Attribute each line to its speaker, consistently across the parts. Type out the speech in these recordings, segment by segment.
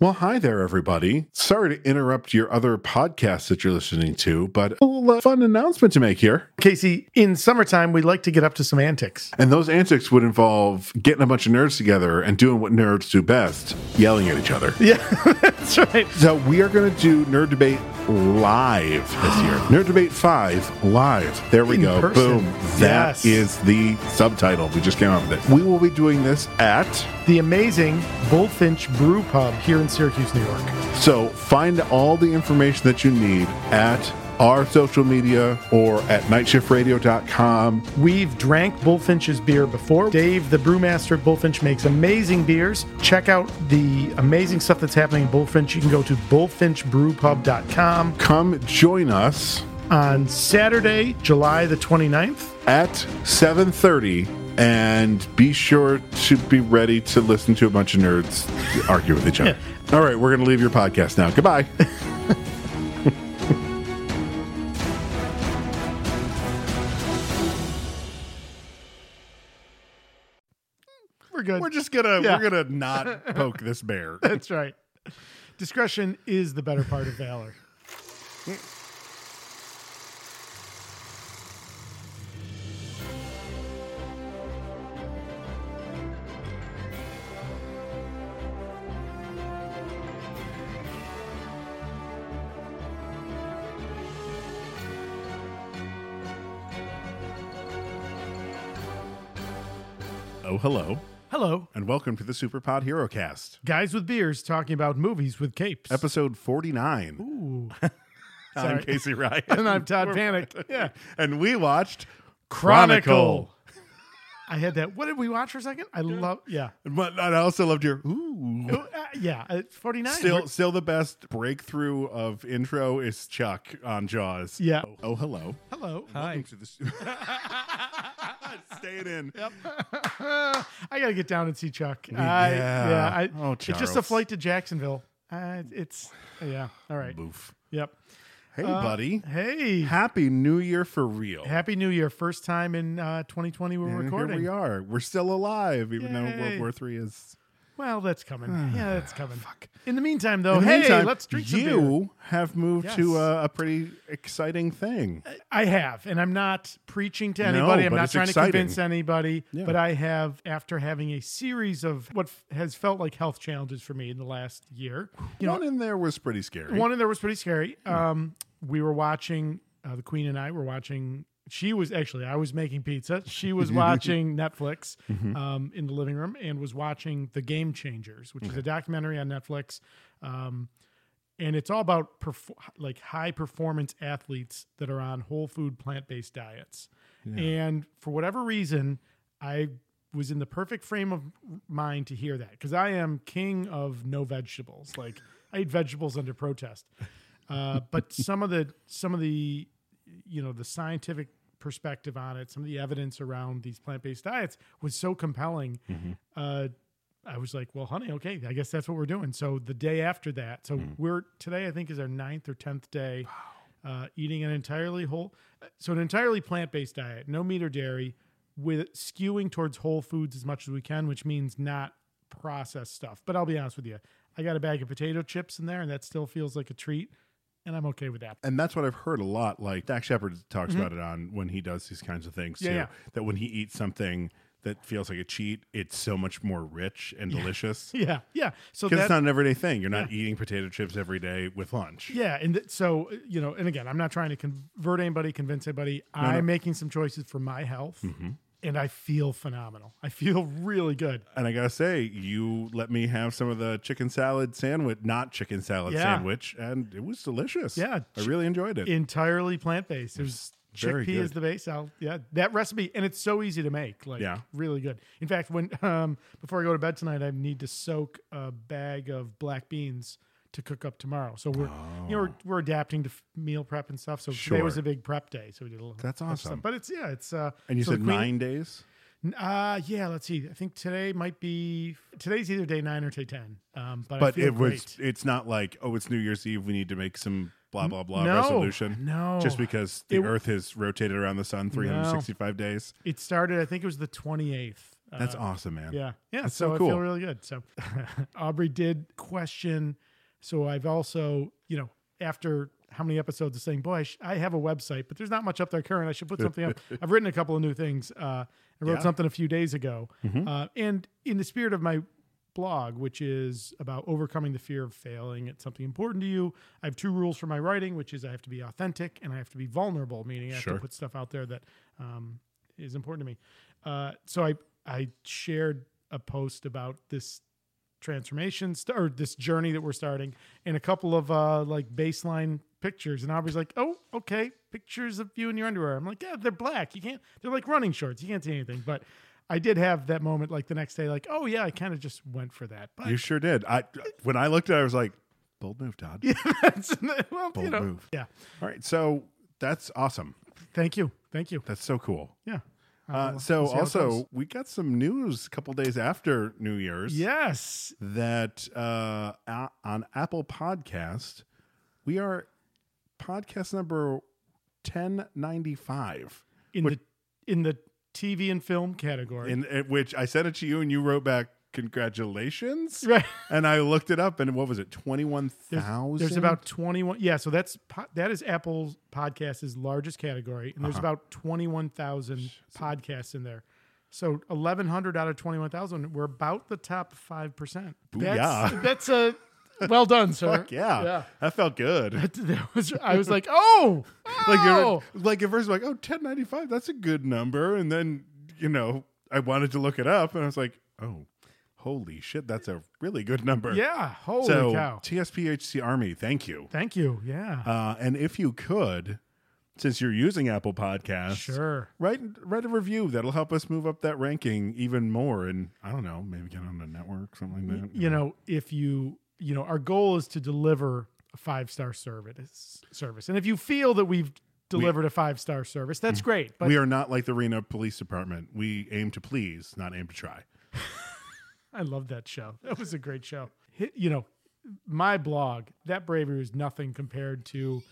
Speaker 1: Well, hi there, everybody. Sorry to interrupt your other podcast that you're listening to, but a little uh, fun announcement to make here.
Speaker 2: Casey, in summertime, we like to get up to some antics.
Speaker 1: And those antics would involve getting a bunch of nerds together and doing what nerds do best yelling at each other.
Speaker 2: Yeah, that's right.
Speaker 1: So, we are going to do Nerd Debate live this year. Nerd Debate 5 live. There we
Speaker 2: In
Speaker 1: go.
Speaker 2: person.
Speaker 1: Boom. That
Speaker 2: Yes.
Speaker 1: is the subtitle. We just came up with it. We will be doing this at
Speaker 2: The amazing Bullfinch Brew Pub here in Syracuse, New York.
Speaker 1: So find all the information that you need at our social media or at nightshiftradio.com.
Speaker 2: We've drank Bullfinch's beer before. Dave, the brewmaster at Bullfinch, makes amazing beers. Check out the amazing stuff that's happening at Bullfinch. You can go to bullfinchbrewpub.com
Speaker 1: Come join us
Speaker 2: on Saturday, July the 29th.
Speaker 1: at 7:30 and be sure to be ready to listen to a bunch of nerds argue with each other. All right, we're going to leave your podcast now. Goodbye.
Speaker 2: We're good.
Speaker 1: just going to
Speaker 2: Yeah.
Speaker 1: going to not poke this bear.
Speaker 2: That's right. Discretion is the better part of valor.
Speaker 1: Oh, hello.
Speaker 2: Hello,
Speaker 1: And welcome to the Super Pod Hero Cast,
Speaker 2: guys with beers talking about movies with capes.
Speaker 1: episode 49.
Speaker 2: Ooh.
Speaker 1: I'm
Speaker 2: Sorry.
Speaker 1: Casey Ryan.
Speaker 2: And I'm Todd Panic. Yeah.
Speaker 1: and we watched
Speaker 2: Chronicle. I had that. What did we watch for a second? I love. Yeah.
Speaker 1: But I also loved your ooh.
Speaker 2: Oh, uh, yeah. uh, 49.
Speaker 1: Still, still the best breakthrough of intro is Chuck on Jaws.
Speaker 2: Yeah.
Speaker 1: Oh, oh, hello.
Speaker 2: Hello.
Speaker 1: Hi. To the Staying in.
Speaker 2: I gotta get down and see Chuck. I-
Speaker 1: yeah.
Speaker 2: yeah. I,
Speaker 1: Oh,
Speaker 2: it's just a
Speaker 1: Charles.
Speaker 2: flight to Jacksonville. Uh, it's yeah. All right.
Speaker 1: Boof.
Speaker 2: Yep.
Speaker 1: Hey, buddy.
Speaker 2: Uh, Hey.
Speaker 1: Happy New Year for real.
Speaker 2: Happy New Year! First time in uh, 2020 we're
Speaker 1: And
Speaker 2: recording.
Speaker 1: Here we are. We're still alive, even though
Speaker 2: Yay.
Speaker 1: World War Three is.
Speaker 2: Well, that's coming. yeah, that's coming. In the meantime, though,
Speaker 1: In the
Speaker 2: Oh, hey,
Speaker 1: meantime,
Speaker 2: let's drink
Speaker 1: You
Speaker 2: some beer.
Speaker 1: have moved
Speaker 2: Yes. Uh,
Speaker 1: to uh, a pretty exciting thing.
Speaker 2: I have, and I'm not preaching to
Speaker 1: No,
Speaker 2: anybody. I'm
Speaker 1: but
Speaker 2: not
Speaker 1: it's
Speaker 2: trying
Speaker 1: exciting.
Speaker 2: to convince anybody.
Speaker 1: Yeah.
Speaker 2: But I have, after having a series of what f- has felt like health challenges for me in the last year, you know,
Speaker 1: One in there was pretty scary.
Speaker 2: One in there was pretty scary. Um, we were watching uh, the Queen and I were watching. She was actually I was making pizza. She was watching Netflix
Speaker 1: Mm-hmm.
Speaker 2: um, in the living room and was watching The Game Changers, which is a documentary on Netflix. Um, and it's all about perf- like high performance athletes that are on whole food plant based diets. And for whatever reason, I was in the perfect frame of mind to hear that because I am king of no vegetables. Like I eat vegetables under protest, uh, but some of the some of the you know the scientific perspective on it, some of the evidence around these plant based diets was so compelling. Uh, I was like, well, honey, okay, I guess that's what we're doing. So the day after that, so we're today, I think, is our ninth or tenth day uh, eating an entirely whole, so an entirely plant based diet, no meat or dairy, with skewing towards whole foods as much as we can, which means not processed stuff. But I'll be honest with you, I got a bag of potato chips in there, and that still feels like a treat, and I'm okay with that.
Speaker 1: and that's what I've heard a lot. Like Dak Shepard talks about it on when he does these kinds of things
Speaker 2: Mm-hmm. Yeah,
Speaker 1: too.
Speaker 2: yeah.
Speaker 1: That when he eats something that feels like a cheat, it's so much more rich and delicious. 'Cause delicious.
Speaker 2: Yeah, yeah. So
Speaker 1: Because it's
Speaker 2: that's
Speaker 1: not an everyday thing. You're not eating potato chips every day with lunch.
Speaker 2: yeah, and th- so uh, you know, and again, I'm not trying to convert anybody, convince anybody. I'm making some choices for my health,
Speaker 1: Mm-hmm.
Speaker 2: and I feel phenomenal. I feel really good.
Speaker 1: And I gotta say, you let me have some of the chicken salad sandwich, not chicken salad
Speaker 2: Yeah.
Speaker 1: sandwich, and it was delicious.
Speaker 2: Yeah.
Speaker 1: I really enjoyed it.
Speaker 2: entirely plant based. There's
Speaker 1: very
Speaker 2: chickpea is
Speaker 1: good.
Speaker 2: the base. I'll, yeah, that recipe, and it's so easy to make. Like,
Speaker 1: Yeah.
Speaker 2: really good. In fact, when um, before I go to bed tonight, I need to soak a bag of black beans to cook up tomorrow. So we're you know we're, we're adapting to f- meal prep and stuff. So today was
Speaker 1: Oh. Sure.
Speaker 2: a big prep day, so we did a little.
Speaker 1: That's
Speaker 2: prep stuff.
Speaker 1: awesome.
Speaker 2: But it's yeah, it's uh.
Speaker 1: and you
Speaker 2: so the
Speaker 1: said
Speaker 2: queen-
Speaker 1: nine days.
Speaker 2: Uh yeah, let's see. I think today might be today's either day nine or day ten. Um, but I
Speaker 1: But
Speaker 2: feel
Speaker 1: it was.
Speaker 2: great.
Speaker 1: It's not like oh, it's New Year's Eve. We need to make some blah blah blah
Speaker 2: No.
Speaker 1: resolution.
Speaker 2: No,
Speaker 1: just because the
Speaker 2: It-
Speaker 1: Earth has rotated around the sun 365 days.
Speaker 2: It started, I think it was the 28th
Speaker 1: That's awesome, man.
Speaker 2: Uh, Yeah. Yeah.
Speaker 1: That's
Speaker 2: so,
Speaker 1: so
Speaker 2: I
Speaker 1: cool.
Speaker 2: feel really good. So Aubrey did question. So I've also, you know, after how many episodes of saying, boy, I, sh- I have a website, but there's not much up there current. I should put something up. I've written a couple of new things. Uh, I wrote
Speaker 1: Yeah.
Speaker 2: something a few days ago. Uh, and in the spirit of my blog, which is about overcoming the fear of failing at something important to you, I have two rules for my writing, which is I have to be authentic and I have to be vulnerable, meaning I have
Speaker 1: Sure.
Speaker 2: to put stuff out there that um, is important to me. Uh, so I I shared a post about this transformation st- or this journey that we're starting, and a couple of uh, like baseline pictures. And Aubrey's like, "Oh, okay, pictures of you in your underwear." I'm like, "Yeah, they're black. You can't. They're like running shorts. You can't see anything." But I did have that moment, like the next day, like, "Oh yeah, I kind of just went for that." But
Speaker 1: You sure did. I when I looked at it, I was like, bold move, Todd.
Speaker 2: yeah, that's, well, you
Speaker 1: Bold
Speaker 2: know,
Speaker 1: move.
Speaker 2: yeah.
Speaker 1: All right. So that's awesome.
Speaker 2: Thank you, thank you.
Speaker 1: That's so cool.
Speaker 2: Yeah.
Speaker 1: Uh,
Speaker 2: We'll-
Speaker 1: so
Speaker 2: we'll see how it goes.
Speaker 1: also we got some news a couple days after New Year's
Speaker 2: yes,
Speaker 1: that uh, a- on Apple Podcast we are podcast number ten ninety five.
Speaker 2: in the in the TV and film category.
Speaker 1: In, in which I sent it to you and you wrote back congratulations.
Speaker 2: Right.
Speaker 1: And I looked it up and what was it twenty one thousand?
Speaker 2: There's about 21. Yeah, so that's po- that is Apple's podcast's largest category, and there's
Speaker 1: Uh-huh.
Speaker 2: about 21,000 podcasts in there. So 1,100 out of 21,000, we're about the top five percent. That's,
Speaker 1: Booyah.
Speaker 2: that's a well done, sir.
Speaker 1: Fuck yeah.
Speaker 2: yeah.
Speaker 1: That felt good.
Speaker 2: That was I was like, oh,
Speaker 1: Like, you're-
Speaker 2: oh.
Speaker 1: like at first, like, oh, 1095, that's a good number. And then, you know, I wanted to look it up and I was like, oh, holy shit, that's a really good number.
Speaker 2: yeah, holy
Speaker 1: So,
Speaker 2: cow!
Speaker 1: TSPHC Army, thank you.
Speaker 2: Thank you. Yeah,
Speaker 1: Uh, and if you could, since you're using Apple Podcasts,
Speaker 2: sure.
Speaker 1: write, write a review. That'll help us move up that ranking even more. And I don't know, maybe get on the network, something like that.
Speaker 2: You know, if you you know, our goal is to deliver a five star service service, and if you feel that we've delivered a five star service, that's great. But
Speaker 1: we are not like the Reno Police Department. We aim to please, not aim to try.
Speaker 2: I love that show. That was a great show. Hi- You know, my blog, that bravery is nothing compared to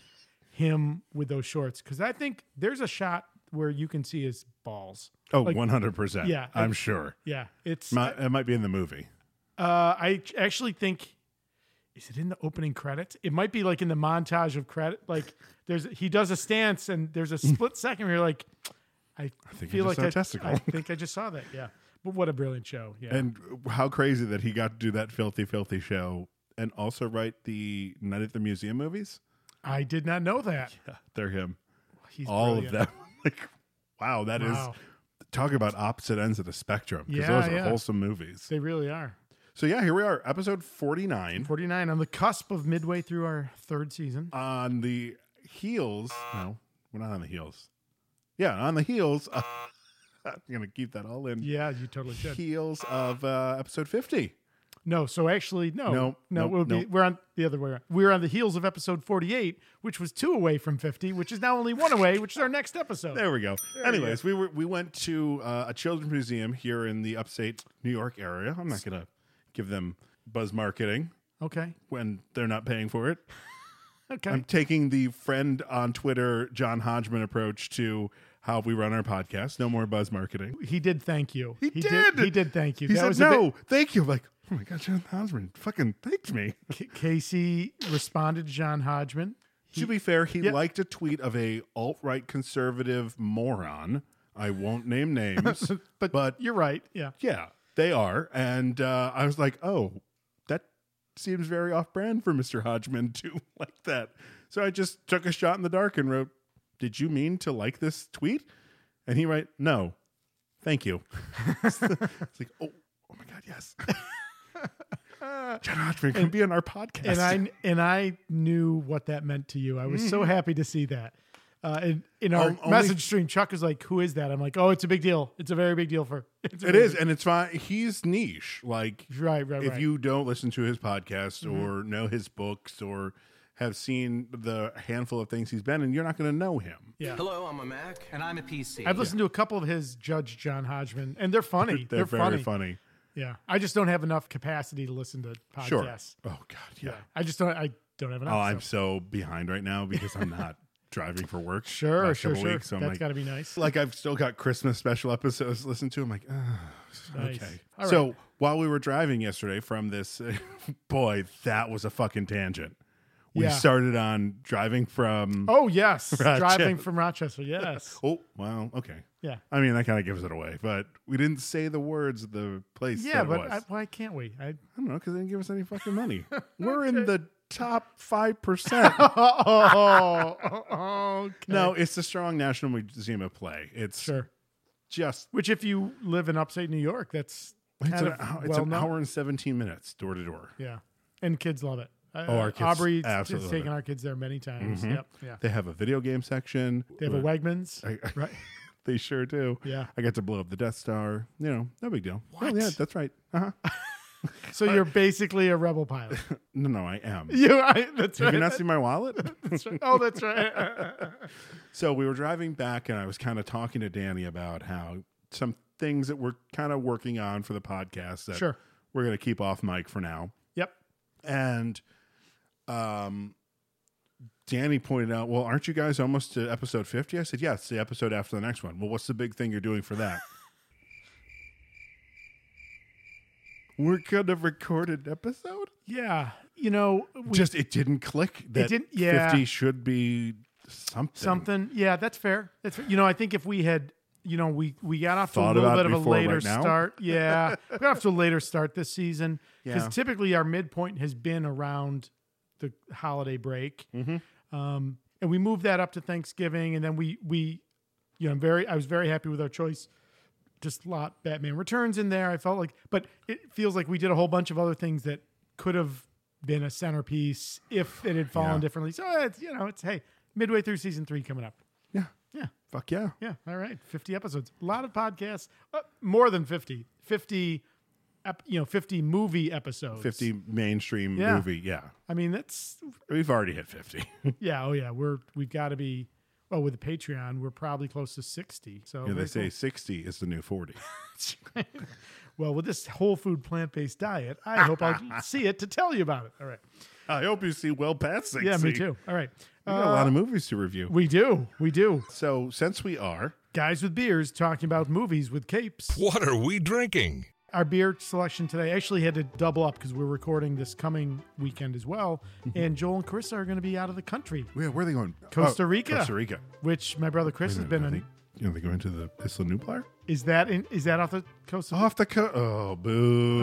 Speaker 2: him with those shorts. Cause I think there's a shot where you can see his balls.
Speaker 1: Oh, 100%.
Speaker 2: yeah,
Speaker 1: I'm
Speaker 2: I-
Speaker 1: sure.
Speaker 2: Yeah. It's, uh,
Speaker 1: My, it might be in the movie.
Speaker 2: I ch- actually think, is it in the opening credits? It might be like in the montage of credit. Like there's, he does a stance and there's a split second where you're like, I,
Speaker 1: think Mm. I just
Speaker 2: feel like
Speaker 1: saw a
Speaker 2: I,
Speaker 1: testicle.
Speaker 2: I think I just saw that. Yeah. But what a brilliant show. Yeah.
Speaker 1: And how crazy that he got to do that filthy, filthy show and also write the Night at the Museum movies.
Speaker 2: I did not know that.
Speaker 1: Yeah, they're him.
Speaker 2: He's
Speaker 1: All
Speaker 2: brilliant.
Speaker 1: of them. like, wow, that is
Speaker 2: Wow.
Speaker 1: talk about opposite ends of the spectrum because
Speaker 2: Yeah,
Speaker 1: those are
Speaker 2: yeah.
Speaker 1: wholesome movies.
Speaker 2: They really are.
Speaker 1: So yeah, here we are, episode forty nine
Speaker 2: 49 on the cusp of midway through our third season.
Speaker 1: on the heels. No, we're not on the heels. Yeah, on the heels. I'm gonna keep that all in.
Speaker 2: Yeah, you totally should.
Speaker 1: Heels of uh, episode fifty.
Speaker 2: No, so actually, no,
Speaker 1: No,
Speaker 2: no,
Speaker 1: no,
Speaker 2: it would be,
Speaker 1: no.
Speaker 2: we're on the other way. around. We're on the heels of episode forty-eight, which was two away from fifty, which is now only one away, which is our next episode.
Speaker 1: There we go. Anyways, we were we went to uh, a children's museum here in the upstate New York area. I'm not gonna give them buzz marketing
Speaker 2: Okay,
Speaker 1: when they're not paying for it.
Speaker 2: okay,
Speaker 1: I'm taking the friend on Twitter John Hodgman approach to how we run our podcast. No more buzz marketing.
Speaker 2: he did. Thank you. He,
Speaker 1: did!
Speaker 2: He did. Thank you.
Speaker 1: He
Speaker 2: that
Speaker 1: said
Speaker 2: was a
Speaker 1: no, thank you. I'm like, oh my god, John Hodgman fucking thanked me.
Speaker 2: bit- K- Casey responded to John Hodgman.
Speaker 1: to be fair, he
Speaker 2: Yeah.
Speaker 1: liked a tweet of a alt right conservative moron. I won't name names,
Speaker 2: But-
Speaker 1: but
Speaker 2: You're right. Yeah.
Speaker 1: Yeah, they are. And uh, I was like, oh, that seems very off brand for Mr. Hodgman to like that. So I just took a shot in the dark and wrote, Did you mean to like this tweet? And he wrote, No, thank you. it's like, oh, oh my God, yes. John Hodgman can be on our podcast.
Speaker 2: and I and I knew what that meant to you. I was so happy to see that. Uh, and in
Speaker 1: Mm-hmm.
Speaker 2: our
Speaker 1: Um, only-
Speaker 2: message stream, Chuck was like, "Who is that?" I'm like, "Oh, it's a big deal. It's a very big deal for." It's a
Speaker 1: it
Speaker 2: very
Speaker 1: is, and it's fine. He's niche. Like,
Speaker 2: big- right, right, Mm-hmm.
Speaker 1: if
Speaker 2: right.
Speaker 1: you don't listen to his podcast or know his books or have seen the handful of things he's been in, you're not going to know him.
Speaker 2: yeah.
Speaker 3: Hello, I'm a Mac. And I'm a PC.
Speaker 2: I've listened to a couple of his Judge John Hodgman, and they're funny.
Speaker 1: They're,
Speaker 2: they're
Speaker 1: very funny.
Speaker 2: funny. Yeah, I just don't have enough capacity to listen to podcasts.
Speaker 1: Sure. Oh God, yeah.
Speaker 2: I just don't. I don't have enough.
Speaker 1: Oh, I'm
Speaker 2: so.
Speaker 1: so behind right now because I'm not driving for work.
Speaker 2: Sure,
Speaker 1: last
Speaker 2: sure,
Speaker 1: couple
Speaker 2: sure.
Speaker 1: Weeks, so I'm
Speaker 2: That's
Speaker 1: like,
Speaker 2: got to be nice.
Speaker 1: like I've still got Christmas special episodes to listen to. I'm like, oh,
Speaker 2: Nice.
Speaker 1: okay.
Speaker 2: All
Speaker 1: So while we were driving yesterday from this, boy, that was a fucking tangent. We
Speaker 2: Yeah.
Speaker 1: started on driving from.
Speaker 2: Oh yes, driving
Speaker 1: Rochester.
Speaker 2: from Rochester. Yes,
Speaker 1: Oh, wow. Okay.
Speaker 2: yeah,
Speaker 1: I mean, that kind of gives it away, but we didn't say the words of the place. that
Speaker 2: yeah.
Speaker 1: it
Speaker 2: But
Speaker 1: was.
Speaker 2: I, why can't we? I,
Speaker 1: I don't know because they didn't give us any fucking money. We're in the top five percent.
Speaker 2: oh, oh, oh, okay.
Speaker 1: no, it's the strong National Museum of Play. It's
Speaker 2: sure.
Speaker 1: just
Speaker 2: Which, if you live in upstate New York, that's
Speaker 1: it's,
Speaker 2: kind
Speaker 1: an,
Speaker 2: of
Speaker 1: hour, it's
Speaker 2: well
Speaker 1: an
Speaker 2: known.
Speaker 1: hour and seventeen minutes door to door.
Speaker 2: Yeah, and kids love it. Oh,
Speaker 1: our kids
Speaker 2: Aubrey has
Speaker 1: absolutely Mm-hmm. love
Speaker 2: taken
Speaker 1: it.
Speaker 2: our kids there many times. Yep. Yeah.
Speaker 1: They have a video game section.
Speaker 2: They have a Wegmans.
Speaker 1: I-
Speaker 2: right.
Speaker 1: They sure do.
Speaker 2: Yeah.
Speaker 1: I got to blow up the Death Star. You know, no big deal. Oh,
Speaker 2: What?
Speaker 1: yeah, that's right. Uh-huh.
Speaker 2: So you're basically a rebel pilot.
Speaker 1: No, no, I am.
Speaker 2: you. I, that's
Speaker 1: Have
Speaker 2: right.
Speaker 1: you not seen my wallet?
Speaker 2: That's right. Oh, that's right.
Speaker 1: so we were driving back, and I was kind of talking to Danny about how some things that we're kind of working on for the podcast that
Speaker 2: Sure.
Speaker 1: we're going to keep off mic for now.
Speaker 2: yep.
Speaker 1: And um, Danny pointed out, well, aren't you guys almost to episode 50? I said, yeah, it's the episode after the next one. Well, what's the big thing you're doing for that? we're going to record an episode?
Speaker 2: Yeah. You know, we
Speaker 1: Just, it didn't click that
Speaker 2: didn't- yeah.
Speaker 1: 50 should be something.
Speaker 2: something. Yeah, that's fair. That's fair. you know, I think if we had, you know, we we got off to a
Speaker 1: Thought
Speaker 2: little
Speaker 1: about it
Speaker 2: bit of a
Speaker 1: before
Speaker 2: later
Speaker 1: right now?
Speaker 2: start. Yeah, we got off to a later start this season because
Speaker 1: Yeah.
Speaker 2: typically our midpoint has been around the holiday break,
Speaker 1: Mm-hmm.
Speaker 2: um, and we moved that up to Thanksgiving, and then we we, you know, I'm very I was very happy with our choice. Just lot Batman Returns in there. I felt like, but it feels like we did a whole bunch of other things that could have been a centerpiece if it had fallen
Speaker 1: Yeah.
Speaker 2: differently. So it's you know it's hey midway through season three coming up.
Speaker 1: Yeah.
Speaker 2: Yeah.
Speaker 1: Fuck yeah.
Speaker 2: Yeah. All right. 50 episodes. A lot of podcasts. Uh, more than 50. 50, ep, you know, 50 movie episodes.
Speaker 1: 50 mainstream
Speaker 2: Yeah.
Speaker 1: movie. Yeah.
Speaker 2: I mean, that's,
Speaker 1: We've already hit 50. yeah,
Speaker 2: yeah. Oh, yeah. We're, we've got to be, well, with the Patreon, we're probably close to 60. So
Speaker 1: they
Speaker 2: very
Speaker 1: say 60 is the new 40.
Speaker 2: cool. well, with this whole food plant based diet, I hope I'll see it to tell you about it. All right.
Speaker 1: I hope you see well past 60.
Speaker 2: Yeah, me too. All right. Uh,
Speaker 1: We got a lot of movies to review.
Speaker 2: We do. We do.
Speaker 1: So since we are,
Speaker 2: Guys with beers talking about movies with capes.
Speaker 4: What are we drinking?
Speaker 2: our beer selection today I actually had to double up because we're recording this coming weekend as well. and Joel and Carissa are going to be out of the country,
Speaker 1: where, where are they going?
Speaker 2: Costa
Speaker 1: Oh,
Speaker 2: Rica.
Speaker 1: Costa Rica.
Speaker 2: which my brother Chris has been
Speaker 1: Are
Speaker 2: in.
Speaker 1: they, you know, they going to the Isla Nublar?
Speaker 2: Is that in, is that off the coast? Of,
Speaker 1: Off the coast. Oh, boo.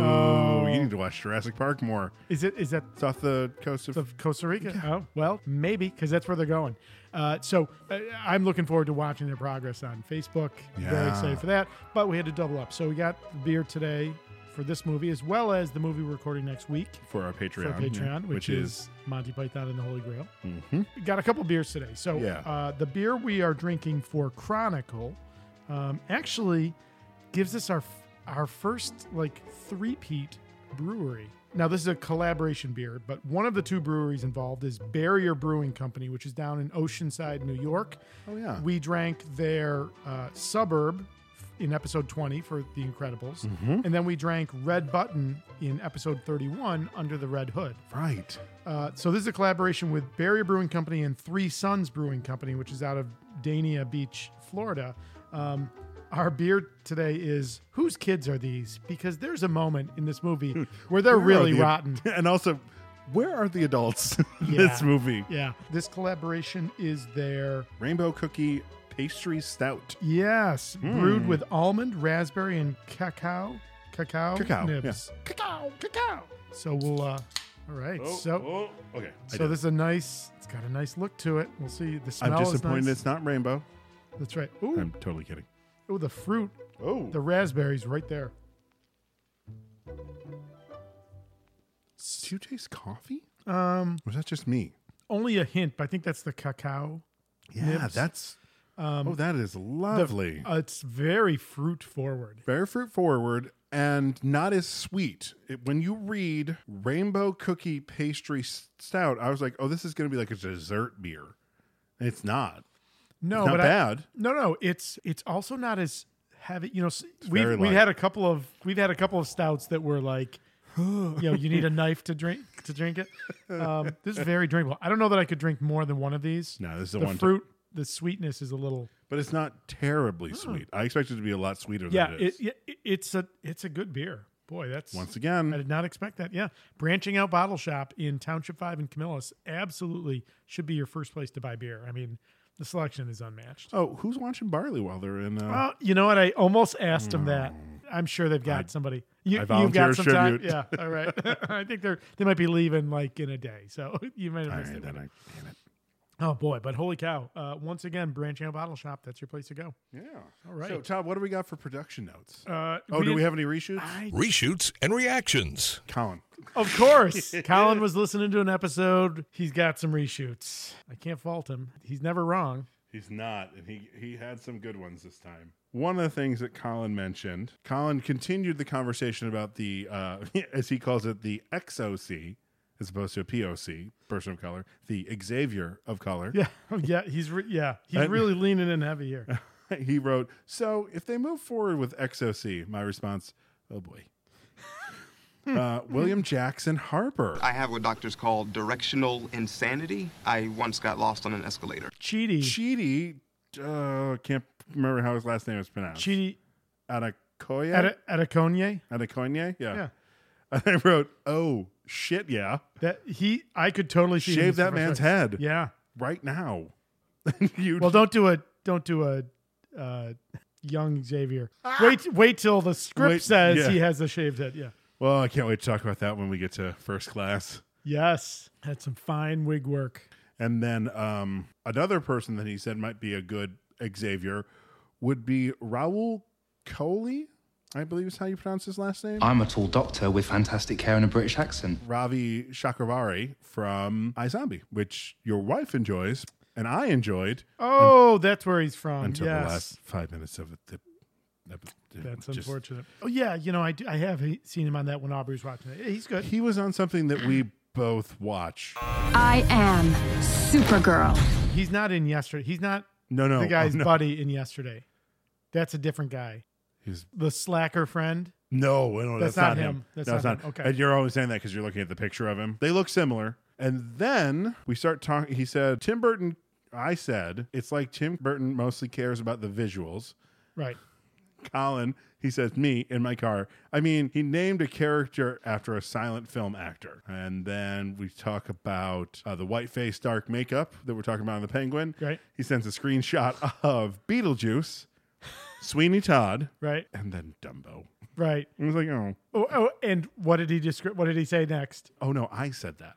Speaker 1: You need to watch Jurassic Park more.
Speaker 2: Is it is that
Speaker 1: It's off the coast of.
Speaker 2: of Costa Rica? Oh well, maybe because that's where they're going. Uh, so uh, I'm looking forward to watching their progress on Facebook. Very
Speaker 1: Yeah.
Speaker 2: excited for that. But we had to double up, so we got the beer today for this movie as well as the movie we're recording next week.
Speaker 1: for our Patreon.
Speaker 2: for Patreon,
Speaker 1: yeah,
Speaker 2: which, is, Monty Python and the Holy Grail. Got a couple beers today. So
Speaker 1: Mm-hmm. Yeah.
Speaker 2: uh, the beer we are drinking for Chronicle um, actually gives us our f- our first like three-peat brewery. Now this is a collaboration beer, but one of the two breweries involved is Barrier Brewing Company, which is down in Oceanside, New York.
Speaker 1: Oh, yeah.
Speaker 2: We drank their uh, suburb in episode 20 for The Incredibles,
Speaker 1: Mm-hmm.
Speaker 2: and then we drank Red Button in episode 31 under the Red Hood.
Speaker 1: right.
Speaker 2: Uh, so this is a collaboration with Barrier Brewing Company and Three Suns Brewing Company, which is out of Dania Beach, Florida. Um, our beer today is whose kids are these? Because there's a moment in this movie where they're
Speaker 1: Where are
Speaker 2: really
Speaker 1: the-
Speaker 2: rotten.
Speaker 1: And also, where are the adults in
Speaker 2: Yeah.
Speaker 1: this movie?
Speaker 2: Yeah, this collaboration is their
Speaker 1: Rainbow Cookie Pastry Stout.
Speaker 2: yes,
Speaker 1: Hmm.
Speaker 2: brewed with almond, raspberry, and cacao, cacao,
Speaker 1: Cacao,
Speaker 2: nibs, cacao, cacao. So we'll. Uh, all right.
Speaker 1: Oh,
Speaker 2: so
Speaker 1: okay.
Speaker 2: so this is a nice. It's got a nice look to it. We'll see. The smell
Speaker 1: I'm
Speaker 2: is
Speaker 1: disappointed
Speaker 2: nice.
Speaker 1: it's not rainbow.
Speaker 2: That's right. Ooh,
Speaker 1: I'm totally kidding.
Speaker 2: ooh, the fruit,
Speaker 1: Oh.
Speaker 2: the raspberries right there.
Speaker 1: Do you taste coffee? Um, or is that just me?
Speaker 2: Only a hint, but I think that's the cacao.
Speaker 1: Yeah, that's.
Speaker 2: Um,
Speaker 1: oh, that is lovely.
Speaker 2: Uh, it's very fruit forward.
Speaker 1: Very fruit forward and not as sweet. It- when you read Rainbow Cookie Pastry S- Stout, I was like, oh, this is going to be like a dessert beer. And it's not.
Speaker 2: No,
Speaker 1: not
Speaker 2: but I-
Speaker 1: bad.
Speaker 2: no, no, it's it's also not as heavy. You know, s- we've
Speaker 1: very
Speaker 2: we've
Speaker 1: light.
Speaker 2: had a couple of we've had a couple of stouts that were like you know, you need a knife to drink to drink it. Um, this is very drinkable. I don't know that I could drink more than one of these.
Speaker 1: No, this is the
Speaker 2: the,
Speaker 1: one to-
Speaker 2: fruit. the sweetness is a little.
Speaker 1: but it's not terribly sweet. I expect it to be a lot sweeter
Speaker 2: Hmm. Yeah,
Speaker 1: than it
Speaker 2: it,
Speaker 1: is.
Speaker 2: it- it's a it's a good beer. Boy, that's
Speaker 1: Once
Speaker 2: I
Speaker 1: again,
Speaker 2: did not expect that. Yeah, branching out bottle shop in Township Five in Camillus absolutely should be your first place to buy beer. I mean, the selection is unmatched.
Speaker 1: oh, who's watching Barley while they're in? Uh,
Speaker 2: Uh, you know what? I almost asked him that. I'm sure they've got somebody.
Speaker 1: Mm.
Speaker 2: You,
Speaker 1: I
Speaker 2: you've
Speaker 1: volunteer
Speaker 2: got
Speaker 1: as
Speaker 2: some time.
Speaker 1: tribute.
Speaker 2: Yeah. All right. I think they're they might be leaving like in a day, so you might have
Speaker 1: all
Speaker 2: missed
Speaker 1: right,
Speaker 2: it.
Speaker 1: then I- damn it.
Speaker 2: Oh boy! But holy cow! Uh, once again, branching out bottle shop. That's your place to go.
Speaker 1: Yeah.
Speaker 2: All right.
Speaker 1: So, Todd, what do we got for production notes?
Speaker 2: Uh,
Speaker 1: oh, do we
Speaker 2: didn't-
Speaker 1: have any reshoots?
Speaker 2: I
Speaker 4: Reshoots and reactions.
Speaker 1: Colin.
Speaker 2: Of course. Colin was listening to an episode. He's got some reshoots. I can't fault him. He's never wrong.
Speaker 1: He's not, and he he had some good ones this time. One of the things that Colin mentioned, Colin continued the conversation about the, uh, as he calls it, the XOC, as opposed to a POC, person of color, the Xavier of color.
Speaker 2: Yeah. Yeah. He's re- yeah. He's
Speaker 1: And-
Speaker 2: really leaning in heavy here.
Speaker 1: He wrote, "So if they move forward with XOC, my response, oh boy." uh, William Jackson Harper.
Speaker 5: I have what doctors call directional insanity. I once got lost on an escalator.
Speaker 2: Cheaty.
Speaker 1: Chidi, uh, can't remember how his last name is pronounced.
Speaker 2: Cheaty.
Speaker 1: Adekoya?
Speaker 2: At a, at a Conye.
Speaker 1: Adekoya? Yeah.
Speaker 2: Yeah.
Speaker 1: And I wrote, oh, shit, yeah.
Speaker 2: That he. I could totally see
Speaker 1: Shave
Speaker 2: him
Speaker 1: that
Speaker 2: from a
Speaker 1: man's
Speaker 2: truck.
Speaker 1: head
Speaker 2: Yeah.
Speaker 1: right now. you
Speaker 2: Well, don't do a don't do a uh, young Xavier. Wait. Wait till the script
Speaker 1: Wait,
Speaker 2: says
Speaker 1: yeah.
Speaker 2: he has a shaved head. Yeah.
Speaker 1: well, I can't wait to talk about that when we get to first class.
Speaker 2: Yes. Had some fine wig work.
Speaker 1: And then um, another person that he said might be a good Xavier would be Raul Coley, I believe is how you pronounce his last
Speaker 6: Uh-huh.
Speaker 1: name.
Speaker 7: I'm a tall doctor with fantastic hair and a British accent.
Speaker 1: Ravi Chakravari from iZombie, which your wife enjoys and I enjoyed
Speaker 2: Oh, that's where he's from.
Speaker 1: until
Speaker 2: yes.
Speaker 1: the last five minutes of it. The,
Speaker 2: That's
Speaker 1: just-
Speaker 2: unfortunate. Oh yeah, you know I, do, I have he- seen him on that when Aubrey's watching it. He's good.
Speaker 1: He was on something that we both watch.
Speaker 8: I am Supergirl.
Speaker 2: He's not in yesterday. He's not
Speaker 1: No, no,
Speaker 2: the guy's
Speaker 1: oh, no.
Speaker 2: buddy in yesterday. That's a different guy.
Speaker 1: He's-
Speaker 2: the slacker friend.
Speaker 1: No, no, that's,
Speaker 2: That's
Speaker 1: not
Speaker 2: not
Speaker 1: him.
Speaker 2: him. That's
Speaker 1: No,
Speaker 2: not
Speaker 1: it's
Speaker 2: him. Okay.
Speaker 1: And you're only saying that because you're looking at the picture of him. They look similar. And then we start talking. He said, Tim Burton. I said, it's like Tim Burton mostly cares about the visuals.
Speaker 2: Right.
Speaker 1: Colin, he says, me in my car. I mean, he named a character after a silent film actor. And then we talk about uh, the white face, dark makeup that we're talking about in The Penguin.
Speaker 2: Right.
Speaker 1: He sends a screenshot of Beetlejuice, Sweeney Todd,
Speaker 2: Right.
Speaker 1: and then Dumbo.
Speaker 2: Right.
Speaker 1: I was like, oh,
Speaker 2: Oh, oh and what did he describe? What did he say next?
Speaker 1: oh no, I said that.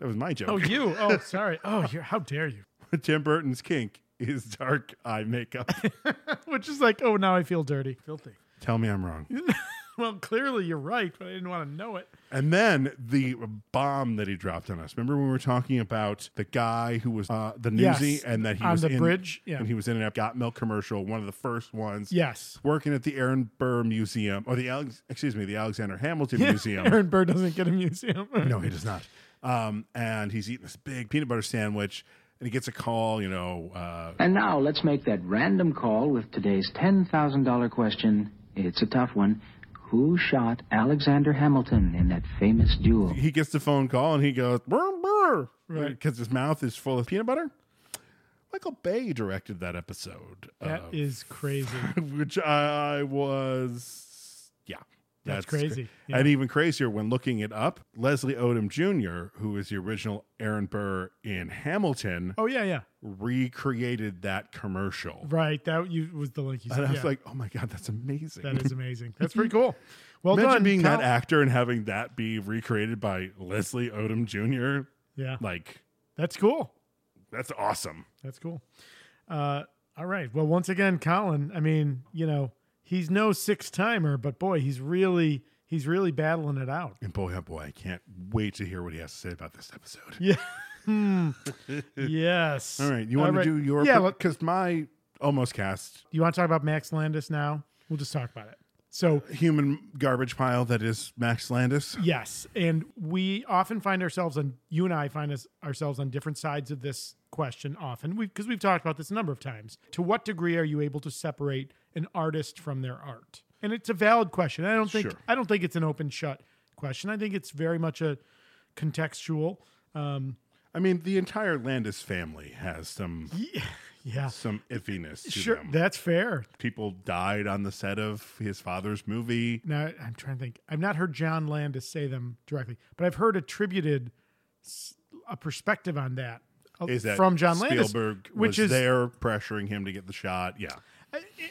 Speaker 1: That was my joke.
Speaker 2: Hmm. Oh, you. Oh, sorry. Oh, you how dare you?
Speaker 1: Tim Burton's kink is dark eye makeup.
Speaker 2: Which is like, oh, now I feel dirty, filthy.
Speaker 1: Tell me I'm wrong.
Speaker 2: Well, clearly you're right, but I didn't want to know it.
Speaker 1: And then the bomb that he dropped on us. Remember when we were talking about the guy who was uh, the
Speaker 2: Yes.
Speaker 1: newsie and that he
Speaker 2: On
Speaker 1: was
Speaker 2: the
Speaker 1: in,
Speaker 2: bridge? Yeah.
Speaker 1: and he was in an Got Milk commercial, one of the first ones.
Speaker 2: Yes.
Speaker 1: Working at the Aaron Burr Museum or the Alex, excuse me, the Alexander Hamilton Museum.
Speaker 2: Aaron Burr doesn't get a museum.
Speaker 1: No, he does not. Um, and he's eating this big peanut butter sandwich, and he gets a call. You know, uh,
Speaker 9: And now let's make that random call with today's $10,000 question. It's a tough one. Who shot Alexander Hamilton in that famous duel?
Speaker 1: he gets the phone call and he goes burr, burr, right because his mouth is full of peanut butter. Michael Bay directed that episode.
Speaker 2: That
Speaker 1: uh,
Speaker 2: is crazy.
Speaker 1: which I was, yeah,
Speaker 2: That's crazy, yeah.
Speaker 1: and even crazier when looking it up. Leslie Odom Jr., who is the original Aaron Burr in Hamilton,
Speaker 2: Oh yeah, yeah.
Speaker 1: recreated that commercial,
Speaker 2: Right. That you was the link you said.
Speaker 1: and I was
Speaker 2: yeah.
Speaker 1: like, oh my god, that's amazing.
Speaker 2: that is amazing. That's pretty cool. Well
Speaker 1: Imagine
Speaker 2: done.
Speaker 1: being
Speaker 2: Cal.
Speaker 1: that actor and having that be recreated by Leslie Odom Jr.
Speaker 2: Yeah.
Speaker 1: Like,
Speaker 2: That's cool.
Speaker 1: that's awesome.
Speaker 2: That's cool. Uh, all right. Well, once again, Colin, I mean, you know, he's no six timer, but boy, he's really he's really battling it out.
Speaker 1: And boy, oh boy, I can't wait to hear what he has to say about this episode.
Speaker 2: Yeah. Hmm. yes.
Speaker 1: All right, you want to do your
Speaker 2: Yeah, let-
Speaker 1: because my almost cast
Speaker 2: you want to talk about Max Landis now? We'll just talk about it. So
Speaker 1: human garbage pile that is Max Landis.
Speaker 2: Yes, and we often find ourselves on you and I find us ourselves on different sides of this question often because we've talked about this a number of times. To what degree are you able to separate an artist from their art? And it's a valid question. I don't think
Speaker 1: Sure.
Speaker 2: I don't think it's an open shut question. I think it's very much a contextual. Um,
Speaker 1: I mean, the entire Landis family has some
Speaker 2: yeah,
Speaker 1: some iffiness to
Speaker 2: sure,
Speaker 1: them.
Speaker 2: that's fair.
Speaker 1: People died on the set of his father's movie.
Speaker 2: Now I'm trying to think. I've not heard John Landis say them directly, but I've heard attributed s- a perspective on that, uh,
Speaker 1: Is that
Speaker 2: from John Landis,
Speaker 1: Spielberg
Speaker 2: which
Speaker 1: was
Speaker 2: is
Speaker 1: there pressuring him to get the shot? Yeah.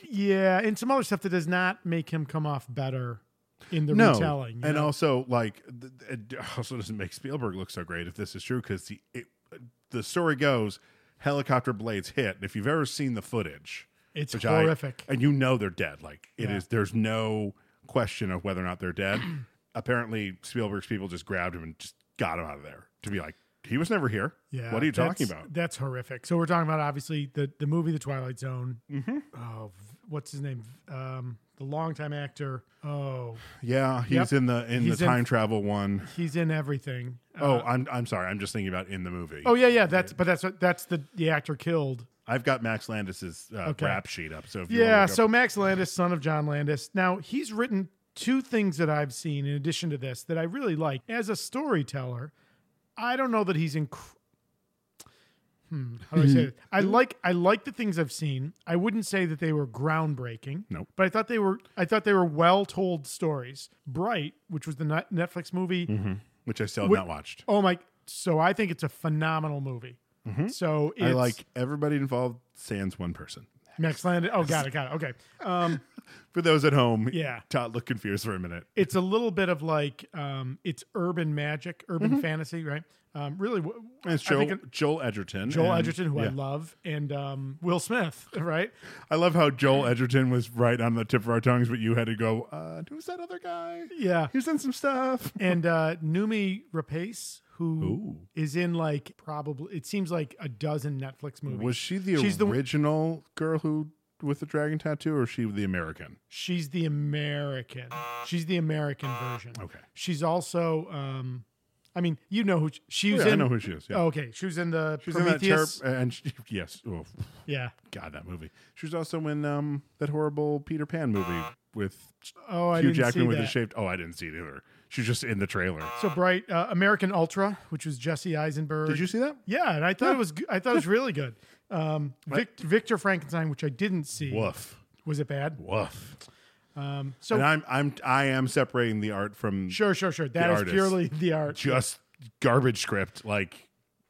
Speaker 2: yeah, and some other stuff that does not make him come off better in the
Speaker 1: No,
Speaker 2: retelling. you
Speaker 1: and
Speaker 2: know?
Speaker 1: also like th- th- it also doesn't make Spielberg look so great if this is true because the it, the story goes helicopter blades hit, and if you've ever seen the footage,
Speaker 2: It's
Speaker 1: which I-
Speaker 2: horrific.
Speaker 1: and you know they're dead. Like it is,
Speaker 2: Yeah.
Speaker 1: There's no question of whether or not they're dead. Apparently, Spielberg's people just grabbed him and just got him out of there to be like he was never here.
Speaker 2: Yeah,
Speaker 1: what are you talking
Speaker 2: that's-
Speaker 1: about?
Speaker 2: That's horrific. So we're talking about obviously the the movie The Twilight Zone.
Speaker 1: Mm-hmm.
Speaker 2: Oh, v- what's his name? Um, the longtime actor. Oh,
Speaker 1: Yeah, he's
Speaker 2: Yep.
Speaker 1: in the in
Speaker 2: He's
Speaker 1: the
Speaker 2: in- Uh,
Speaker 1: time travel one.
Speaker 2: he's in everything. Uh,
Speaker 1: Oh, I'm I'm sorry. I'm just thinking about in the movie.
Speaker 2: oh yeah, yeah. That's but that's that's the the actor killed.
Speaker 1: I've got Max Landis's uh,
Speaker 2: Okay.
Speaker 1: rap sheet up. So if you wanna
Speaker 2: Yeah.
Speaker 1: look up-
Speaker 2: So Max Landis, son of John Landis. Now he's written two things that I've seen in addition to this that I really like as a storyteller. I don't know that he's inc- Hmm, how do I say it? I like I like the things I've seen. I wouldn't say that they were groundbreaking.
Speaker 1: Nope.
Speaker 2: But I thought they were I thought they were well told stories. Bright, which was the Net- Netflix movie.
Speaker 1: which I still have
Speaker 2: Wh-
Speaker 1: Mm-hmm. not watched.
Speaker 2: Oh my! So I think it's a phenomenal movie. So it's
Speaker 1: Mm-hmm. I like everybody involved sans one person.
Speaker 2: Max Landis. Oh, got it, got it. Okay. Um,
Speaker 1: For those at home,
Speaker 2: Yeah.
Speaker 1: Todd looked confused for a minute.
Speaker 2: it's a little bit of like um, it's urban magic, urban
Speaker 1: Mm-hmm.
Speaker 2: fantasy, right? Um, really, wh-
Speaker 1: And it's
Speaker 2: I
Speaker 1: Joel,
Speaker 2: think
Speaker 1: Joel Edgerton.
Speaker 2: Joel
Speaker 1: and-
Speaker 2: Edgerton, who I
Speaker 1: yeah.
Speaker 2: love, and um, Will Smith, right?
Speaker 1: I love how Joel Edgerton was right on the tip of our tongues, but you had to go, uh, who's that other guy?
Speaker 2: Yeah,
Speaker 1: He's in some stuff.
Speaker 2: and uh, Numi Rapace, who
Speaker 1: Ooh.
Speaker 2: is in like probably it seems like a dozen Netflix movies.
Speaker 1: Was she the
Speaker 2: She's the-
Speaker 1: original girl who with the dragon tattoo, or is she the American?
Speaker 2: She's the American. She's the American version.
Speaker 1: Okay.
Speaker 2: She's also, um, I mean, you know who she, she
Speaker 1: Oh,
Speaker 2: was
Speaker 1: yeah, I
Speaker 2: in.
Speaker 1: know who she is, yeah.
Speaker 2: Okay, she was in the
Speaker 1: She's
Speaker 2: Prometheus.
Speaker 1: in that terp, and she, yes, oh
Speaker 2: yeah.
Speaker 1: God, that movie. She was also in um that horrible Peter Pan movie with
Speaker 2: Oh, I
Speaker 1: Hugh
Speaker 2: didn't
Speaker 1: Jackman
Speaker 2: see
Speaker 1: with
Speaker 2: that.
Speaker 1: his shaved. Oh, I didn't see it either. She's just in the trailer.
Speaker 2: So bright, uh, American Ultra, which was Jesse Eisenberg.
Speaker 1: Did you see that?
Speaker 2: Yeah, and I thought it was go- I thought it was really good. Um, Vic, Victor Frankenstein, which I didn't see.
Speaker 1: Woof.
Speaker 2: Was it bad?
Speaker 1: Woof.
Speaker 2: So
Speaker 1: and I'm I'm I am separating the art from
Speaker 2: sure, sure, sure. That is
Speaker 1: artist.
Speaker 2: purely the art.
Speaker 1: just garbage script, like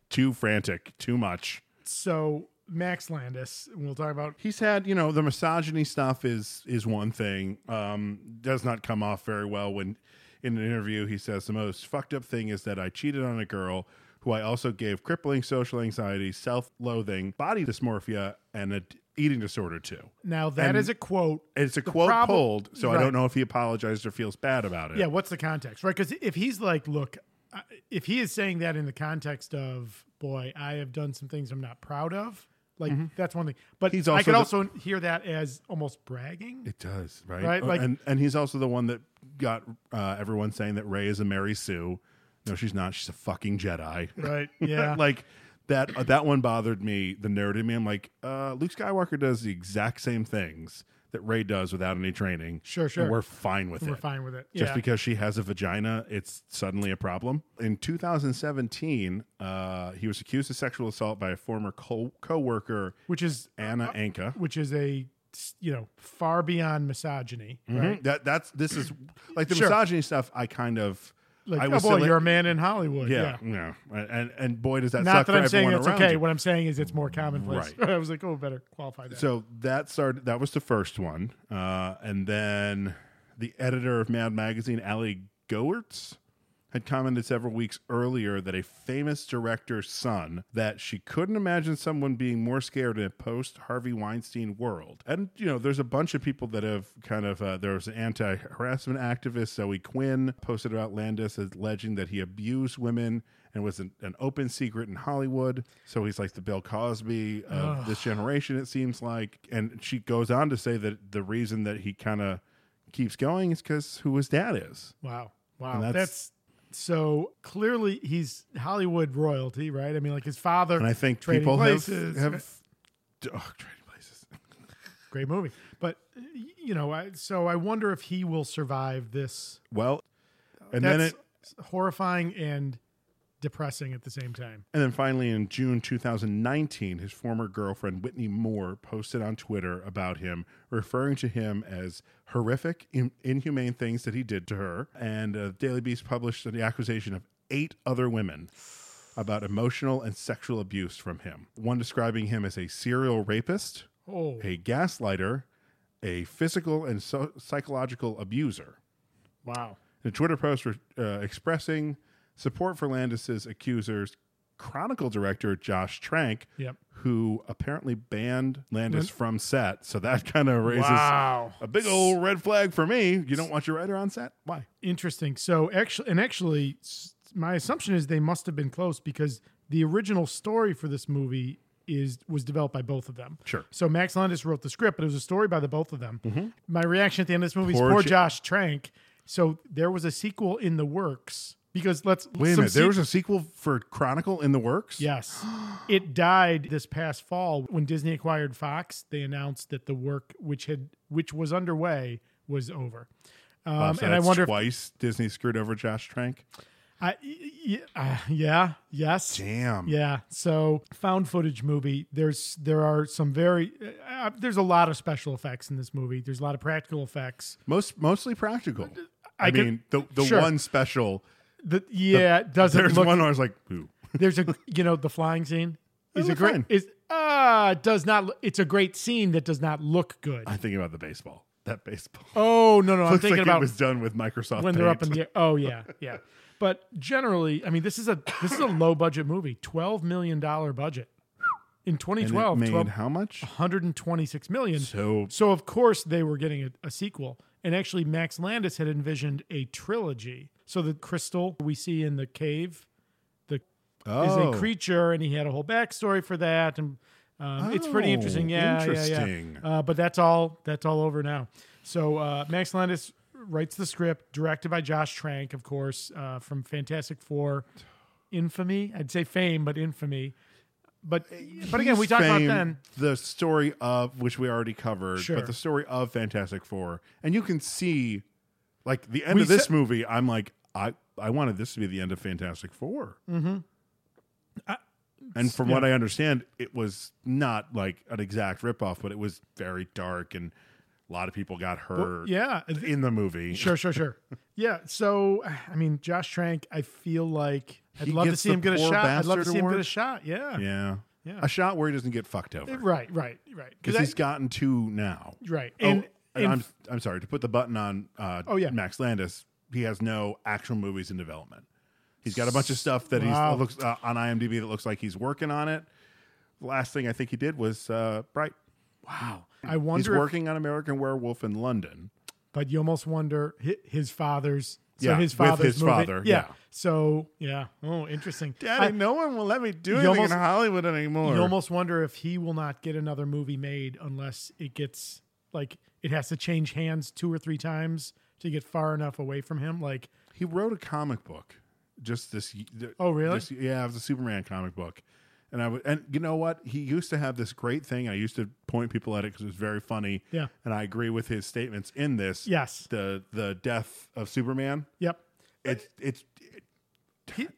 Speaker 1: too frantic, too much.
Speaker 2: So Max Landis, and we'll talk about.
Speaker 1: He's had, you know, the misogyny stuff is is one thing. Um, does not come off very well when in an interview he says the most fucked up thing is that I cheated on a girl who I also gave crippling social anxiety, self-loathing, body dysmorphia, and an eating disorder to.
Speaker 2: Now that is
Speaker 1: And-
Speaker 2: a quote.
Speaker 1: It's a
Speaker 2: The
Speaker 1: quote
Speaker 2: prob-
Speaker 1: pulled, so I
Speaker 2: Right.
Speaker 1: don't know if he apologized or feels bad about it.
Speaker 2: Yeah, what's the context, right? Because if he's like, look, I- if he is saying that in the context of, boy, I have done some things I'm not proud of, like that's one thing. But
Speaker 1: Mm-hmm. He's
Speaker 2: I
Speaker 1: also
Speaker 2: could
Speaker 1: the-
Speaker 2: also hear that as almost bragging.
Speaker 1: It does, right?
Speaker 2: Right,
Speaker 1: Uh,
Speaker 2: like-
Speaker 1: and and he's also the one that got uh, everyone saying that Ray is a Mary Sue. No, she's not. She's a fucking Jedi.
Speaker 2: Right. Yeah.
Speaker 1: like that. Uh, that one bothered me. The nerd in me. I'm like, uh, Luke Skywalker does the exact same things that Ray does without any training.
Speaker 2: Sure, sure.
Speaker 1: And we're fine with
Speaker 2: We're
Speaker 1: it.
Speaker 2: fine with it.
Speaker 1: Just
Speaker 2: yeah.
Speaker 1: because she has a vagina, it's suddenly a problem. In 2017, uh, he was accused of sexual assault by a former co worker,
Speaker 2: which is
Speaker 1: Anna Anka.
Speaker 2: which is a you know far beyond misogyny.
Speaker 1: Mhm. That that's this is like the
Speaker 2: Sure.
Speaker 1: misogyny stuff. I kind of
Speaker 2: Like,
Speaker 1: I
Speaker 2: oh boy,
Speaker 1: was still-
Speaker 2: you're a man in Hollywood.
Speaker 1: yeah,
Speaker 2: Yeah.
Speaker 1: yeah, and and boy does that
Speaker 2: Not
Speaker 1: suck
Speaker 2: that
Speaker 1: for
Speaker 2: I'm saying
Speaker 1: everyone
Speaker 2: that's
Speaker 1: around
Speaker 2: okay.
Speaker 1: you.
Speaker 2: What I'm saying is it's more commonplace.
Speaker 1: Right.
Speaker 2: I was like, oh, better qualify that.
Speaker 1: So that started. That was the first one, uh, and then the editor of Mad Magazine, Ali Goertz, had commented several weeks earlier that a famous director's son that she couldn't imagine someone being more scared in a post Harvey Weinstein world. And you know, there's a bunch of people that have kind of uh, there was an anti harassment activist Zoe Quinn posted about Landis as alleging that he abused women. And was an, an open secret in Hollywood. So he's like the Bill Cosby of this generation, it seems like. And she goes on to say that the reason that he kind of keeps going is because who his dad is.
Speaker 2: wow, wow,
Speaker 1: And
Speaker 2: that's,
Speaker 1: that's-
Speaker 2: so clearly he's Hollywood royalty, right? I mean, like his father.
Speaker 1: and I think
Speaker 2: Trading
Speaker 1: people
Speaker 2: Places.
Speaker 1: have, have oh, trading places.
Speaker 2: great movie, but y- you know, I, so I wonder if he will survive this.
Speaker 1: Well, And then
Speaker 2: That's
Speaker 1: it
Speaker 2: horrifying and depressing at the same time.
Speaker 1: And then finally, in June 2019, his former girlfriend, Whitney Moore, posted on Twitter about him, referring to him as horrific, in- inhumane things that he did to her. And uh, Daily Beast published the accusation of eight other women about emotional and sexual abuse from him, one describing him as a serial rapist,
Speaker 2: Oh,
Speaker 1: a gaslighter, a physical and so- psychological abuser.
Speaker 2: wow.
Speaker 1: The Twitter post uh, expressing support for Landis's accusers, Chronicle director Josh Trank,
Speaker 2: Yep.
Speaker 1: who apparently banned Landis from set. So that kind of raises
Speaker 2: Wow.
Speaker 1: a big old red flag for me. You don't want your writer on set? Why?
Speaker 2: Interesting. So actually, and actually, s- my assumption is they must have been close because the original story for this movie is was developed by both of them.
Speaker 1: Sure. Mm-hmm.
Speaker 2: So Max Landis wrote the script, but it was a story by the both of them. My reaction at the end of this movie
Speaker 1: Poor
Speaker 2: is poor
Speaker 1: Jo-
Speaker 2: Josh Trank. So there was a sequel in the works because let's
Speaker 1: Wait a minute. There was
Speaker 2: a
Speaker 1: a sequel for Chronicle in the works?
Speaker 2: yes, it died this past fall when Disney acquired Fox. They announced that the work which had which was underway was over. Um,
Speaker 1: so
Speaker 2: and I
Speaker 1: that's
Speaker 2: wonder if
Speaker 1: twice Disney screwed over Josh Trank.
Speaker 2: I, y- uh, yeah, yes,
Speaker 1: Damn.
Speaker 2: yeah. So found footage movie. There's there are some very uh, there's a lot of special effects in this movie. There's a lot of practical effects.
Speaker 1: Most mostly practical. I,
Speaker 2: I could-
Speaker 1: mean, the the
Speaker 2: sure.
Speaker 1: one special.
Speaker 2: The, yeah, it doesn't
Speaker 1: There's
Speaker 2: look.
Speaker 1: one where I was like, ooh.
Speaker 2: There's a you know the flying scene is a
Speaker 1: looked
Speaker 2: great
Speaker 1: fine.
Speaker 2: is ah it does not. lo- It's a great scene that does not look good.
Speaker 1: I'm thinking about the baseball. That baseball.
Speaker 2: oh no no, I'm
Speaker 1: Looks
Speaker 2: thinking
Speaker 1: like
Speaker 2: about
Speaker 1: it was done with Microsoft
Speaker 2: when they're up in
Speaker 1: Paint.
Speaker 2: the air. Oh yeah, yeah. But generally, I mean, this is a this is a low budget movie. Twelve million dollar budget in
Speaker 1: And it
Speaker 2: 2012.
Speaker 1: made
Speaker 2: 12
Speaker 1: how much?
Speaker 2: 126 million.
Speaker 1: So-
Speaker 2: of course they were getting a, a sequel. And actually, Max Landis had envisioned a trilogy. So the crystal we see in the cave
Speaker 1: Oh.
Speaker 2: is a creature, and he had a whole backstory for that. And um, it's pretty
Speaker 1: Oh,
Speaker 2: interesting. Yeah,
Speaker 1: interesting.
Speaker 2: yeah, yeah. Uh, but that's all. That's all over now. So uh, Max Landis writes the script, directed by Josh Trank, of course, uh, from Fantastic Four, infamy. I'd say fame, but infamy. But but again, we
Speaker 1: He's
Speaker 2: talked about
Speaker 1: famed
Speaker 2: then.
Speaker 1: the story of which we already covered,
Speaker 2: Sure.
Speaker 1: but the story of Fantastic Four, and you can see, like the end
Speaker 2: We
Speaker 1: of this
Speaker 2: said-
Speaker 1: movie, I'm like, I I wanted this to be the end of Fantastic 4 Mm-hmm. and from what I understand, it was not like an exact ripoff, but it was very dark and a lot of people got hurt.
Speaker 2: Yeah,
Speaker 1: in the movie,
Speaker 2: Sure, sure, sure. yeah. So, I mean, Josh Trank, I feel like I'd
Speaker 1: He
Speaker 2: love to
Speaker 1: gets
Speaker 2: see
Speaker 1: the
Speaker 2: him get a
Speaker 1: Poor
Speaker 2: shot. I'd love to
Speaker 1: Bastard
Speaker 2: see him get a
Speaker 1: Award?
Speaker 2: shot. Yeah.
Speaker 1: yeah,
Speaker 2: Yeah.
Speaker 1: a shot where he doesn't get fucked over
Speaker 2: Right, right, right.
Speaker 1: because
Speaker 2: I-
Speaker 1: he's gotten two now.
Speaker 2: right.
Speaker 1: Oh,
Speaker 2: And,
Speaker 1: and
Speaker 2: and-
Speaker 1: I'm I'm sorry to put the button on. Uh,
Speaker 2: Oh, yeah.
Speaker 1: Max Landis. He has no actual movies in development. He's got a bunch of stuff that
Speaker 2: Wow.
Speaker 1: he's looks uh, on IMDb that looks like he's working on it. The last thing I think he did was uh, Bright.
Speaker 2: I
Speaker 1: He's
Speaker 2: wonder, if-
Speaker 1: working on American Werewolf in London.
Speaker 2: but you almost wonder hi- his father's. So
Speaker 1: Yeah,
Speaker 2: his
Speaker 1: with
Speaker 2: father's
Speaker 1: his
Speaker 2: movie-
Speaker 1: father,
Speaker 2: Yeah.
Speaker 1: yeah.
Speaker 2: So yeah. Oh, interesting.
Speaker 1: Daddy,
Speaker 2: I-
Speaker 1: no one will let me do
Speaker 2: You
Speaker 1: anything
Speaker 2: almost-
Speaker 1: in Hollywood anymore.
Speaker 2: you almost wonder if he will not get another movie made unless it gets like it has to change hands two or three times to get far enough away from him. Like
Speaker 1: he wrote a comic book just this y- th-
Speaker 2: Oh, really?
Speaker 1: this- yeah it was a superman comic book and i would and you know what he used to have this great thing i used to point people at it because it was very funny
Speaker 2: Yeah.
Speaker 1: and i agree with his statements in this
Speaker 2: Yes.
Speaker 1: the the death of superman
Speaker 2: yep.
Speaker 1: it's it's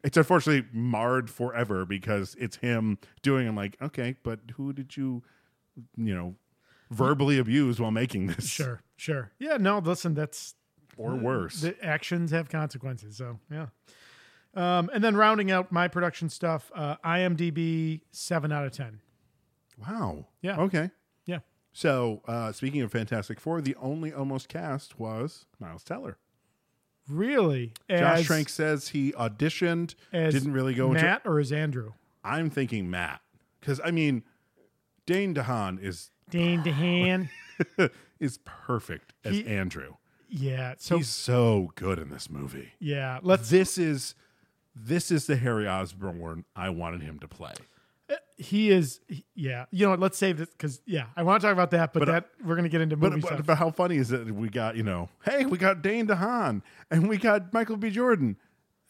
Speaker 1: it's unfortunately marred forever because it's him doing i'm like okay but who did you you know verbally abuse while making this
Speaker 2: Sure. Sure. Yeah. No. Listen. That's
Speaker 1: or worse
Speaker 2: the actions have consequences. So yeah. Um, and then rounding out my production stuff, uh, IMDb seven out of ten.
Speaker 1: wow
Speaker 2: Yeah.
Speaker 1: okay
Speaker 2: Yeah.
Speaker 1: So, uh, speaking of Fantastic Four, the only almost cast was Miles Teller.
Speaker 2: Really?
Speaker 1: Josh
Speaker 2: As-
Speaker 1: Trank says he auditioned,
Speaker 2: as
Speaker 1: didn't really go into.
Speaker 2: Matt or as Andrew?
Speaker 1: I'm thinking Matt because I mean, Dane DeHaan is
Speaker 2: Dane DeHaan.
Speaker 1: is perfect as
Speaker 2: He-
Speaker 1: Andrew.
Speaker 2: yeah. So
Speaker 1: He's so good in this movie.
Speaker 2: yeah. Let's.
Speaker 1: This is this is the Harry Osborn I wanted him to play.
Speaker 2: He is. he- yeah. You know what? Let's save this because yeah, I want to talk about that, but,
Speaker 1: But, uh,
Speaker 2: that we're gonna get into movie
Speaker 1: But,
Speaker 2: stuff.
Speaker 1: but, but how funny is it? that We got you know, hey, we got Dane DeHaan and we got Michael B. Jordan.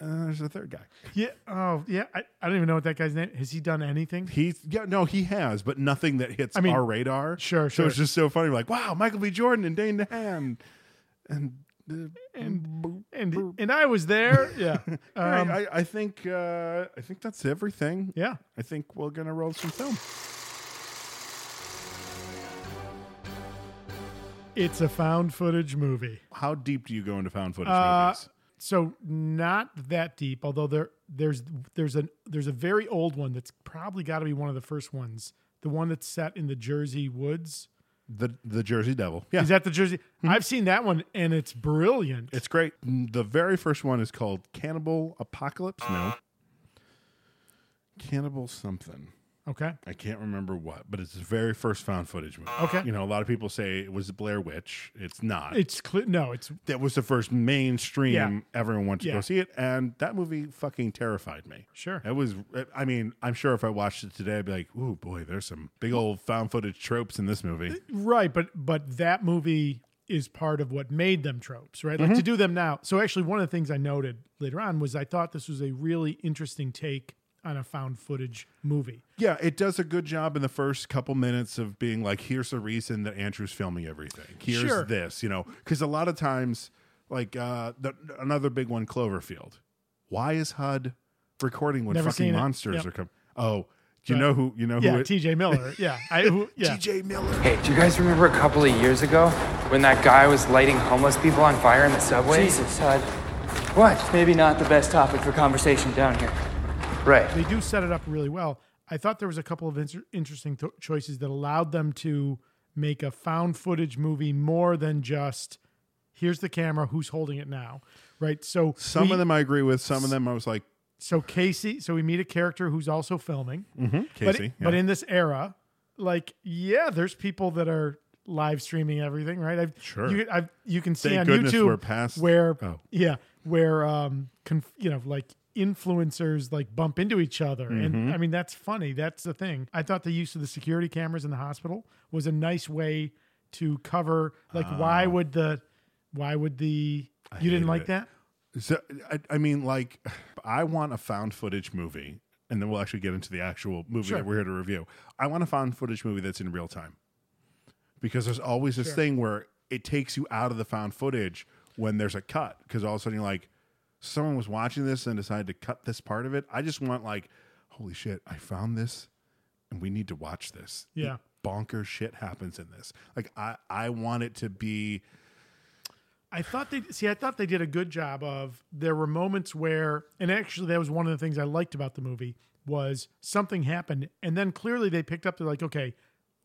Speaker 1: Uh, there's a third guy.
Speaker 2: yeah. Oh yeah. I, I don't even know what that guy's name. Has he done anything?
Speaker 1: He's yeah, no, he has, but nothing that hits
Speaker 2: I mean,
Speaker 1: our radar.
Speaker 2: sure,
Speaker 1: So it's
Speaker 2: sure.
Speaker 1: just so funny, like wow, Michael B. Jordan and Dane DeHaan, and
Speaker 2: and and and I was there. Yeah, um,
Speaker 1: I, I, I think uh, I think that's everything.
Speaker 2: yeah.
Speaker 1: I think we're gonna roll some film.
Speaker 2: It's a found footage movie.
Speaker 1: How deep do you go into found footage
Speaker 2: Uh,
Speaker 1: movies?
Speaker 2: So not that deep, although there there's there's a there's a very old one that's probably got to be one of the first ones. The one that's set in the Jersey woods.
Speaker 1: The the Jersey Devil. Yeah, Mm-hmm.
Speaker 2: Is that the Jersey? I've seen that one and it's brilliant.
Speaker 1: it's great. The very first one is called Cannibal Apocalypse. No, Cannibal something.
Speaker 2: okay.
Speaker 1: I can't remember what, but it's the very first found footage movie.
Speaker 2: Okay.
Speaker 1: you know a lot of people say it was Blair Witch. It's not.
Speaker 2: It's clear. No, it's
Speaker 1: that was the first mainstream
Speaker 2: Yeah.
Speaker 1: everyone went to go
Speaker 2: Yeah.
Speaker 1: see it and that movie fucking terrified me
Speaker 2: Sure.
Speaker 1: it was i mean i'm sure if i watched it today i'd be like oh boy there's some big old found footage tropes in this movie
Speaker 2: Right, but but that movie is part of what made them tropes, right?
Speaker 1: Mm-hmm.
Speaker 2: Like to do them now. So actually one of the things I noted later on was I thought this was a really interesting take on a found footage movie.
Speaker 1: yeah it does a good job in the first couple minutes of being like here's the reason that andrew's filming everything here's
Speaker 2: Sure.
Speaker 1: this you know because a lot of times like uh the, another big one cloverfield why is hud recording when
Speaker 2: Never
Speaker 1: fucking
Speaker 2: seen it.
Speaker 1: monsters
Speaker 2: Yep.
Speaker 1: are coming oh do you know who you know
Speaker 2: Yeah,
Speaker 1: who it-
Speaker 2: TJ Miller. Yeah. I who, yeah.
Speaker 1: TJ Miller.
Speaker 7: Hey, do you guys remember a couple of years ago when that guy was lighting homeless people on fire in the subway?
Speaker 10: Jesus, Todd.
Speaker 7: What?
Speaker 10: Maybe not the best topic for conversation down here.
Speaker 7: Right.
Speaker 2: They do set it up really well. I thought there was a couple of inter- interesting th- choices that allowed them to make a found footage movie more than just here's the camera, who's holding it now, right? So
Speaker 1: Some
Speaker 2: we-
Speaker 1: of them I agree with. Some of them I was like,
Speaker 2: so Casey, so we meet a character who's also filming.
Speaker 1: Mm-hmm. Casey.
Speaker 2: but,
Speaker 1: yeah.
Speaker 2: but in this era, like, yeah, there's people that are live streaming everything, right? I've,
Speaker 1: Sure.
Speaker 2: You, I've, you can see
Speaker 1: Thank
Speaker 2: on
Speaker 1: goodness
Speaker 2: YouTube
Speaker 1: we're past-
Speaker 2: where,
Speaker 1: oh.
Speaker 2: yeah, where, um, conf, you know, like influencers like bump into each other,
Speaker 1: Mm-hmm.
Speaker 2: and I mean that's funny. That's the thing. I thought the use of the security cameras in the hospital was a nice way to cover, like, why would the, why would the, you didn't
Speaker 1: Ah. hated
Speaker 2: like
Speaker 1: it.
Speaker 2: that?
Speaker 1: So, I, I mean, like, I want a found footage movie, and then we'll actually get into the actual movie
Speaker 2: Sure.
Speaker 1: that we're here to review. I want a found footage movie that's in real time because there's always this thing where it takes you out of the found footage when there's a cut because all of a sudden you're like, someone was watching this and decided to cut this part of it. I just want, like, holy shit, I found this and we need to watch this.
Speaker 2: Yeah.
Speaker 1: Bonker shit happens in this. Like, I, I want it to be.
Speaker 2: I thought they see. I thought they did a good job of. There were moments where, and actually, that was one of the things I liked about the movie was something happened, and then clearly they picked up. They're like, okay,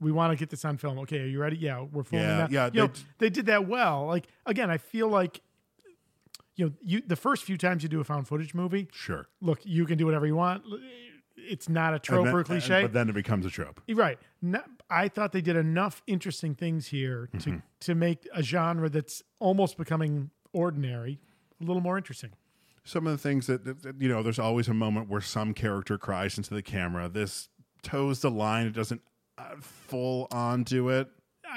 Speaker 2: we want to get this on film. Okay, are you ready? Yeah, we're filming
Speaker 1: Yeah,
Speaker 2: that.
Speaker 1: yeah,
Speaker 2: You know,
Speaker 1: they-
Speaker 2: they, did that well. Like again, I feel like, you know, you the first few times you do a found footage movie,
Speaker 1: Sure.
Speaker 2: look, you can do whatever you want. It's not a trope
Speaker 1: And then-
Speaker 2: or cliche.
Speaker 1: But then it becomes a trope.
Speaker 2: You're Right. No- I thought they did enough interesting things here to
Speaker 1: Mm-hmm.
Speaker 2: to make a genre that's almost becoming ordinary a little more interesting.
Speaker 1: Some of the things that, that- that, you know, there's always a moment where some character cries into the camera. This toes the line; it doesn't uh, full on to it.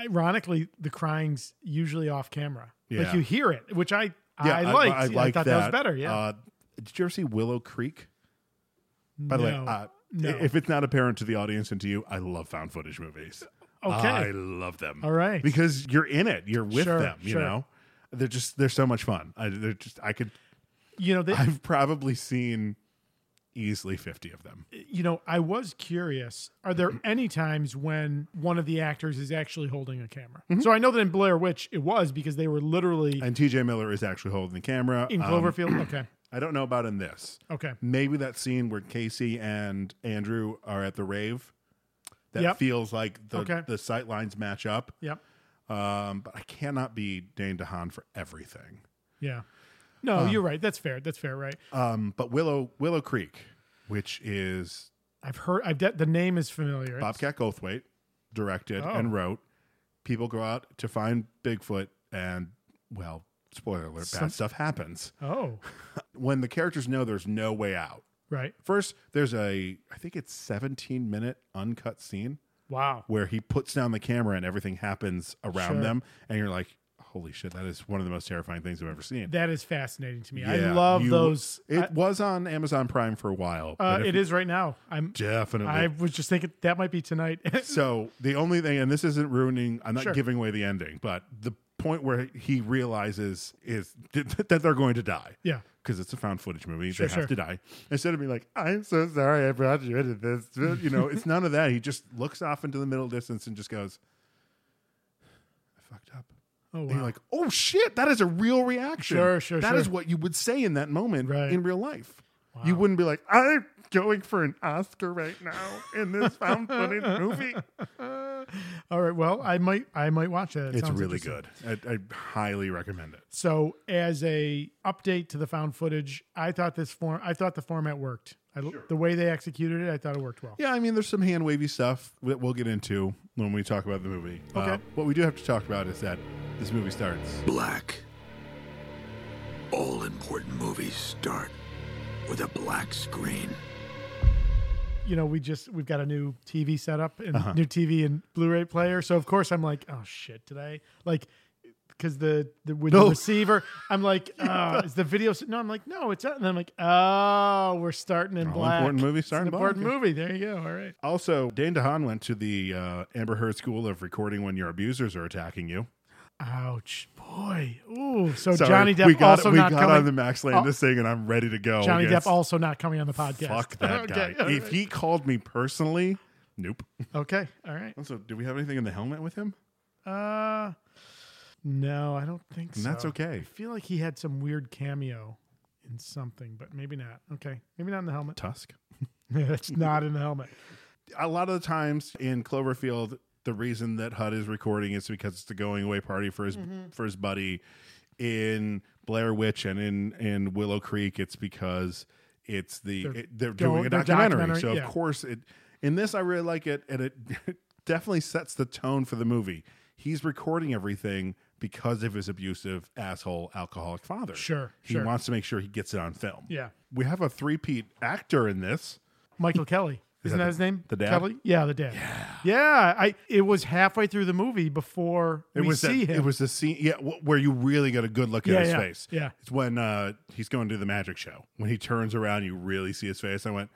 Speaker 2: Ironically, the crying's usually off camera.
Speaker 1: Yeah.
Speaker 2: Like you hear it, which I I liked. I,
Speaker 1: like
Speaker 2: thought that. was better. Yeah.
Speaker 1: Uh, did you ever see Willow Creek? By the way,
Speaker 2: No.
Speaker 1: uh,
Speaker 2: No.
Speaker 1: if it's not apparent to the audience and to you, I love found footage movies.
Speaker 2: Okay.
Speaker 1: I love them.
Speaker 2: All right.
Speaker 1: because you're in it, you're with
Speaker 2: Sure,
Speaker 1: them. You
Speaker 2: sure.
Speaker 1: know, they're just they're so much fun. I, they're just I could
Speaker 2: you know, they,
Speaker 1: I've probably seen easily 50 of them.
Speaker 2: you know, I was curious. Are there any times when one of the actors is actually holding a camera?
Speaker 1: Mm-hmm.
Speaker 2: So I know that in Blair Witch it was because they were literally
Speaker 1: And TJ Miller is actually holding the camera.
Speaker 2: in
Speaker 1: Um,
Speaker 2: Cloverfield. okay.
Speaker 1: I don't know about in this.
Speaker 2: Okay.
Speaker 1: Maybe that scene where Casey and Andrew are at the rave. That
Speaker 2: Yep.
Speaker 1: feels like the,
Speaker 2: Okay.
Speaker 1: the sight lines match up.
Speaker 2: Yep.
Speaker 1: Um, but I cannot be Dane DeHaan for everything.
Speaker 2: Yeah. No, you're right. That's fair. That's fair, right?
Speaker 1: Um, but Willow Willow Creek, which is
Speaker 2: I've heard. I've de- the name is familiar.
Speaker 1: Bobcat Goldthwait directed
Speaker 2: Oh.
Speaker 1: and wrote. People go out to find Bigfoot, and well, spoiler alert,
Speaker 2: Some-
Speaker 1: bad stuff happens.
Speaker 2: Oh,
Speaker 1: when the characters know there's no way out.
Speaker 2: right.
Speaker 1: First, there's a I think it's 17 minute uncut scene
Speaker 2: Wow.
Speaker 1: where he puts down the camera and everything happens around
Speaker 2: Sure.
Speaker 1: them, and you're like, "Holy shit, that is one of the most terrifying things I've ever seen."
Speaker 2: That is fascinating to me. I
Speaker 1: Yeah,
Speaker 2: love
Speaker 1: you-
Speaker 2: those.
Speaker 1: It was on Amazon Prime for a while.
Speaker 2: I- uh,
Speaker 1: but if
Speaker 2: it
Speaker 1: you-
Speaker 2: is right now. I'm.
Speaker 1: definitely.
Speaker 2: I was just thinking that might be tonight.
Speaker 1: so the only thing, and this isn't ruining, I'm not
Speaker 2: Sure.
Speaker 1: giving away the ending, but the point where he realizes is that they're going to die.
Speaker 2: Yeah.
Speaker 1: Because it's a found footage movie,
Speaker 2: Sure,
Speaker 1: they
Speaker 2: sure.
Speaker 1: have to die. Instead of being like, "I'm so sorry, I brought you into this," you know, it's none of that. He just looks off into the middle distance and just goes, "I fucked up."
Speaker 2: Oh,
Speaker 1: And you're
Speaker 2: wow.
Speaker 1: like, "Oh shit, that is a real reaction."
Speaker 2: Sure, sure,
Speaker 1: That
Speaker 2: sure.
Speaker 1: is what you would say in that moment
Speaker 2: Right.
Speaker 1: in real life. You wouldn't be like, "I'm going for an Oscar right now in this found footage movie."
Speaker 2: All right. Well, I might I might watch that. It
Speaker 1: It's
Speaker 2: sounds
Speaker 1: really
Speaker 2: interesting.
Speaker 1: good. I, I highly recommend it.
Speaker 2: So, as a update to the found footage, I thought this form I thought the format worked. I, The way they executed it, I thought it worked well.
Speaker 1: Yeah, I mean, there's some hand wavy stuff that we'll get into when we talk about the movie. Uh,
Speaker 2: Okay.
Speaker 1: what we do have to talk about is that this movie starts.
Speaker 11: Black. All important movies start with a black screen.
Speaker 2: You know, we just we've got a new TV setup and
Speaker 1: Uh-huh.
Speaker 2: new TV and Blu-ray player. So of course I'm like, oh shit, did I like? Because the, the with the
Speaker 1: No.
Speaker 2: receiver, I'm like, uh, is the video? s- No, I'm like, no, it's not. And I'm like, oh, we're starting in
Speaker 1: All
Speaker 2: black.
Speaker 1: important movie
Speaker 2: It's an
Speaker 1: starting black.
Speaker 2: important movie. There you go. All right.
Speaker 1: Also, Dane DeHaan went to the uh, Amber Heard School of Recording when your abusers are attacking you.
Speaker 2: Ouch, boy. Ooh. So
Speaker 1: Sorry,
Speaker 2: Oh, Johnny Depp
Speaker 1: we got,
Speaker 2: also
Speaker 1: we
Speaker 2: not
Speaker 1: got
Speaker 2: coming. Oh.
Speaker 1: on the Max Landis thing, and I'm ready to go.
Speaker 2: Johnny
Speaker 1: against-
Speaker 2: Depp also not coming on the podcast.
Speaker 1: Fuck that
Speaker 2: okay.
Speaker 1: guy.
Speaker 2: all
Speaker 1: If
Speaker 2: right.
Speaker 1: he called me personally, nope.
Speaker 2: okay. All right.
Speaker 1: Also, do we have anything in the helmet with him?
Speaker 2: Uh, no, I don't think so.
Speaker 1: And that's okay.
Speaker 2: I feel like he had some weird cameo in something, but maybe not. Okay. Maybe not in the helmet.
Speaker 1: Tusk.
Speaker 2: it's not in the helmet.
Speaker 1: a lot of the times in Cloverfield, the reason that Hud is recording is because it's the going away party for his for his buddy. In Blair Witch and in in Willow Creek, it's because it's the
Speaker 2: They're
Speaker 1: it- they're,
Speaker 2: going-
Speaker 1: doing a
Speaker 2: they're
Speaker 1: documentary.
Speaker 2: documentary,
Speaker 1: So
Speaker 2: yeah.
Speaker 1: of course, it in this I really like it, and it definitely sets the tone for the movie. He's recording everything because of his abusive asshole alcoholic father.
Speaker 2: Sure,
Speaker 1: he
Speaker 2: sure.
Speaker 1: wants to make sure he gets it on film.
Speaker 2: Yeah.
Speaker 1: we have a three-peat actor in this.
Speaker 2: Michael Kelly. Isn't
Speaker 1: that
Speaker 2: that
Speaker 1: the-
Speaker 2: his name?
Speaker 1: the dad?
Speaker 2: Kelly? Yeah, the dad. Yeah. I it was halfway through the movie before
Speaker 1: It
Speaker 2: we
Speaker 1: was
Speaker 2: see
Speaker 1: that,
Speaker 2: him.
Speaker 1: It was the scene, yeah, wh- where you really get a good look at
Speaker 2: Yeah,
Speaker 1: his
Speaker 2: yeah,
Speaker 1: face.
Speaker 2: yeah.
Speaker 1: it's when uh, he's going to the magic show. When he turns around, you really see his face. I went,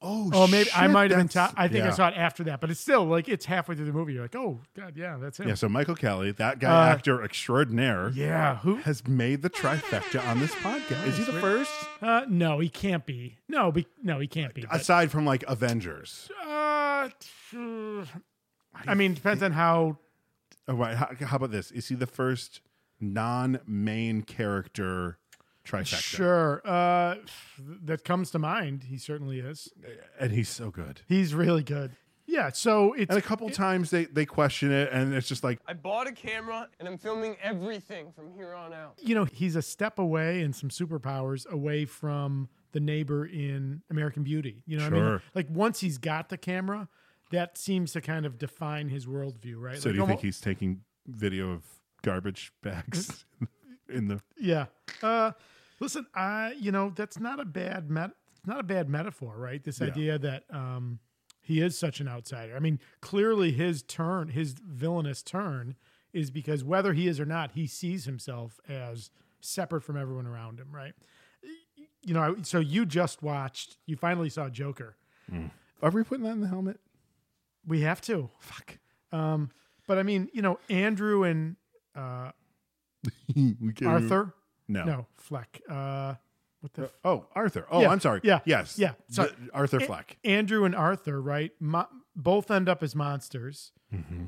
Speaker 1: oh,
Speaker 2: Oh, maybe I
Speaker 1: shit,
Speaker 2: might have been.
Speaker 1: that's-
Speaker 2: Ta- I think
Speaker 1: yeah.
Speaker 2: I saw it after that, but it's still like it's halfway through the movie. You're like, oh god, yeah, that's him.
Speaker 1: Yeah, so Michael Kelly, that guy,
Speaker 2: Uh,
Speaker 1: actor extraordinaire,
Speaker 2: Yeah, who?
Speaker 1: has made the trifecta on this podcast. Is he the first?
Speaker 2: Uh, no, he can't be. No, be, no, he can't be. but-
Speaker 1: Aside from like Avengers,
Speaker 2: Uh, t- I mean, depends on how.
Speaker 1: oh, right? How, how about this? Is he the first non-main character trifecta?
Speaker 2: Sure. Uh, that comes to mind. He certainly is.
Speaker 1: and he's so good.
Speaker 2: He's really good. Yeah. So it's
Speaker 1: And a couple times they they question it, and it's just like
Speaker 10: I bought a camera and I'm filming everything from here on out.
Speaker 2: you know he's a step away and some superpowers away from the neighbor in American Beauty. You know, what I mean,
Speaker 1: Sure.
Speaker 2: like once he's got the camera, that seems to kind of define his worldview, right?
Speaker 1: So
Speaker 2: Like
Speaker 1: do you think
Speaker 2: almo-
Speaker 1: he's taking video of garbage bags in the?
Speaker 2: Yeah. Uh, listen, I you know that's not a bad met not a bad metaphor, right? This idea that um, he is such an outsider. I mean, clearly his turn, his villainous turn, is because whether he is or not, he sees himself as separate from everyone around him, right? You know, I- so you just watched, you finally saw Joker.
Speaker 1: Are we putting that in the helmet?
Speaker 2: We have to. Fuck. Um, but I mean, you know, Andrew and uh,
Speaker 1: we can't
Speaker 2: Arthur.
Speaker 1: No.
Speaker 2: No, Fleck. Uh, what the? f-
Speaker 1: Oh, Arthur. Oh,
Speaker 2: Yeah.
Speaker 1: I'm sorry.
Speaker 2: Yeah.
Speaker 1: Yes.
Speaker 2: Yeah.
Speaker 1: The-
Speaker 2: Sorry.
Speaker 1: Arthur
Speaker 2: A-
Speaker 1: Fleck.
Speaker 2: Andrew and Arthur, right? Mo- both end up as monsters.
Speaker 1: Mm-hmm.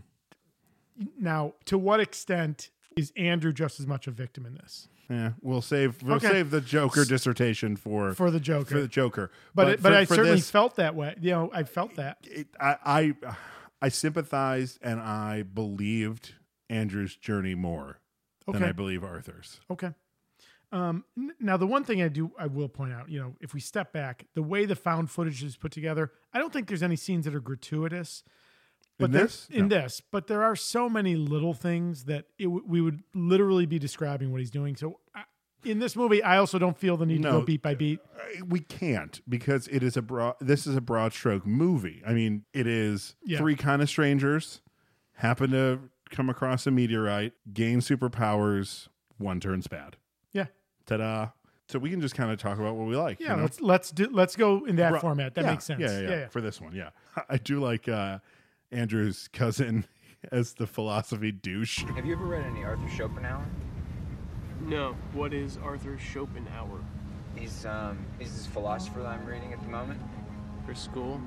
Speaker 2: Now, to what extent is Andrew just as much a victim in this?
Speaker 1: Yeah. We'll save. We'll
Speaker 2: Okay.
Speaker 1: save the Joker dissertation for
Speaker 2: For the Joker.
Speaker 1: For the Joker.
Speaker 2: But it- but,
Speaker 1: for-
Speaker 2: I
Speaker 1: for
Speaker 2: certainly
Speaker 1: this,
Speaker 2: felt that way. You know, I felt that.
Speaker 1: it, I, I I sympathized and I believed Andrew's journey more than
Speaker 2: Okay.
Speaker 1: I believe Arthur's.
Speaker 2: Okay. Um, n- now, the one thing I do, I will point out, you know, if we step back, the way the found footage is put together, I don't think there's any scenes that are gratuitous. But
Speaker 1: In
Speaker 2: there-
Speaker 1: this?
Speaker 2: in
Speaker 1: No.
Speaker 2: this, but there are so many little things that it w- we would literally be describing what he's doing. So, I, in this movie, I also don't feel the need to
Speaker 1: No.
Speaker 2: go beat by beat.
Speaker 1: we can't because it is a broad this is a broad stroke movie i mean it is
Speaker 2: Yeah.
Speaker 1: three kind of strangers happen to come across a meteorite gain superpowers one turns bad
Speaker 2: Yeah,
Speaker 1: ta-da so we can just kind of talk about what we like
Speaker 2: yeah.
Speaker 1: you know?
Speaker 2: Let's let's do let's go in that
Speaker 1: Bro-
Speaker 2: format. That
Speaker 1: Yeah,
Speaker 2: makes sense.
Speaker 1: yeah yeah, yeah, for this one yeah i do like uh andrew's cousin as the philosophy douche.
Speaker 12: Have you ever read any Arthur Schopenhauer?
Speaker 10: No. What is Arthur Schopenhauer?
Speaker 12: He's um he's this philosopher that I'm reading at the moment.
Speaker 10: For school?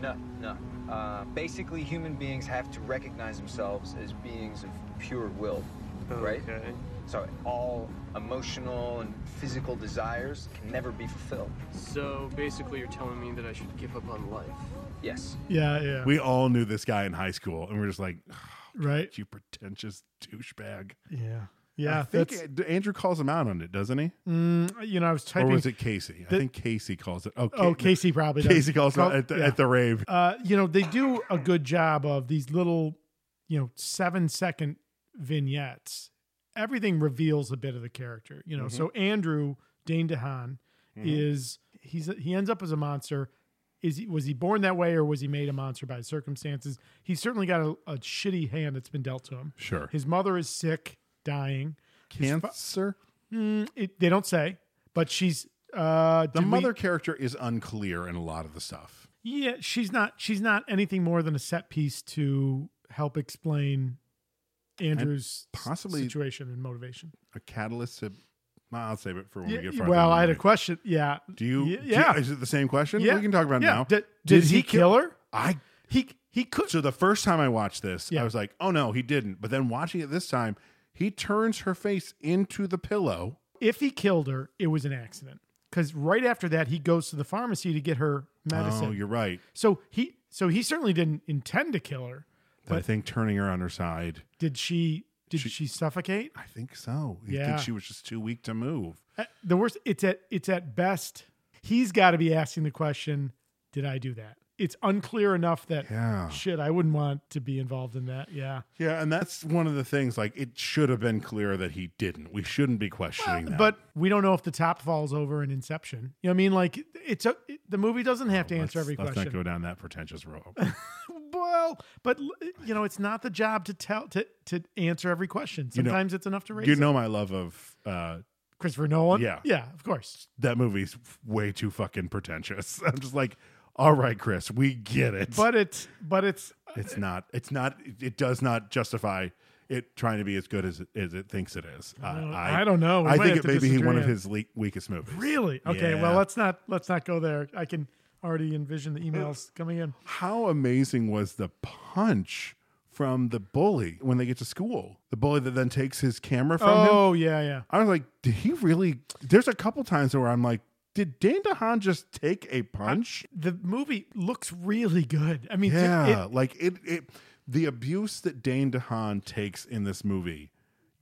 Speaker 12: No, no. Uh, basically, human beings have to recognize themselves as beings of pure will, right?
Speaker 10: Okay.
Speaker 12: So all emotional and physical desires can never be fulfilled.
Speaker 10: So basically, you're telling me that I should give up on life.
Speaker 12: Yes.
Speaker 2: Yeah, yeah.
Speaker 1: We all knew this guy in high school, and we're just like,
Speaker 2: right?
Speaker 1: you pretentious douchebag.
Speaker 2: Yeah. Yeah.
Speaker 1: I think
Speaker 2: that's-
Speaker 1: A- Andrew calls him out on it, doesn't he?
Speaker 2: you know, I was
Speaker 1: Or
Speaker 2: typing.
Speaker 1: was it Casey? I
Speaker 2: The-
Speaker 1: think Casey calls it. Oh, Ca-
Speaker 2: oh, Casey probably does.
Speaker 1: Casey calls him out at the,
Speaker 2: Yeah.
Speaker 1: at the rave.
Speaker 2: uh, you know, they do a good job of these little, you know, seven second vignettes. Everything reveals a bit of the character, you know.
Speaker 1: Mm-hmm.
Speaker 2: So Andrew Dane DeHaan is he's he ends up as a monster. Is he, was he born that way, or was he made a monster by circumstances? He's certainly got a, a shitty hand that's been dealt to him.
Speaker 1: Sure.
Speaker 2: his mother is sick, dying. His fa- Mm,
Speaker 1: Cancer.
Speaker 2: it, they don't say, but she's uh,
Speaker 1: The
Speaker 2: did we-
Speaker 1: mother character is unclear in a lot of the stuff.
Speaker 2: Yeah, she's not she's not anything more than a set piece to help explain Andrew's s-
Speaker 1: possibly-
Speaker 2: situation and motivation.
Speaker 1: A catalyst. To, well, I'll save it for when we
Speaker 2: Yeah,
Speaker 1: get farther.
Speaker 2: well,
Speaker 1: in the
Speaker 2: I had a
Speaker 1: movie.
Speaker 2: question. Yeah.
Speaker 1: Do you?
Speaker 2: Ye-
Speaker 1: do you-
Speaker 2: Yeah.
Speaker 1: is it the same question?
Speaker 2: yeah.
Speaker 1: We can talk about it
Speaker 2: yeah.
Speaker 1: now.
Speaker 2: Did, did he, kill, her?
Speaker 1: I.
Speaker 2: He he could
Speaker 1: So the first time I watched this,
Speaker 2: Yeah.
Speaker 1: I was like, "Oh no, he didn't." But then watching it this time, he turns her face into the pillow.
Speaker 2: if he killed her, it was an accident. Because right after that, he goes to the pharmacy to get her medicine.
Speaker 1: Oh, you're right.
Speaker 2: so he so he certainly didn't intend to kill her.
Speaker 1: I think turning her on her side.
Speaker 2: Did she? Did she suffocate?
Speaker 1: I think so. I
Speaker 2: Yeah.
Speaker 1: think she was just too weak to move.
Speaker 2: Uh, the worst it's at it's at best he's got to be asking the question did i do that it's unclear enough that
Speaker 1: Yeah.
Speaker 2: shit i wouldn't want to be involved in that yeah
Speaker 1: Yeah, and that's one of the things. Like, it should have been clear that he didn't. We shouldn't be questioning that.
Speaker 2: but we don't know if the top falls over in inception you know what i mean like it's a it- the movie doesn't have to answer every
Speaker 1: let's
Speaker 2: question
Speaker 1: not go down that pretentious road.
Speaker 2: well but l- you know it's not the job to tell to to answer every question
Speaker 1: know-
Speaker 2: sometimes it's enough to raise
Speaker 1: you
Speaker 2: it.
Speaker 1: know my love of uh,
Speaker 2: christopher nolan
Speaker 1: Yeah.
Speaker 2: yeah of course
Speaker 1: that movie's way too fucking pretentious. I'm just like, all right, Chris, we get it.
Speaker 2: but it's but it's
Speaker 1: it's not. It's not. It does not justify it trying to be as good as it, as it thinks it is. Uh, I,
Speaker 2: I don't know. We
Speaker 1: I
Speaker 2: might
Speaker 1: think
Speaker 2: have
Speaker 1: it
Speaker 2: to
Speaker 1: may be
Speaker 2: disagree
Speaker 1: one of
Speaker 2: on-
Speaker 1: his le- weakest movies.
Speaker 2: Really? Okay. Well,
Speaker 1: Yeah.
Speaker 2: let's not let's not go there. I can already envision the emails coming in.
Speaker 1: how amazing was the punch from the bully when they get to school? The bully that then takes his camera from him.
Speaker 2: Oh yeah, yeah.
Speaker 1: I was like, did he really? There's a couple times where I'm like, did Dane DeHaan just take a punch?
Speaker 2: The movie looks really good. I mean, it-
Speaker 1: Yeah,
Speaker 2: it-
Speaker 1: like it, it. The abuse that Dane DeHaan takes in this movie,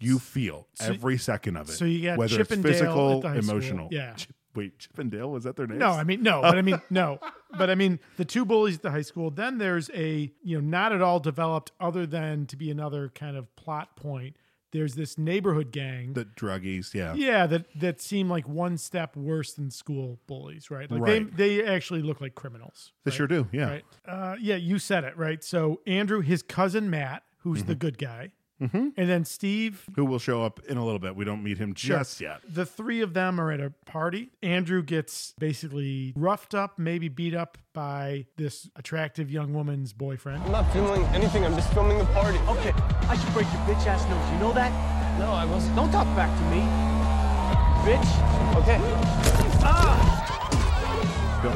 Speaker 1: you feel every second of it.
Speaker 2: so you got
Speaker 1: whether
Speaker 2: Chip
Speaker 1: it's
Speaker 2: and Dale at
Speaker 1: physical,
Speaker 2: the high school.
Speaker 1: emotional.
Speaker 2: Yeah.
Speaker 1: Chip- wait, Chip and Dale was that their name?
Speaker 2: no, I mean no, but I mean no, but I mean the two bullies at the high school. Then there's a you know not at all developed other than to be another kind of plot point. There's this neighborhood gang.
Speaker 1: the druggies. Yeah,
Speaker 2: yeah, that that seem like one step worse than school bullies, right? Like
Speaker 1: Right.
Speaker 2: they they actually look like criminals.
Speaker 1: they
Speaker 2: right?
Speaker 1: sure do. Yeah,
Speaker 2: Right. Uh, yeah, you said it, right? So Andrew, his cousin Matt, who's
Speaker 1: Mm-hmm.
Speaker 2: the good guy, and then Steve.
Speaker 1: who will show up in a little bit? We don't meet him just yet.
Speaker 2: The three of them are at a party. Andrew gets basically roughed up, maybe beat up by this attractive young woman's boyfriend.
Speaker 10: I'm not filming anything. I'm just filming the party.
Speaker 3: Okay, I should break your bitch ass nose. You know that?
Speaker 10: No, I wasn't.
Speaker 3: Don't talk back to me, bitch. Okay. Ah!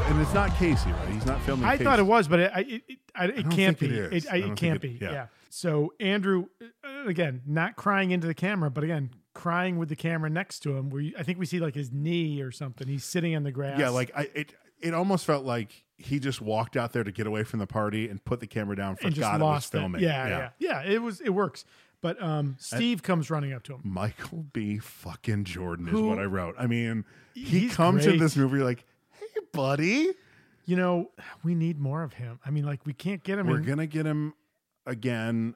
Speaker 1: And it's not Casey, right? He's not filming.
Speaker 2: I
Speaker 1: Casey.
Speaker 2: thought it was, but it, I, it, it, I, it
Speaker 1: don't
Speaker 2: can't
Speaker 1: think
Speaker 2: be.
Speaker 1: it is.
Speaker 2: It, I,
Speaker 1: I
Speaker 2: it
Speaker 1: don't
Speaker 2: can't
Speaker 1: think it-
Speaker 2: be. Yeah.
Speaker 1: yeah.
Speaker 2: So Andrew, uh, again, not crying into the camera, but again, crying with the camera next to him. Where you, I think we see like his knee or something. He's sitting on the grass.
Speaker 1: Yeah, like I it it almost felt like he just walked out there to get away from the party and put the camera down. Forgot
Speaker 2: and just
Speaker 1: it was
Speaker 2: lost it.
Speaker 1: filming.
Speaker 2: Yeah, yeah, yeah, It was it works. But um, Steve comes running up to him.
Speaker 1: Michael B. Fucking Jordan is
Speaker 2: Who-
Speaker 1: what I wrote. I mean, he
Speaker 2: He's
Speaker 1: comes in
Speaker 2: great.
Speaker 1: this movie like, "Hey, buddy,
Speaker 2: You know, we need more of him. I mean, like we can't get him.
Speaker 1: we're
Speaker 2: in-
Speaker 1: gonna get him again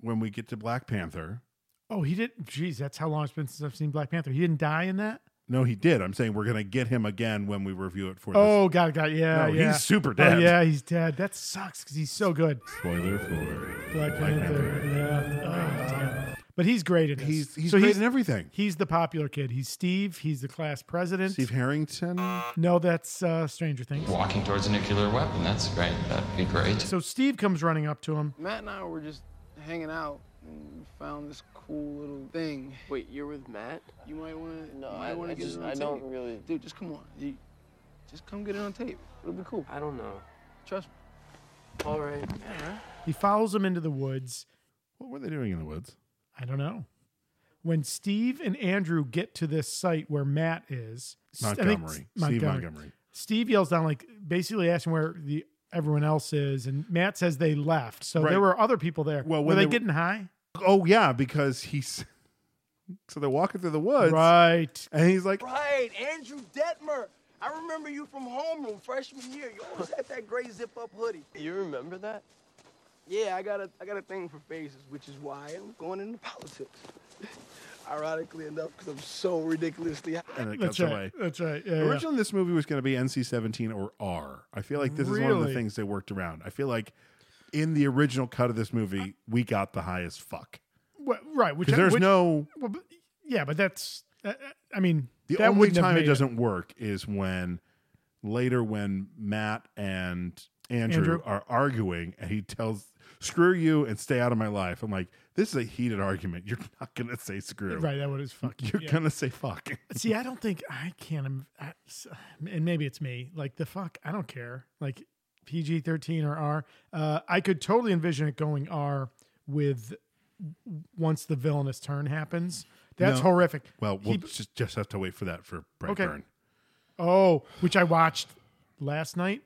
Speaker 1: when we get to Black Panther."
Speaker 2: oh, he did. Jeez, that's how long it's been since I've seen Black Panther. He didn't die in that.
Speaker 1: No, he did. I'm saying we're gonna get him again when we review it for
Speaker 2: Oh, god, god, yeah,
Speaker 1: No, he's
Speaker 2: yeah.
Speaker 1: super
Speaker 2: Oh,
Speaker 1: dead.
Speaker 2: yeah, he's dead. That sucks because he's so good.
Speaker 1: this spoiler for
Speaker 2: Black Panther. Yeah. Oh, damn. But he's great at this.
Speaker 1: He's- he's great in everything.
Speaker 2: He's the popular kid. He's Steve. He's the class president.
Speaker 1: Steve Harrington.
Speaker 2: No, that's uh, Stranger Things.
Speaker 13: Walking towards a nuclear weapon, that's great. That'd be great.
Speaker 2: So Steve comes running up to him.
Speaker 10: Matt and I were just
Speaker 13: hanging out and found this cool little thing.
Speaker 14: Wait, you're with Matt?
Speaker 13: You might want to.
Speaker 14: No,
Speaker 13: I,
Speaker 14: I just I
Speaker 13: tape.
Speaker 14: don't really.
Speaker 13: Dude, just come on. You, just come get it on tape. It'll be cool.
Speaker 14: I don't know.
Speaker 13: Trust me.
Speaker 14: All right. All right.
Speaker 2: He follows him into the woods.
Speaker 1: What were they doing in the woods?
Speaker 2: I don't know. When Steve and Andrew get to this site where Matt is, I think
Speaker 1: Montgomery.
Speaker 2: it's
Speaker 1: Steve
Speaker 2: Montgomery.
Speaker 1: Montgomery.
Speaker 2: Steve yells down, like basically asking where the everyone else is, and Matt says they left. So
Speaker 1: Right.
Speaker 2: there were other people there.
Speaker 1: Well,
Speaker 2: were
Speaker 1: when
Speaker 2: they,
Speaker 1: they were-
Speaker 2: getting high?
Speaker 1: Oh yeah, because he's so they're walking through the woods,
Speaker 2: Right.
Speaker 1: And he's like,
Speaker 15: Right, Andrew Detmer. I remember you from homeroom freshman year. You always had that gray zip-up hoodie.
Speaker 14: You remember that?
Speaker 15: Yeah, I got a I got a thing for faces, which is why I'm going into politics. Ironically enough, because I'm so ridiculously.
Speaker 1: and it
Speaker 2: That's
Speaker 1: cuts
Speaker 2: right.
Speaker 1: away.
Speaker 2: That's right. Yeah, yeah.
Speaker 1: Originally, this movie was going to be NC-17 or R. I feel like this is one of the
Speaker 2: Really?
Speaker 1: things they worked around. I feel like in the original cut of this movie, we got the highest fuck.
Speaker 2: Well, right. Which
Speaker 1: Because there's
Speaker 2: which-
Speaker 1: no
Speaker 2: Well, but, yeah, but that's. Uh, I mean,
Speaker 1: The
Speaker 2: that
Speaker 1: only
Speaker 2: wouldn't have
Speaker 1: time it
Speaker 2: made
Speaker 1: doesn't work is when later when Matt and Andrew,
Speaker 2: Andrew.
Speaker 1: are arguing and he tells screw you and stay out of my life. I'm like, this is a heated argument. You're not gonna say screw.
Speaker 2: Right, that would is fuck you,
Speaker 1: You're
Speaker 2: yeah.
Speaker 1: gonna say fuck.
Speaker 2: See, I don't think I can't. im- I, and maybe it's me. Like the fuck, I don't care. Like PG thirteen or R. Uh, I could totally envision it going R with once the villainous turn happens. That's
Speaker 1: No.
Speaker 2: horrific.
Speaker 1: Well, we'll
Speaker 2: He-
Speaker 1: just, just have to wait for that for Brightburn.
Speaker 2: Okay. oh, which I watched last night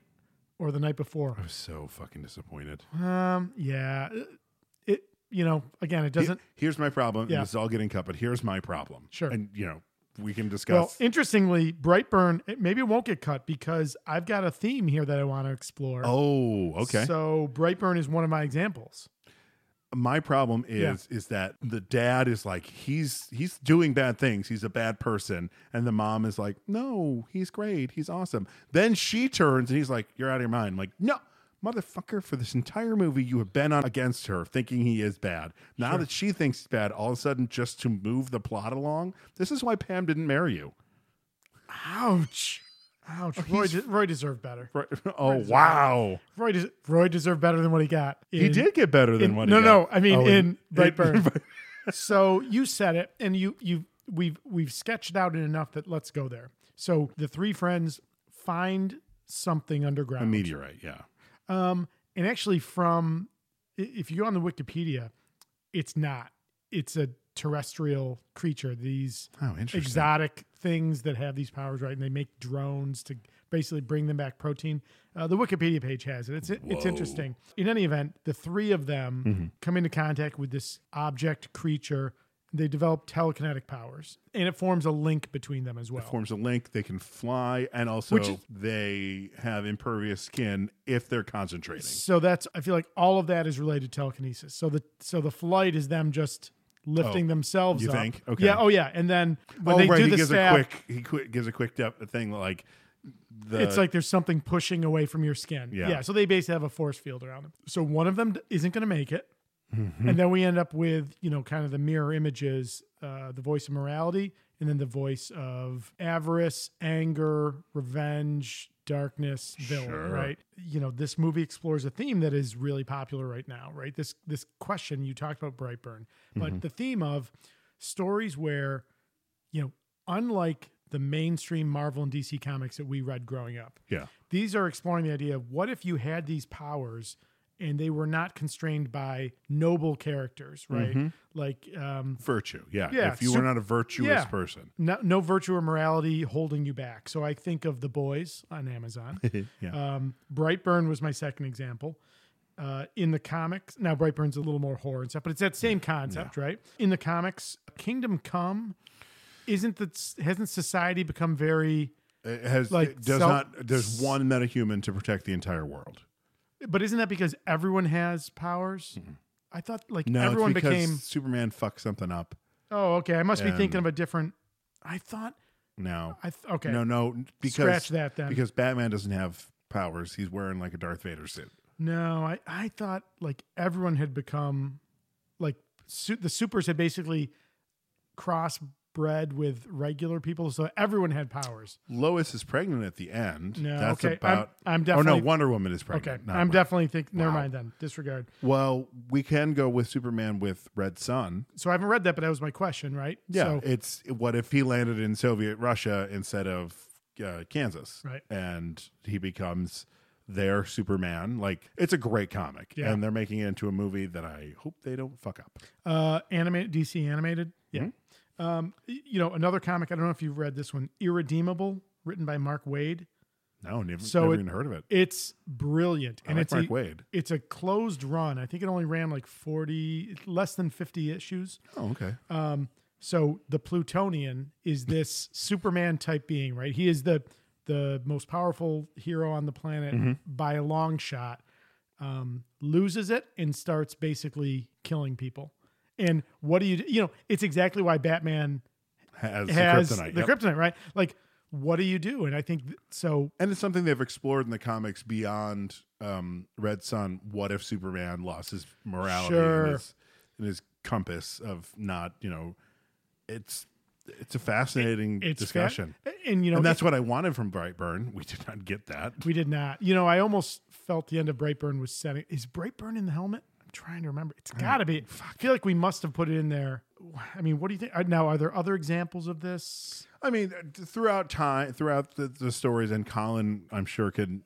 Speaker 2: or the night before.
Speaker 1: I was so fucking disappointed.
Speaker 2: Um, yeah, it. You know, again, it doesn't.
Speaker 1: He- here's my problem. and
Speaker 2: Yeah.
Speaker 1: This is all getting cut, but here's my problem.
Speaker 2: Sure.
Speaker 1: And you know, we can discuss
Speaker 2: Well, interestingly, Brightburn it- maybe it won't get cut because I've got a theme here that I want to explore.
Speaker 1: Oh, okay.
Speaker 2: So Brightburn is one of my examples.
Speaker 1: my problem is is that the dad is like he's he's doing bad things he's a bad person and the mom is like no he's great he's awesome then she turns and he's like you're out of your mind I'm like no motherfucker for this entire movie you have been on against her thinking he is bad now that she thinks he's bad all of a sudden just to move the plot along this is why pam didn't marry you
Speaker 2: Ouch. Ouch.
Speaker 1: Oh,
Speaker 2: Roy, de- Roy deserved better.
Speaker 1: Roy, oh wow
Speaker 2: Roy, des- Roy deserved better than what he got.
Speaker 1: He
Speaker 2: in-
Speaker 1: did get better than
Speaker 2: in-
Speaker 1: what he
Speaker 2: no, No,
Speaker 1: got.
Speaker 2: I mean
Speaker 1: Oh, in-
Speaker 2: in Brightburn. so you said it, and you you we've we've sketched out it enough that let's go there. So the three friends find something underground.
Speaker 1: a meteorite yeah
Speaker 2: Um, and actually, from i- if you go on the Wikipedia, it's not. It's a terrestrial creature. These
Speaker 1: Oh, interesting.
Speaker 2: exotic things that have these powers, right? And they make drones to basically bring them back protein. Uh, the Wikipedia page has it. It's it's
Speaker 1: Whoa.
Speaker 2: interesting. In any event, the three of them
Speaker 1: Mhm.
Speaker 2: come into contact with this object creature. They develop telekinetic powers, and it forms a link between them as well.
Speaker 1: It forms a link. They can fly, and also
Speaker 2: Which is-
Speaker 1: they have impervious skin if they're concentrating.
Speaker 2: So that's I feel like all of that is related to telekinesis. So the so the flight is them just lifting
Speaker 1: Oh,
Speaker 2: themselves
Speaker 1: you
Speaker 2: up.
Speaker 1: think? Okay.
Speaker 2: Yeah. Oh yeah. And then when
Speaker 1: oh,
Speaker 2: they
Speaker 1: right.
Speaker 2: do
Speaker 1: he
Speaker 2: the
Speaker 1: gives
Speaker 2: stab,
Speaker 1: a quick. He qui- gives a quick depth thing like the.
Speaker 2: it's like there's something pushing away from your skin.
Speaker 1: Yeah.
Speaker 2: So they basically have a force field around them. So one of them d- isn't going to make it,
Speaker 1: Mhm.
Speaker 2: and then we end up with you know kind of the mirror images, uh, the voice of morality, and then the voice of avarice, anger, revenge. Darkness, villain,
Speaker 1: Sure.
Speaker 2: right? You know, this movie explores a theme that is really popular right now, right? This this question you talked about Brightburn, but
Speaker 1: Mhm.
Speaker 2: the theme of stories where, you know, unlike the mainstream Marvel and DC comics that we read growing up,
Speaker 1: yeah.
Speaker 2: these are exploring the idea of what if you had these powers and they were not constrained by noble characters, right?
Speaker 1: Mhm.
Speaker 2: Like um,
Speaker 1: Virtue, yeah.
Speaker 2: Yeah,
Speaker 1: If you
Speaker 2: sup-
Speaker 1: were not a virtuous
Speaker 2: yeah.
Speaker 1: person,
Speaker 2: no, no virtue or morality holding you back. So I think of The Boys on Amazon.
Speaker 1: Yeah.
Speaker 2: um, Brightburn was my second example. Uh, in the comics, now Brightburn's a little more horror and stuff, but it's that same concept, right? In the comics, Kingdom Come isn't that hasn't society become very
Speaker 1: it has
Speaker 2: Like
Speaker 1: it does
Speaker 2: self-
Speaker 1: not. There's one metahuman to protect the entire world.
Speaker 2: But isn't that because everyone has powers? I thought like
Speaker 1: Mm-hmm. No,
Speaker 2: everyone
Speaker 1: it's because
Speaker 2: became.
Speaker 1: Superman fucked something up.
Speaker 2: Oh, okay. I must be thinking
Speaker 1: and-
Speaker 2: of a different. I thought.
Speaker 1: No,
Speaker 2: I th- okay.
Speaker 1: No, no. Because
Speaker 2: Scratch that then.
Speaker 1: Because Batman doesn't have powers. He's wearing like a Darth Vader suit.
Speaker 2: No, I I thought like everyone had become, like su- the supers had basically cross bred with regular people, so everyone had powers.
Speaker 1: Lois is pregnant at the end.
Speaker 2: No,
Speaker 1: that's
Speaker 2: okay.
Speaker 1: about.
Speaker 2: I'm, I'm definitely.
Speaker 1: Oh no, Wonder Woman is pregnant.
Speaker 2: Okay,
Speaker 1: not
Speaker 2: I'm
Speaker 1: Wonder-
Speaker 2: definitely thinking. Never mind then. Disregard.
Speaker 1: Well, we can go with Superman with Red Sun.
Speaker 2: So I haven't read that, but that was my question, right?
Speaker 1: Yeah,
Speaker 2: So,
Speaker 1: it's what if he landed in Soviet Russia instead of uh, Kansas,
Speaker 2: Right.
Speaker 1: And he becomes their Superman. Like it's a great comic,
Speaker 2: Yeah.
Speaker 1: and they're making it into a movie that I hope they don't fuck up.
Speaker 2: uh, animated DC animated. Yeah. Um, y- you know, another comic. I don't know if you've read this one, Irredeemable, written by Mark Wade.
Speaker 1: No, never,
Speaker 2: so
Speaker 1: never
Speaker 2: it-
Speaker 1: even heard of it.
Speaker 2: It's brilliant,
Speaker 1: I
Speaker 2: and
Speaker 1: like
Speaker 2: it's
Speaker 1: Mark
Speaker 2: a,
Speaker 1: Waid.
Speaker 2: It's a closed run. I think it only ran like forty, less than fifty issues.
Speaker 1: Oh, okay.
Speaker 2: Um, so the Plutonian is this Superman type being, right? He is the the most powerful hero on the planet
Speaker 1: Mhm.
Speaker 2: by a long shot. Um, loses it and starts basically killing people. And what do you do? You know, it's exactly why Batman
Speaker 1: Has,
Speaker 2: has
Speaker 1: the kryptonite.
Speaker 2: the
Speaker 1: yep.
Speaker 2: kryptonite, right? Like, what do you do? And I think th- so.
Speaker 1: and it's something they've explored in the comics beyond um, Red Sun. What if Superman lost his morality
Speaker 2: Sure.
Speaker 1: and, his, and his compass of not, you know, it's it's a fascinating
Speaker 2: It- it's fa-
Speaker 1: discussion.
Speaker 2: and, you know,
Speaker 1: and that's
Speaker 2: it-
Speaker 1: what I wanted from Brightburn. We did not get that.
Speaker 2: We did not. You know, I almost felt the end of Brightburn was setting. Is Brightburn in the helmet? I'm trying to remember. It's got to be. I feel like we must have put it in there. I mean, what do you think? uh, Now, are there other examples of this?
Speaker 1: I mean, uh, throughout time, throughout the, the stories, and Colin, I'm sure, could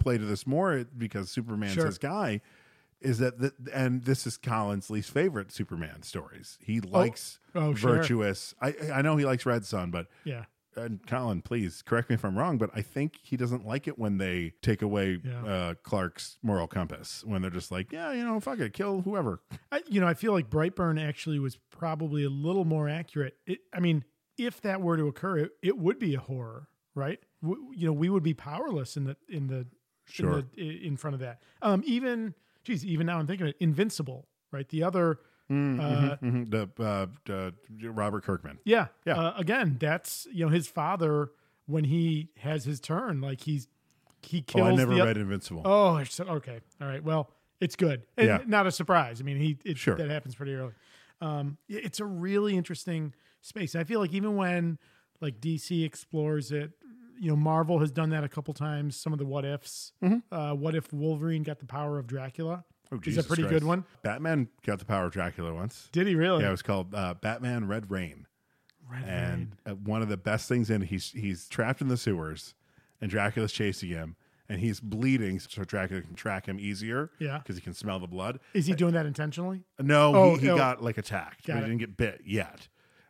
Speaker 1: play to this more because Superman's
Speaker 2: Sure.
Speaker 1: his guy. Is that the, and this is Colin's least favorite Superman stories. He likes
Speaker 2: Oh, sure.
Speaker 1: virtuous. I I know he likes Red Sun, but
Speaker 2: Yeah.
Speaker 1: And Colin, please correct me if I'm wrong, but I think he doesn't like it when they take away
Speaker 2: Yeah.
Speaker 1: uh, Clark's moral compass. When they're just like, yeah, you know, fuck it, kill whoever.
Speaker 2: I, you know, I feel like Brightburn actually was probably a little more accurate. It, I mean, if that were to occur, it, it would be a horror, right? W- you know, we would be powerless in the in the
Speaker 1: Sure.
Speaker 2: in, the, i- in front of that. Um, even geez, even now I'm thinking of it, Invincible, right? The other
Speaker 1: Mm,
Speaker 2: uh,
Speaker 1: mhm, mhm. The uh, the- Robert Kirkman.
Speaker 2: Yeah.
Speaker 1: Yeah.
Speaker 2: Uh, again, that's you know his father when he has his turn, like he's he
Speaker 1: Oh,
Speaker 2: kills.
Speaker 1: I never
Speaker 2: the oth-
Speaker 1: read Invincible.
Speaker 2: Oh, it's- okay, all right. Well, it's good. And
Speaker 1: Yeah.
Speaker 2: Not a surprise. I mean, he it,
Speaker 1: Sure.
Speaker 2: that happens pretty early. Um, i- it's a really interesting space. I feel like even when like DC explores it, you know, Marvel has done that a couple times. Some of the what ifs.
Speaker 1: Mhm.
Speaker 2: Uh, what if Wolverine got the power of Dracula?
Speaker 1: Oh,
Speaker 2: is
Speaker 1: Jesus
Speaker 2: a pretty
Speaker 1: Christ.
Speaker 2: good one.
Speaker 1: Batman got the power of Dracula once.
Speaker 2: Did he really?
Speaker 1: Yeah, it was called uh, Batman Red Rain.
Speaker 2: Red
Speaker 1: and uh, one of the best things in it, he's he's trapped in the sewers, and Dracula's chasing him, and he's bleeding, so Dracula can track him easier.
Speaker 2: Yeah.
Speaker 1: because he can smell the blood.
Speaker 2: Is he doing that intentionally?
Speaker 1: No,
Speaker 2: Oh,
Speaker 1: he, he
Speaker 2: no.
Speaker 1: got like attacked. but
Speaker 2: Got
Speaker 1: he
Speaker 2: it.
Speaker 1: didn't get bit yet.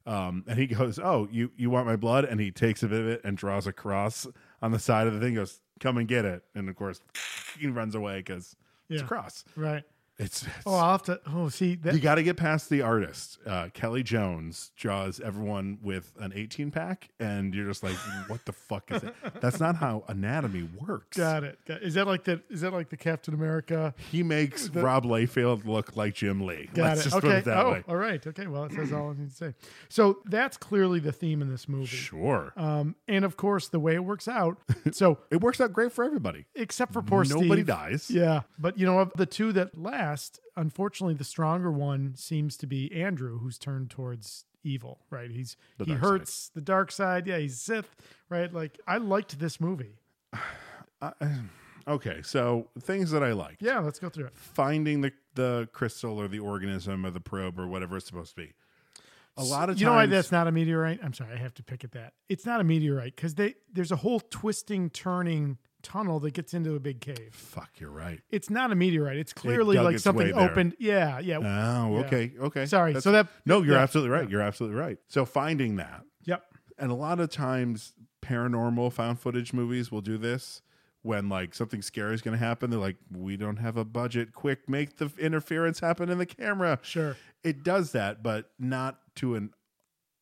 Speaker 1: Um, and he goes, "Oh, you you want my blood?" And he takes a bit of it and draws a cross on the side of the thing. Goes, "Come and get it!" And of course, he runs away because it's a
Speaker 2: Yeah.
Speaker 1: cross.
Speaker 2: Right.
Speaker 1: It's, it's
Speaker 2: Oh, I'll have to. Oh, see that.
Speaker 1: you got to get past the artist. Uh, Kelly Jones draws everyone with an 18 pack, and you're just like, what the fuck is it? That's not how anatomy works.
Speaker 2: Got it. Got- Is that like the is that like the Captain America?
Speaker 1: He makes
Speaker 2: The-
Speaker 1: Rob Layfield look like Jim Lee.
Speaker 2: Got
Speaker 1: Let's
Speaker 2: it.
Speaker 1: just
Speaker 2: okay.
Speaker 1: put it that
Speaker 2: oh,
Speaker 1: way.
Speaker 2: all right. Okay. Well, it says all I need to say. So that's clearly the theme in this movie.
Speaker 1: Sure.
Speaker 2: Um, and of course, the way it works out. So
Speaker 1: It works out great for everybody.
Speaker 2: except for poor
Speaker 1: Nobody
Speaker 2: Steve.
Speaker 1: dies.
Speaker 2: Yeah, but you know, of the two that last, unfortunately, the stronger one seems to be Andrew, who's turned towards evil. Right? He's
Speaker 1: The
Speaker 2: he
Speaker 1: dark side.
Speaker 2: hurts the dark side. Yeah, he's Sith. Right? Like I liked this movie.
Speaker 1: Okay, so things that I like.
Speaker 2: Yeah, let's go through it.
Speaker 1: Finding the, the crystal or the organism or the probe or whatever it's supposed to be. A lot of
Speaker 2: you know why
Speaker 1: times,
Speaker 2: that's not a meteorite. I'm sorry, I have to pick at that. It's not a meteorite because they there's a whole twisting, turning tunnel that gets into a big cave.
Speaker 1: fuck, you're right.
Speaker 2: It's not a meteorite. It's clearly
Speaker 1: dug
Speaker 2: like
Speaker 1: its way
Speaker 2: something
Speaker 1: there.
Speaker 2: opened. Yeah, yeah.
Speaker 1: Oh,
Speaker 2: Yeah.
Speaker 1: okay, okay.
Speaker 2: Sorry.
Speaker 1: That's-
Speaker 2: so that
Speaker 1: no, you're
Speaker 2: yeah.
Speaker 1: absolutely right. You're absolutely right. So finding that,
Speaker 2: Yep.
Speaker 1: and a lot of times paranormal found footage movies will do this when like something scary is going to happen. They're like, we don't have a budget. Quick, make the interference happen in the camera.
Speaker 2: Sure.
Speaker 1: It does that, but not to an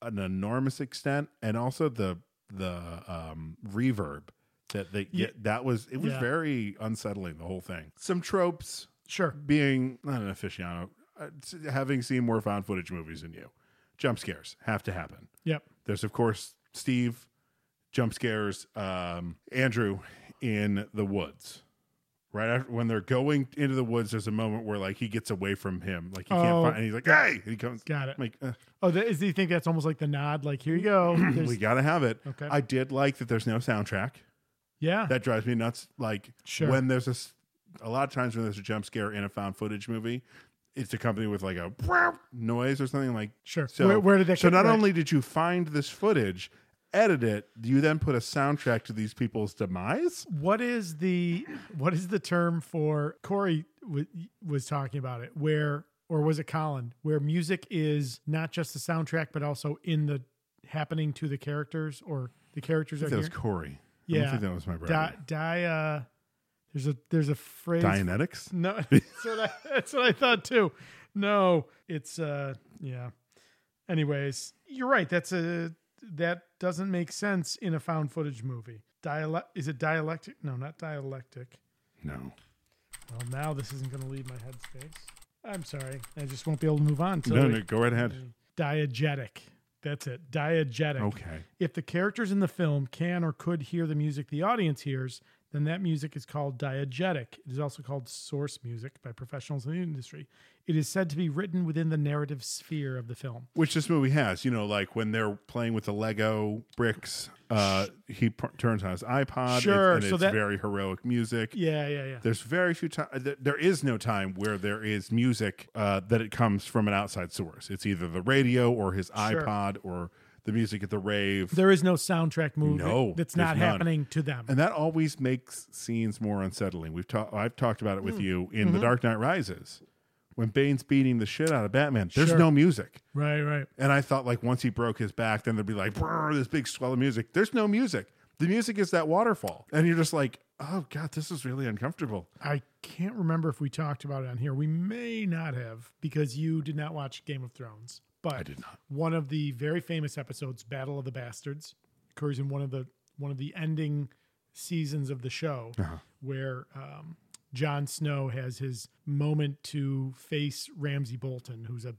Speaker 1: an enormous extent, and also the the um, reverb that they
Speaker 2: Ye-
Speaker 1: get. That was it was
Speaker 2: Yeah.
Speaker 1: very unsettling. The whole thing. Some tropes
Speaker 2: Sure.
Speaker 1: being not an aficionado, uh, s- having seen more found footage movies than you, jump scares have to happen.
Speaker 2: Yep.
Speaker 1: There's of course Steve, jump scares, um, Andrew in the woods, right after when they're going into the woods, there's a moment where like he gets away from him, like he can't
Speaker 2: Oh.
Speaker 1: find, and he's like, "Hey!" And he comes,
Speaker 2: Got it.
Speaker 1: I'm Like, "Uh,
Speaker 2: Oh, that, is, do you think that's almost like the nod? Like, here you go. There's-
Speaker 1: we gotta have it.
Speaker 2: Okay.
Speaker 1: I did like that. There's no soundtrack.
Speaker 2: Yeah.
Speaker 1: that drives me nuts. Like
Speaker 2: Sure.
Speaker 1: when there's a, s- a lot of times when there's a jump scare in a found footage movie, it's accompanied with like a noise or something like.
Speaker 2: Sure.
Speaker 1: So
Speaker 2: Where- where did that
Speaker 1: So
Speaker 2: get-
Speaker 1: not
Speaker 2: right.
Speaker 1: only did you find this footage, edit it, you then put a soundtrack to these people's demise.
Speaker 2: what is the what is the term for Corey w- was talking about it? Where or was it Colin? Where music is not just the soundtrack, but also in the happening to the characters or the characters
Speaker 1: I
Speaker 2: are
Speaker 1: think that was
Speaker 2: here?
Speaker 1: Corey. I
Speaker 2: Yeah,
Speaker 1: don't think that was my brother.
Speaker 2: Di, di, uh, there's a there's a phrase.
Speaker 1: Dianetics?
Speaker 2: No, that's what, I, that's what I thought too. No, it's uh, yeah. Anyways, you're right. That's a that doesn't make sense in a found footage movie. Dialect is it dialectic? No, not dialectic.
Speaker 1: No.
Speaker 2: Well, now this isn't going to leave my headspace. I'm sorry. I just won't be able to move on. till
Speaker 1: No,
Speaker 2: we-
Speaker 1: no, go right ahead.
Speaker 2: Diegetic. That's it. Diegetic.
Speaker 1: Okay.
Speaker 2: If the characters in the film can or could hear the music the audience hears, then that music is called diegetic. It is also called source music by professionals in the industry. It is said to be written within the narrative sphere of the film.
Speaker 1: Which this movie has, you know, like when they're playing with the Lego bricks, uh, he pr- turns on his iPod.
Speaker 2: Sure,
Speaker 1: it's, and
Speaker 2: so
Speaker 1: it's
Speaker 2: that-
Speaker 1: very heroic music.
Speaker 2: Yeah, yeah, yeah.
Speaker 1: There's very few time. There is no time where there is music uh, that it comes from an outside source. It's either the radio or his iPod or the music at the rave.
Speaker 2: There is no soundtrack movie
Speaker 1: No,
Speaker 2: that's
Speaker 1: there's
Speaker 2: not
Speaker 1: none.
Speaker 2: happening to them.
Speaker 1: and that always makes scenes more unsettling. We've talked. I've talked about it with
Speaker 2: Mm.
Speaker 1: you in The
Speaker 2: Mhm.
Speaker 1: Dark Knight Rises, when Bane's beating the shit out of Batman. There's
Speaker 2: Sure.
Speaker 1: no music.
Speaker 2: Right, right.
Speaker 1: And I thought like once he broke his back, then there'd be like "Brrr," this big swell of music. There's no music. The music is that waterfall, and you're just like, oh god, this is really uncomfortable.
Speaker 2: I can't remember if we talked about it on here. We may not have because you did not watch Game of Thrones. But I did not. One of the very famous episodes, Battle of the Bastards, occurs in one of the one of the ending seasons of the show,
Speaker 1: Uh-huh.
Speaker 2: where um, Jon Snow has his moment to face Ramsey Bolton, who's a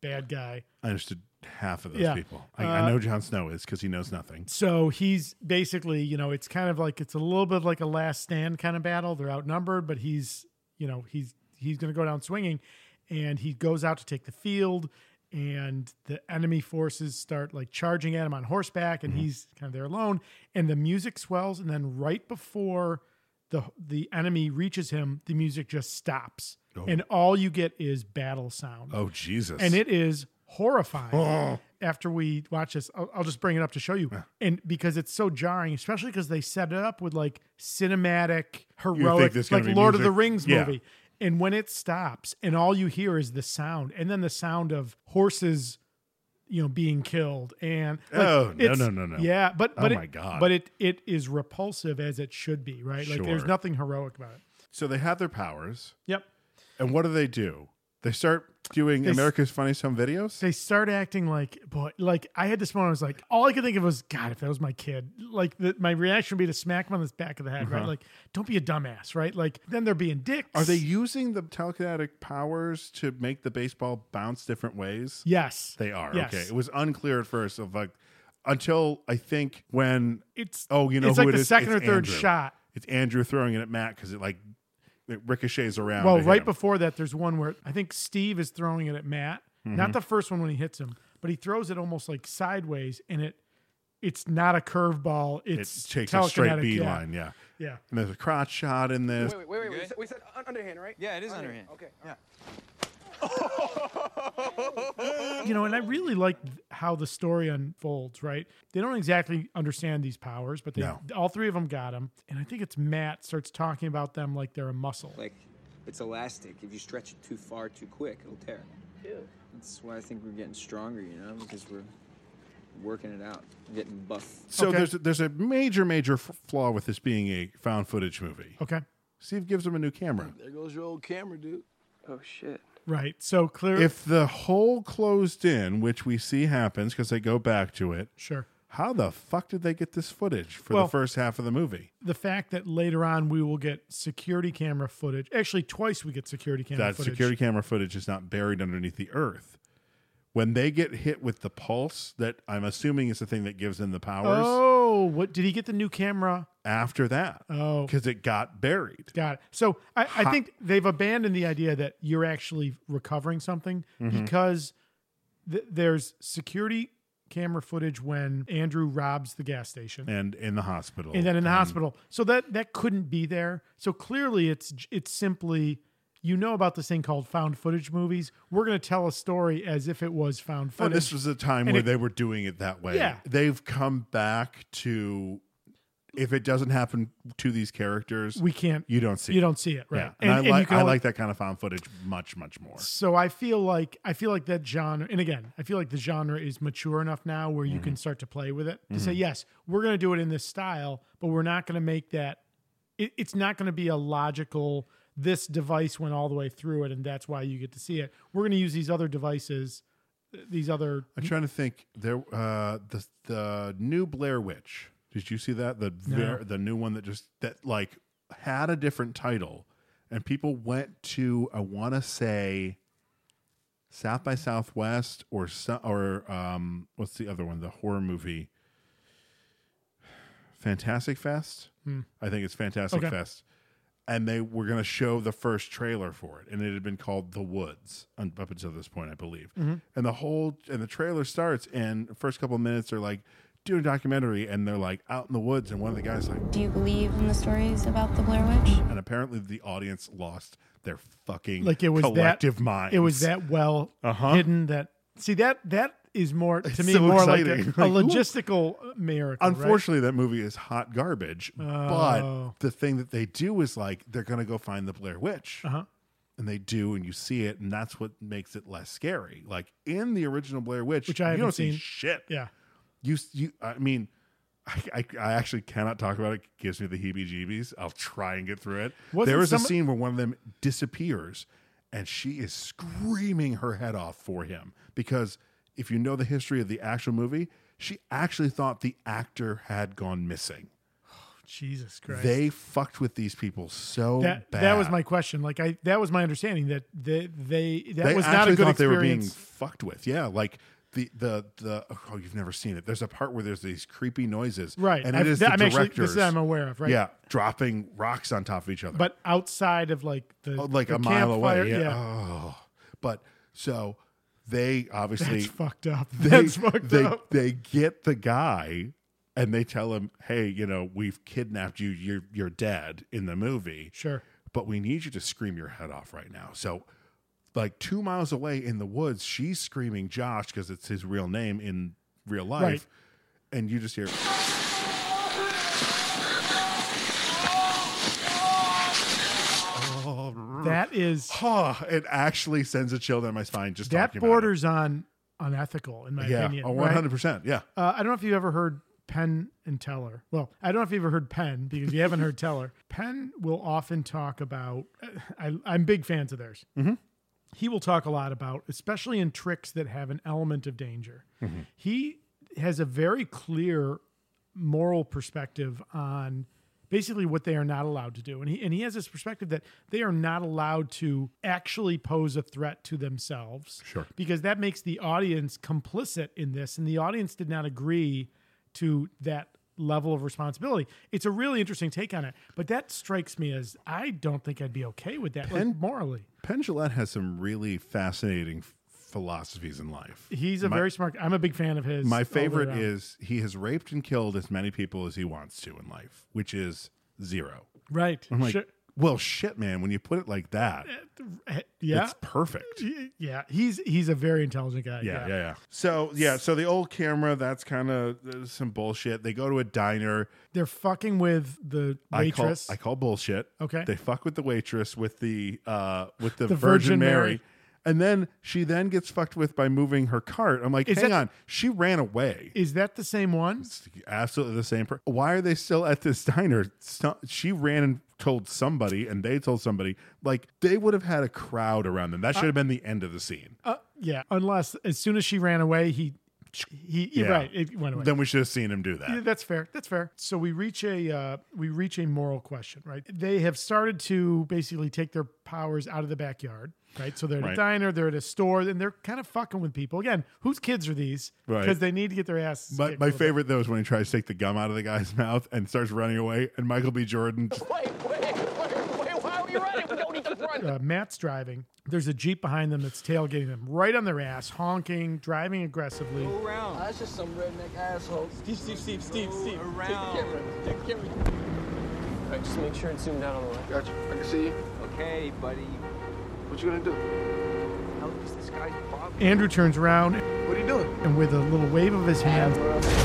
Speaker 2: bad guy.
Speaker 1: I understood half of those
Speaker 2: Yeah.
Speaker 1: people. I,
Speaker 2: Uh,
Speaker 1: I know Jon Snow is because he knows nothing.
Speaker 2: So he's basically, you know, it's kind of like it's a little bit like a last stand kind of battle. They're outnumbered, but he's, you know, he's he's going to go down swinging, and he goes out to take the field, and the enemy forces start like charging at him on horseback,
Speaker 1: Mm-hmm.
Speaker 2: and he's kind of there alone, and the music swells, and then right before the the enemy reaches him, the music just stops,
Speaker 1: Oh.
Speaker 2: and all you get is battle sound.
Speaker 1: Oh Jesus!
Speaker 2: And it is horrifying.
Speaker 1: Oh.
Speaker 2: After we watch this, I'll, I'll just bring it up to show you. And because it's so jarring, especially because they set it up with like cinematic, heroic,
Speaker 1: there's gonna be
Speaker 2: like Lord of the
Speaker 1: music?
Speaker 2: Rings
Speaker 1: Yeah.
Speaker 2: movie. And when it stops and all you hear is the sound and then the sound of horses, you know, being killed and like,
Speaker 1: Oh, no,
Speaker 2: it's-
Speaker 1: no, no, no.
Speaker 2: Yeah, but
Speaker 1: Oh
Speaker 2: but
Speaker 1: my
Speaker 2: it,
Speaker 1: God.
Speaker 2: But it it is repulsive as it should be, right? Like there's
Speaker 1: Sure.
Speaker 2: nothing heroic about it.
Speaker 1: so they have their powers.
Speaker 2: Yep.
Speaker 1: And what do they do? They start doing
Speaker 2: They s-
Speaker 1: America's Funniest Home Videos.
Speaker 2: They start acting like boy, like I had this moment. I was like, all I could think of was, God, if that was my kid, like the, my reaction would be to smack him on the back of the head, right?
Speaker 1: Uh-huh.
Speaker 2: Like, don't be a dumbass, right? Like then they're being dicks.
Speaker 1: Are they using the telekinetic powers to make the baseball bounce different ways?
Speaker 2: Yes.
Speaker 1: they are.
Speaker 2: Yes.
Speaker 1: Okay, it was unclear at first of like until I think when
Speaker 2: It's-
Speaker 1: oh you know
Speaker 2: it's
Speaker 1: who
Speaker 2: like
Speaker 1: it
Speaker 2: the
Speaker 1: is?
Speaker 2: second
Speaker 1: It's
Speaker 2: or third
Speaker 1: Andrew.
Speaker 2: shot.
Speaker 1: It's Andrew throwing it at Matt because it like it ricochets around.
Speaker 2: Well,
Speaker 1: to hit
Speaker 2: right
Speaker 1: him.
Speaker 2: before that, there's one where I think Steve is throwing it at Matt. Not
Speaker 1: Mhm.
Speaker 2: the first one when he hits him, but he throws it almost like sideways, and it it's not a curveball. It's
Speaker 1: it takes a straight
Speaker 2: telekinetic,
Speaker 1: B
Speaker 2: yeah.
Speaker 1: line. Yeah,
Speaker 2: Yeah.
Speaker 1: And there's a crotch shot in this.
Speaker 3: Wait, wait, wait, wait. We said, we said un- underhand, right?
Speaker 12: Yeah, it is
Speaker 3: Okay.
Speaker 2: you know, and I really like how the story unfolds, right? They don't exactly understand these powers, but they
Speaker 12: No.
Speaker 2: all three of them got them. And I think it's Matt starts talking about them like they're a muscle.
Speaker 12: Like, it's elastic. If you stretch it too far, too quick, it'll tear. Yeah. That's why I think we're getting stronger, you know, because we're working it out, getting buff.
Speaker 1: So there's there's a major major f- flaw with this being a found footage movie.
Speaker 2: Okay.
Speaker 1: Steve gives him a new camera.
Speaker 15: There goes your old camera, dude. Oh shit.
Speaker 2: Right. So clear.
Speaker 1: If the hole closed in, which we see happens because they go back to it,
Speaker 2: Sure.
Speaker 1: How the fuck did they get this footage for
Speaker 2: Well-
Speaker 1: the first half of the movie?
Speaker 2: the fact that later on we will get security camera footage. Actually, twice we get security camera
Speaker 1: that
Speaker 2: footage.
Speaker 1: security camera footage is not buried underneath the earth. When they get hit with the pulse, that I'm assuming is the thing that gives them the powers.
Speaker 2: Oh, what did he get the new camera?
Speaker 1: after that.
Speaker 2: Oh.
Speaker 1: Because it got buried.
Speaker 2: Got it. So I, I think they've abandoned the idea that you're actually recovering something
Speaker 1: Mhm.
Speaker 2: because th- there's security camera footage when Andrew robs the gas station.
Speaker 1: And in the hospital.
Speaker 2: and then in the hospital. So that that couldn't be there. So clearly, it's j- it's simply you know about this thing called found footage movies. We're going to tell a story as if it was found footage.
Speaker 1: And this was a time
Speaker 2: And
Speaker 1: where
Speaker 2: it-
Speaker 1: they were doing it that way.
Speaker 2: Yeah.
Speaker 1: They've come back to if it doesn't happen to these characters,
Speaker 2: We can't-
Speaker 1: You don't see. it.
Speaker 2: you don't see it, right.
Speaker 1: Yeah. And,
Speaker 2: And- and
Speaker 1: I,
Speaker 2: you
Speaker 1: like
Speaker 2: can
Speaker 1: I
Speaker 2: only-
Speaker 1: like that kind of found footage much much more.
Speaker 2: So I feel like I feel like that genre, and again, I feel like the genre is mature enough now where you
Speaker 1: Mm-hmm.
Speaker 2: can start to play with it to say,
Speaker 1: Mhm.
Speaker 2: yes, we're going to do it in this style, but we're not going to make that. It, it's not going to be a logical. This device went all the way through it, and that's why you get to see it. We're going to use these other devices, these other.
Speaker 1: I'm trying to think. There, uh, the the new Blair Witch. Did you see that? The
Speaker 2: No.
Speaker 1: ver- the new one that just that like had a different title, and people went to I want to say South by Southwest or so, or um what's the other one? The horror movie. Fantastic Fest.
Speaker 2: Hmm.
Speaker 1: I think it's Fantastic
Speaker 2: Okay.
Speaker 1: Fest. And they were going to show the first trailer for it, and it had been called The Woods un- up until this point, I believe.
Speaker 2: Mhm.
Speaker 1: And the whole and the trailer starts, and the first couple of minutes they're like doing a documentary, and they're like out in the woods, and one of the guys like,
Speaker 16: Do you believe in the stories about the Blair Witch?
Speaker 1: and apparently the audience lost their fucking
Speaker 2: like it was
Speaker 1: collective
Speaker 2: that,
Speaker 1: mind.
Speaker 2: It was that well
Speaker 1: Uh-huh.
Speaker 2: hidden that see that that is more to me
Speaker 1: so
Speaker 2: more
Speaker 1: exciting.
Speaker 2: like a, a
Speaker 1: Like, ooh.
Speaker 2: logistical miracle. right?
Speaker 1: Unfortunately, that movie is hot garbage.
Speaker 2: Oh.
Speaker 1: But the thing that they do is like they're going to go find the Blair Witch,
Speaker 2: Uh-huh.
Speaker 1: and they do, and you see it, and that's what makes it less scary. Like in the original Blair Witch,
Speaker 2: Which I
Speaker 1: you
Speaker 2: haven't
Speaker 1: don't see
Speaker 2: seen.
Speaker 1: shit.
Speaker 2: Yeah.
Speaker 1: you you. I mean. I, I, I actually cannot talk about it. It gives me the heebie-jeebies. I'll try and get through it.
Speaker 2: Wasn't
Speaker 1: there is a
Speaker 2: some-
Speaker 1: scene where one of them disappears, and she is screaming her head off for him because if you know the history of the actual movie, she actually thought the actor had gone missing.
Speaker 2: Jesus Christ.
Speaker 1: They fucked with these people so
Speaker 2: that,
Speaker 1: bad.
Speaker 2: that was my question. Like I, that was my understanding that they, they that
Speaker 1: they
Speaker 2: was not
Speaker 1: actually
Speaker 2: a good
Speaker 1: thought
Speaker 2: experience.
Speaker 1: they were being fucked with. Yeah, like the the the oh you've never seen it. There's a part where there's these creepy noises,
Speaker 2: Right.
Speaker 1: And it
Speaker 2: I've-
Speaker 1: is
Speaker 2: that-
Speaker 1: the
Speaker 2: I'm actually- this
Speaker 1: directors.
Speaker 2: is I'm aware of, right?
Speaker 1: Yeah, dropping rocks on top of each other,
Speaker 2: but outside of like the
Speaker 1: Oh, like
Speaker 2: the
Speaker 1: a mile
Speaker 2: campfire,
Speaker 1: away. Yeah. Oh. But so they obviously
Speaker 2: That's fucked up.
Speaker 1: They,
Speaker 2: That's fucked
Speaker 1: they,
Speaker 2: up.
Speaker 1: They get the guy and they tell him, "Hey, you know, we've kidnapped you. You're you're dead in the movie.
Speaker 2: Sure.
Speaker 1: but we need you to scream your head off right now." So. Like two miles away in the woods, she's screaming Josh because it's his real name in real life.
Speaker 2: Right.
Speaker 1: And you just hear,
Speaker 2: That is
Speaker 1: oh, it actually sends a chill down my spine just
Speaker 2: that
Speaker 1: talking
Speaker 2: borders on unethical in my
Speaker 1: about it. Yeah,
Speaker 2: opinion.
Speaker 1: one
Speaker 2: right?
Speaker 1: hundred percent. Yeah,
Speaker 2: Uh, I don't know if you've ever heard Penn and Teller. Well, I don't know if you've ever heard Penn because you haven't heard Teller. Penn will often talk about. uh, I, I'm big fans of theirs.
Speaker 1: Mhm.
Speaker 2: He will talk a lot about, especially in tricks that have an element of danger. He has a very clear moral perspective on basically what they are not allowed to do. And he and he has this perspective that they are not allowed to actually pose a threat to themselves.
Speaker 1: Sure.
Speaker 2: Because that makes the audience complicit in this and the audience did not agree to that level of responsibility. It's a really interesting take on it, but that strikes me as I don't think I'd be okay with that like,
Speaker 1: Pen-
Speaker 2: morally.
Speaker 1: Penn Jillette has some really fascinating f- philosophies in life.
Speaker 2: He's a
Speaker 1: My-
Speaker 2: very smart I'm a big fan of his. all
Speaker 1: My
Speaker 2: the way
Speaker 1: favorite
Speaker 2: around.
Speaker 1: is he has raped and killed as many people as he wants to in life, which is zero.
Speaker 2: Right.
Speaker 1: I'm like,
Speaker 2: Sure.
Speaker 1: well, shit, man. When you put it like that,
Speaker 2: Yeah.
Speaker 1: it's perfect.
Speaker 2: yeah, he's he's a very intelligent guy.
Speaker 1: yeah, yeah, yeah. So yeah, so the old camera that's kind of some bullshit. They go to a diner.
Speaker 2: They're fucking with the
Speaker 1: I call,
Speaker 2: waitress.
Speaker 1: I call bullshit.
Speaker 2: Okay.
Speaker 1: They fuck with the waitress with the uh with the,
Speaker 2: The
Speaker 1: Virgin,
Speaker 2: Virgin
Speaker 1: Mary.
Speaker 2: Mary.
Speaker 1: And then she then gets fucked with by moving her cart. I'm like,
Speaker 2: Is
Speaker 1: hang
Speaker 2: that-
Speaker 1: on, she ran away.
Speaker 2: Is that the same one?
Speaker 1: Absolutely the same. Per- Why are they still at this diner? So- she ran and told somebody, and they told somebody. Like they would have had a crowd around them. That should have been the end of the scene.
Speaker 2: Uh, yeah, unless as soon as she ran away, he he you're
Speaker 1: Yeah.
Speaker 2: right, it went away.
Speaker 1: Then we should have seen him do that.
Speaker 2: Yeah, that's fair. That's fair. So we reach a uh, we reach a moral question, right? They have started to basically take their powers out of the backyard, right? So they're at
Speaker 1: Right.
Speaker 2: a diner, they're at a store, and they're kind of fucking with people. Again, whose kids are these?
Speaker 1: Right.
Speaker 2: Because they need to get their ass.
Speaker 1: But my favorite though is when he tries to take the gum out of the guy's mouth and starts running away, and Michael B. Jordan. just-
Speaker 3: Wait, wait, wait, wait, why are you running? We don't need to run.
Speaker 2: Uh, Matt's driving. There's a jeep behind them that's tailgating them, right on their ass, honking, driving aggressively.
Speaker 14: Ah,
Speaker 15: around. That's just some redneck asshole. Steve, Steve, Steve, Steve, Steve.
Speaker 14: Take the camera. Take the camera. All right, just make sure it's zoomed out on the way.
Speaker 15: Gotcha. I can see you.
Speaker 12: Okay, buddy.
Speaker 15: What you gonna do?
Speaker 12: How is this guy's problem?
Speaker 2: Andrew turns around.
Speaker 15: What are you doing?
Speaker 2: And with a little wave of his hand,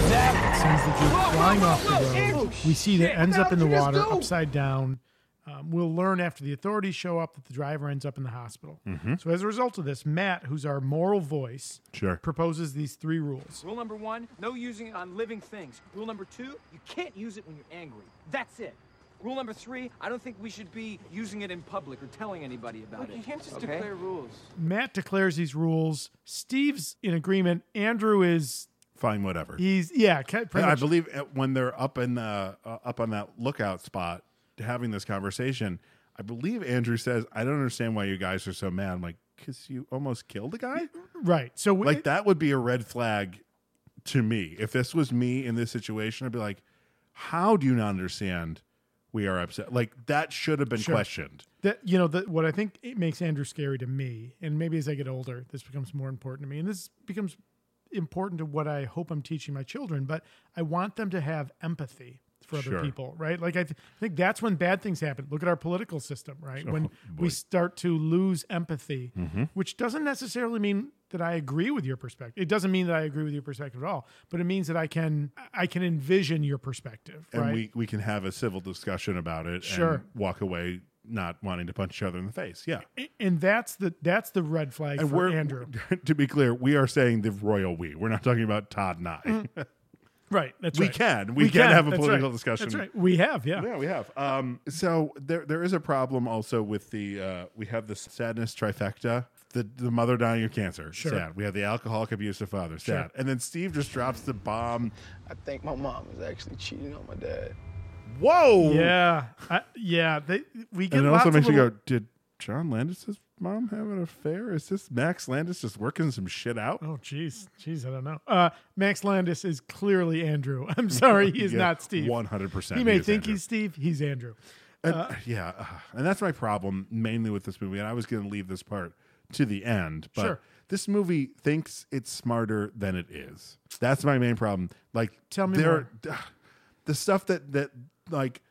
Speaker 2: sends the jeep flying off the road. We see that ends up in the water, upside down. Um, we'll learn after the authorities show up that the driver ends up in the hospital.
Speaker 1: Mm-hmm.
Speaker 2: So as a result of this, Matt, who's our moral voice,
Speaker 1: Sure.
Speaker 2: proposes these three rules.
Speaker 17: Rule number one, no using it on living things. Rule number two, you can't use it when you're angry. That's it. Rule number three, I don't think we should be using it in public or telling anybody about it.
Speaker 14: You can't just
Speaker 17: okay?
Speaker 14: declare rules.
Speaker 2: Matt declares these rules. Steve's in agreement. Andrew is
Speaker 1: Fine, whatever.
Speaker 2: he's yeah. ca- pretty
Speaker 1: I
Speaker 2: much-
Speaker 1: believe at- when they're up in the uh, up on that lookout spot having this conversation, I believe Andrew says, "I don't understand why you guys are so mad." I'm like, "Cause you almost killed a guy."
Speaker 2: Right. So we-
Speaker 1: like that would be a red flag to me. If this was me in this situation, I'd be like, "How do you not understand we are upset?" Like that should have been
Speaker 2: Sure.
Speaker 1: questioned.
Speaker 2: That you know that what I think it makes Andrew scary to me, and maybe as I get older, this becomes more important to me, and this becomes important to what I hope I'm teaching my children. But I want them to have empathy for other
Speaker 1: Sure.
Speaker 2: people, right? Like I th- think that's when bad things happen. Look at our political system, right?
Speaker 1: Oh,
Speaker 2: when
Speaker 1: boy.
Speaker 2: we start to lose empathy,
Speaker 1: Mhm.
Speaker 2: which doesn't necessarily mean that I agree with your perspective. It doesn't mean that I agree with your perspective at all, but it means that I can I can envision your perspective,
Speaker 1: and
Speaker 2: right?
Speaker 1: we we can have a civil discussion about it.
Speaker 2: Sure.
Speaker 1: and walk away not wanting to punch each other in the face. Yeah.
Speaker 2: and that's the that's the red flag
Speaker 1: And
Speaker 2: for
Speaker 1: we're-
Speaker 2: Andrew.
Speaker 1: to be clear, we are saying the royal we. We're not talking about Todd and I.
Speaker 2: Mm-hmm. Right. That's
Speaker 1: we
Speaker 2: right.
Speaker 1: can. We, can, have a
Speaker 2: that's
Speaker 1: political
Speaker 2: right.
Speaker 1: discussion.
Speaker 2: That's right. We have. Yeah.
Speaker 1: Yeah, we have. Um, so there there is a problem also with the uh, we have this sadness trifecta. The, the mother dying of cancer.
Speaker 15: Sure.
Speaker 1: Sad. We have the alcoholic abusive father. Sad.
Speaker 15: Sure.
Speaker 1: And then Steve just drops the bomb.
Speaker 15: I think my mom is actually cheating on my dad.
Speaker 1: Whoa.
Speaker 2: Yeah. I, yeah. They, we get
Speaker 1: And it
Speaker 2: lots
Speaker 1: also
Speaker 2: of
Speaker 1: makes
Speaker 2: little-
Speaker 1: you go, did John Landis's mom have an affair? Is this Max Landis just working some shit out?
Speaker 2: Oh, jeez. Jeez, I don't know. Uh, Max Landis is clearly Andrew. I'm sorry. He is
Speaker 1: Yeah,
Speaker 2: not Steve.
Speaker 1: 100%
Speaker 2: He
Speaker 1: he
Speaker 2: may
Speaker 1: is
Speaker 2: think
Speaker 1: Andrew.
Speaker 2: he's Steve. He's Andrew.
Speaker 1: And,
Speaker 2: Uh,
Speaker 1: yeah, ugh. and that's my problem mainly with this movie. And I was going to leave this part to the end, but
Speaker 2: Sure.
Speaker 1: this movie thinks it's smarter than it is. That's my main problem. Like,
Speaker 2: Tell me
Speaker 1: there, the stuff that that like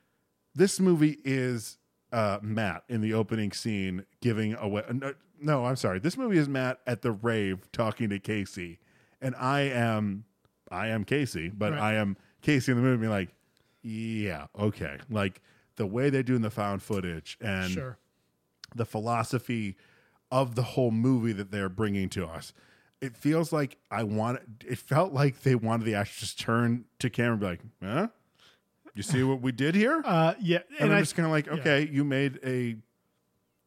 Speaker 1: this movie is uh, Matt in the opening scene giving away. uh, No, no, I'm sorry. This movie is Matt at the rave talking to Casey, and I am I am Casey, but
Speaker 2: Right.
Speaker 1: I am Casey in the movie. being Like, yeah, okay. Like the way they're doing the found footage and
Speaker 2: Sure.
Speaker 1: the philosophy of the whole movie that they're bringing to us. It feels like I want. It felt like they wanted the actors to just turn to camera and be like, "Huh? You see what we did here?"
Speaker 2: Uh, yeah.
Speaker 1: and, I'm just kind of like,
Speaker 2: yeah.
Speaker 1: "Okay, you made a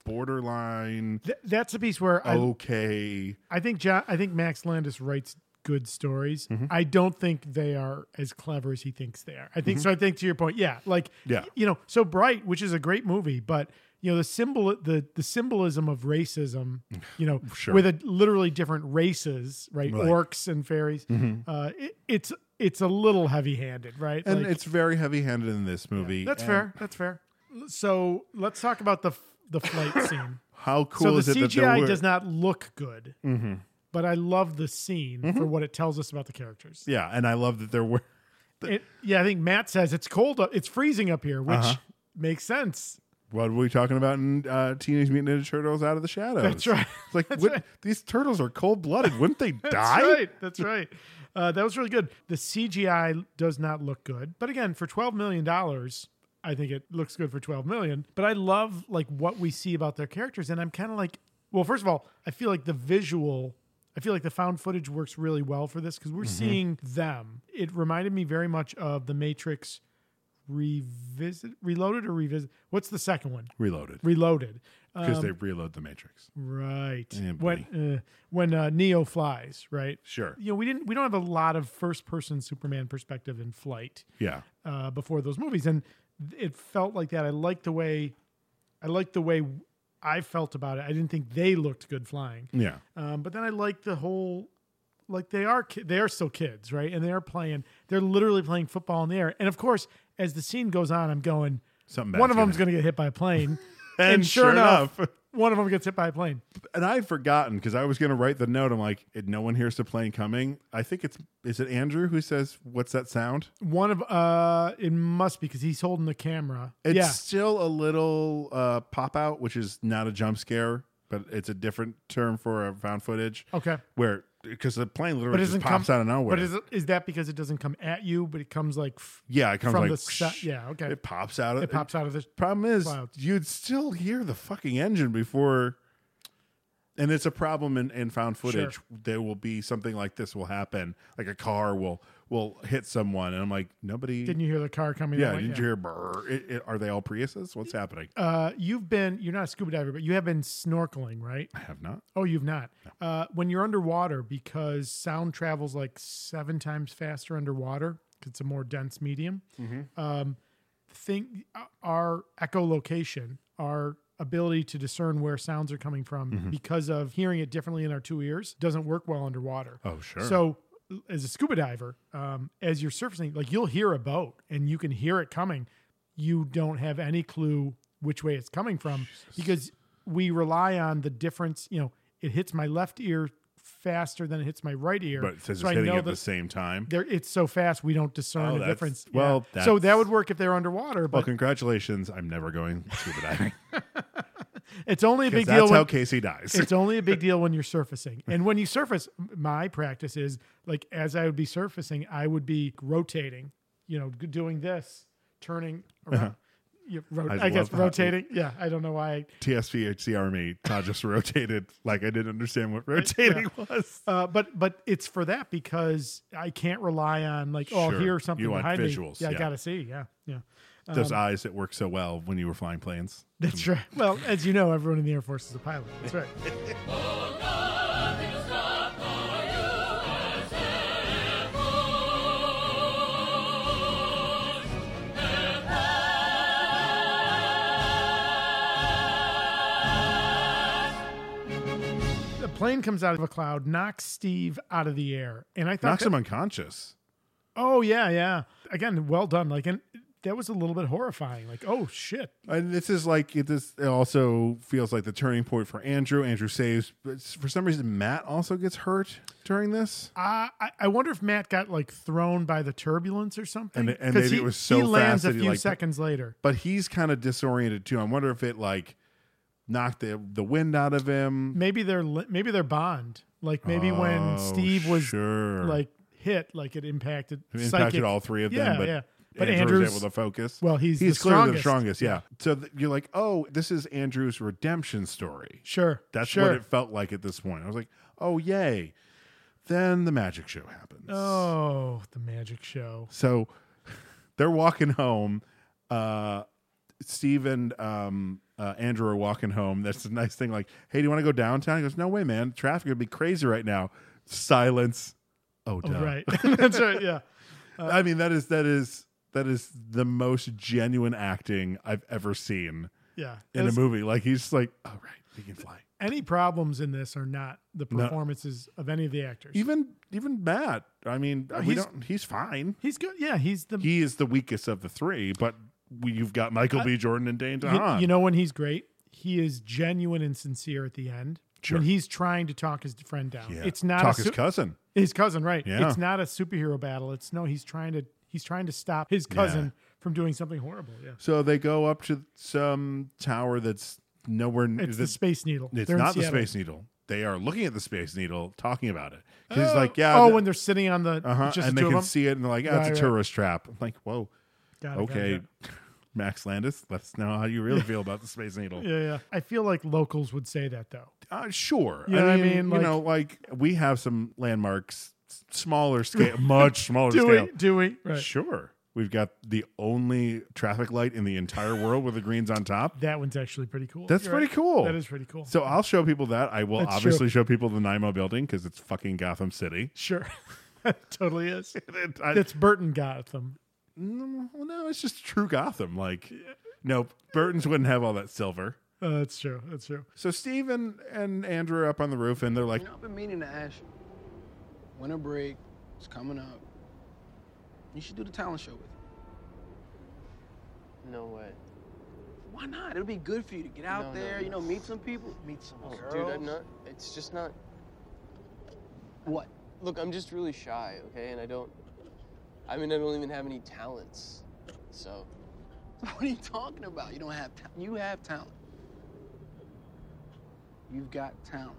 Speaker 1: borderline
Speaker 2: Th- that's a piece where
Speaker 1: Oh,
Speaker 2: I,
Speaker 1: okay."
Speaker 2: I think John, I think Max Landis writes good stories.
Speaker 1: Mm-hmm.
Speaker 2: I don't think they are as clever as he thinks they are. I think
Speaker 1: Mhm.
Speaker 2: so. I think to your point, yeah, like
Speaker 1: Yeah.
Speaker 2: you know, so bright, which is a great movie, but you know the symbol, the the symbolism of racism, you know,
Speaker 1: Sure.
Speaker 2: with a literally different races, right?
Speaker 1: Right.
Speaker 2: Orcs and fairies.
Speaker 1: Mhm.
Speaker 2: Uh, it, it's it's a little heavy handed, right?
Speaker 1: And
Speaker 2: Like-
Speaker 1: it's very heavy-handed in this movie.
Speaker 2: that's
Speaker 1: and
Speaker 2: fair. That's fair. So let's talk about the f- the flight scene.
Speaker 1: How cool
Speaker 2: so
Speaker 1: is
Speaker 2: the
Speaker 1: it that there
Speaker 2: CGI
Speaker 1: were-
Speaker 2: does not look good,
Speaker 1: Mhm.
Speaker 2: but I love the scene for what it tells us about the characters.
Speaker 1: Mm-hmm. Yeah, and I love that there were
Speaker 2: It- yeah, I think Matt says it's cold. Up, it's freezing up here, which
Speaker 1: Uh-huh.
Speaker 2: makes sense.
Speaker 1: what were we talking about in uh, Teenage Mutant Ninja Turtles Out of the Shadows?
Speaker 2: That's right.
Speaker 1: It's like wouldn't- these turtles are cold blooded. Wouldn't they
Speaker 2: That's
Speaker 1: die?
Speaker 2: right. That's right. Uh, that was really good. The CGI does not look good, but again, for twelve million dollars, I think it looks good for twelve million. But I love like what we see about their characters, and I'm kind of like, well, first of all, I feel like the visual. I feel like the found footage works really well for this because we're
Speaker 1: Mhm.
Speaker 2: seeing them. It reminded me very much of The Matrix Revisit, Reloaded, or Revisit. What's the second one?
Speaker 1: Reloaded.
Speaker 2: Reloaded.
Speaker 1: Because they
Speaker 2: Um,
Speaker 1: reload the Matrix.
Speaker 2: Right.
Speaker 1: Yeah,
Speaker 2: when uh, when uh, Neo flies, right?
Speaker 1: Sure.
Speaker 2: You know, we didn't we don't have a lot of first person Superman perspective in flight.
Speaker 1: Yeah.
Speaker 2: Uh, before those movies, and it felt like that. I liked the way, I liked the way I felt about it. I didn't think they looked good flying.
Speaker 1: Yeah.
Speaker 2: Um, but then I liked the whole, like they are ki- they are still kids, right? And they are playing. They're literally playing football in the air. And of course, as the scene goes on, I'm going.
Speaker 1: Something
Speaker 2: one
Speaker 1: bad's
Speaker 2: of them's
Speaker 1: gonna-
Speaker 2: going to get hit by a plane.
Speaker 1: And sure enough.
Speaker 2: one of them gets hit by a plane.
Speaker 1: And I've forgotten because I was going to write the note. I'm like, "It- no one hears the plane coming. I think it's is it Andrew who says, "What's that sound?"
Speaker 2: One of uh, it must be because he's holding the camera.
Speaker 1: It's
Speaker 2: yeah,
Speaker 1: still a little uh, pop out, which is not a jump scare, but it's a different term for a found footage.
Speaker 2: Okay.
Speaker 1: Where because the plane
Speaker 2: but
Speaker 1: literally
Speaker 2: it
Speaker 1: just
Speaker 2: doesn't
Speaker 1: pops
Speaker 2: come
Speaker 1: out of nowhere.
Speaker 2: But is it- is that because it doesn't come at you, but it comes like f-
Speaker 1: yeah, it comes
Speaker 2: from
Speaker 1: like
Speaker 2: the se-
Speaker 1: whoosh.
Speaker 2: yeah okay
Speaker 1: It pops out of
Speaker 2: it pops out of the
Speaker 1: Problem is,
Speaker 2: cloud.
Speaker 1: you'd still hear the fucking engine before. And it's a problem in, in found footage.
Speaker 2: Sure.
Speaker 1: There will be something like this will happen, like a car will will hit someone, and I'm like, nobody.
Speaker 2: Didn't you hear the car coming?
Speaker 1: Yeah,
Speaker 2: that way?
Speaker 1: did you hear? Brr, it, it- are they all Priuses? What's happening?
Speaker 2: Uh, you've been you're not a scuba diver, but you have been snorkeling, right?
Speaker 1: I have not.
Speaker 2: Oh, you've not. Uh, when you're underwater, because sound travels like seven times faster underwater, 'cause it's a more dense medium.
Speaker 1: Mhm.
Speaker 2: Um, think uh, our echolocation, our ability to discern where sounds are coming from
Speaker 1: Mhm.
Speaker 2: because of hearing it differently in our two ears, doesn't work well underwater.
Speaker 1: Oh, sure.
Speaker 2: So as a scuba diver, um, as you're surfacing, like you'll hear a boat and you can hear it coming. You don't have any clue which way it's coming from because we rely on the difference. You know, it hits my left ear faster than it hits my right ear.
Speaker 1: But it says
Speaker 2: so
Speaker 1: it's
Speaker 2: I
Speaker 1: hitting
Speaker 2: know
Speaker 1: at the
Speaker 2: that
Speaker 1: same time.
Speaker 2: There, it's so fast we don't discern
Speaker 1: Oh,
Speaker 2: the
Speaker 1: that's-
Speaker 2: difference.
Speaker 1: well,
Speaker 2: so
Speaker 1: that's-
Speaker 2: that would work if they're underwater,
Speaker 1: Well,
Speaker 2: but
Speaker 1: congratulations. I'm never going scuba diving.
Speaker 2: it's only a
Speaker 1: 'Cause
Speaker 2: big
Speaker 1: that's
Speaker 2: deal.
Speaker 1: how
Speaker 2: when-
Speaker 1: Casey dies.
Speaker 2: it's only a big deal when you're surfacing. And when you surface, m- my practice is like as I would be surfacing, I would be rotating, you know, g- doing this, turning around. You ro-
Speaker 1: Uh-huh. I
Speaker 2: I,
Speaker 1: love
Speaker 2: guess
Speaker 1: that.
Speaker 2: rotating. Yeah, I don't know why. I,
Speaker 1: TSVHC Army, Todd just rotated like I didn't understand what rotating
Speaker 2: yeah.
Speaker 1: was.
Speaker 2: Uh, but but it's for that because I can't rely on like oh
Speaker 1: Sure.
Speaker 2: here's something
Speaker 1: You want
Speaker 2: behind
Speaker 1: visuals,
Speaker 2: me. Yeah,
Speaker 1: yeah.
Speaker 2: I gotta see. Yeah, yeah.
Speaker 1: Those
Speaker 2: Um,
Speaker 1: eyes that work so well when you were flying planes.
Speaker 2: That's right. Well, as you know, everyone in the Air Force is a pilot. That's right. The plane comes out of a cloud, knocks Steve out of the air, and I thought
Speaker 1: Knocks
Speaker 2: that-
Speaker 1: him unconscious.
Speaker 2: Oh yeah, yeah. Again, well done. Like, and that was a little bit horrifying. Like, oh shit.
Speaker 1: And this is like it, this. It also feels like the turning point for Andrew. Andrew saves, but s- for some reason Matt also gets hurt during this.
Speaker 2: I Uh, I- I wonder if Matt got like thrown by the turbulence or something.
Speaker 1: And, and
Speaker 2: 'Cause
Speaker 1: maybe
Speaker 2: he-
Speaker 1: it was so
Speaker 2: he lands
Speaker 1: fast
Speaker 2: a
Speaker 1: that
Speaker 2: few
Speaker 1: he like
Speaker 2: seconds later.
Speaker 1: But he's kind of disoriented too. I wonder if it like knocked the the wind out of him.
Speaker 2: Maybe they're li- maybe they're bond. Like maybe
Speaker 1: Oh,
Speaker 2: when Steve was
Speaker 1: sure.
Speaker 2: like hit, like it impacted.
Speaker 1: It impacted
Speaker 2: psychic-
Speaker 1: all three of them,
Speaker 2: Yeah,
Speaker 1: but,
Speaker 2: yeah.
Speaker 1: But
Speaker 2: But
Speaker 1: Andrew was
Speaker 2: Andrew's-
Speaker 1: able to focus.
Speaker 2: Well, he's
Speaker 1: he's
Speaker 2: the
Speaker 1: clearly the
Speaker 2: strongest.
Speaker 1: strongest. Yeah. So th- you're like, oh, this is Andrew's redemption story.
Speaker 2: Sure,
Speaker 1: That's
Speaker 2: sure.
Speaker 1: what it felt like at this point. I was like, oh, yay. Then the magic show happened.
Speaker 2: Oh, the magic show.
Speaker 1: So they're walking home. Uh, Steve and um, uh, Andrew are walking home. That's a nice thing. Like, hey, do you want to go downtown? He goes, no way, man. Traffic would be crazy right now. Silence. Oh,
Speaker 2: Oh,
Speaker 1: duh.
Speaker 2: right. That's right. Yeah.
Speaker 1: I mean, that is that is that is the most genuine acting I've ever seen.
Speaker 2: Yeah.
Speaker 1: in a
Speaker 2: That's-
Speaker 1: movie, like he's just like, all right, we can fly.
Speaker 2: Any problems in this are not the
Speaker 1: No.
Speaker 2: performances of any of the actors.
Speaker 1: Even even Matt. I mean,
Speaker 2: No,
Speaker 1: we
Speaker 2: he's-
Speaker 1: don't. He's fine.
Speaker 2: He's good. Yeah, he's the
Speaker 1: He is the weakest of the three, but we, you've got Michael B. Jordan and Dane
Speaker 2: You-
Speaker 1: DeHaan.
Speaker 2: You, know when he's great? He is genuine and sincere at the end.
Speaker 1: Sure.
Speaker 2: When he's trying to talk his friend down.
Speaker 1: Yeah.
Speaker 2: It's not
Speaker 1: Talk
Speaker 2: a
Speaker 1: his cousin.
Speaker 2: His cousin, right.
Speaker 1: Yeah.
Speaker 2: It's not a superhero battle. It's no, he's trying to he's trying to stop his cousin from doing something horrible. Yeah.
Speaker 1: So they go up to some tower that's nowhere. n-
Speaker 2: It's the
Speaker 1: that-
Speaker 2: Space Needle.
Speaker 1: It's
Speaker 2: They're in
Speaker 1: not the
Speaker 2: Seattle.
Speaker 1: Space Needle. They are looking at the Space Needle, talking about it. 'Cause He's
Speaker 2: Oh.
Speaker 1: like, yeah.
Speaker 2: Oh,
Speaker 1: the-
Speaker 2: when they're sitting on the
Speaker 1: uh-huh,
Speaker 2: just
Speaker 1: and
Speaker 2: the
Speaker 1: they
Speaker 2: two
Speaker 1: can
Speaker 2: of them.
Speaker 1: see it, and they're like, "Ah,
Speaker 2: Right,
Speaker 1: it's
Speaker 2: right.
Speaker 1: a tourist trap." I'm like, whoa.
Speaker 2: Got it, got it,
Speaker 1: okay,
Speaker 2: got
Speaker 1: Max Landis, let us know how you really feel about the Space Needle.
Speaker 2: Yeah, yeah. I feel like locals would say that though.
Speaker 1: Uh, sure.
Speaker 2: You know what I mean?
Speaker 1: you
Speaker 2: Like-
Speaker 1: know, like we have some landmarks, s- smaller scale, much smaller
Speaker 2: Do we?
Speaker 1: scale.
Speaker 2: Do we? Right.
Speaker 1: Sure. We've got the only traffic light in the entire world with the greens on top.
Speaker 2: That one's actually pretty cool.
Speaker 1: That's
Speaker 2: You're
Speaker 1: pretty
Speaker 2: right.
Speaker 1: cool.
Speaker 2: That is pretty cool.
Speaker 1: So I'll show people that. I will
Speaker 2: That's true.
Speaker 1: obviously show people the NIMO building because it's fucking Gotham City.
Speaker 2: Sure. It totally is.
Speaker 1: I-
Speaker 2: That's Burton Gotham.
Speaker 1: No, well, no, it's just true Gotham. Like, no, Burton's wouldn't have all that silver.
Speaker 2: Uh, that's true. That's true.
Speaker 1: So Steve and, and Andrew are up on the roof and they're like,
Speaker 15: you know, I've been meaning to ask you. Winter break is coming up. You should do the talent show with me.
Speaker 14: No way.
Speaker 15: Why not? It'll be good for you to get out
Speaker 14: No, no,
Speaker 15: there, you
Speaker 14: no.
Speaker 15: know, meet some people, meet some
Speaker 14: Oh,
Speaker 15: girls.
Speaker 14: dude, I'm not. It's just not.
Speaker 15: What?
Speaker 14: Look, I'm just really shy, okay? And I don't. I mean, I don't even have any talents. So.
Speaker 15: What are you talking about? You don't have talent. You have talent. You've got talent.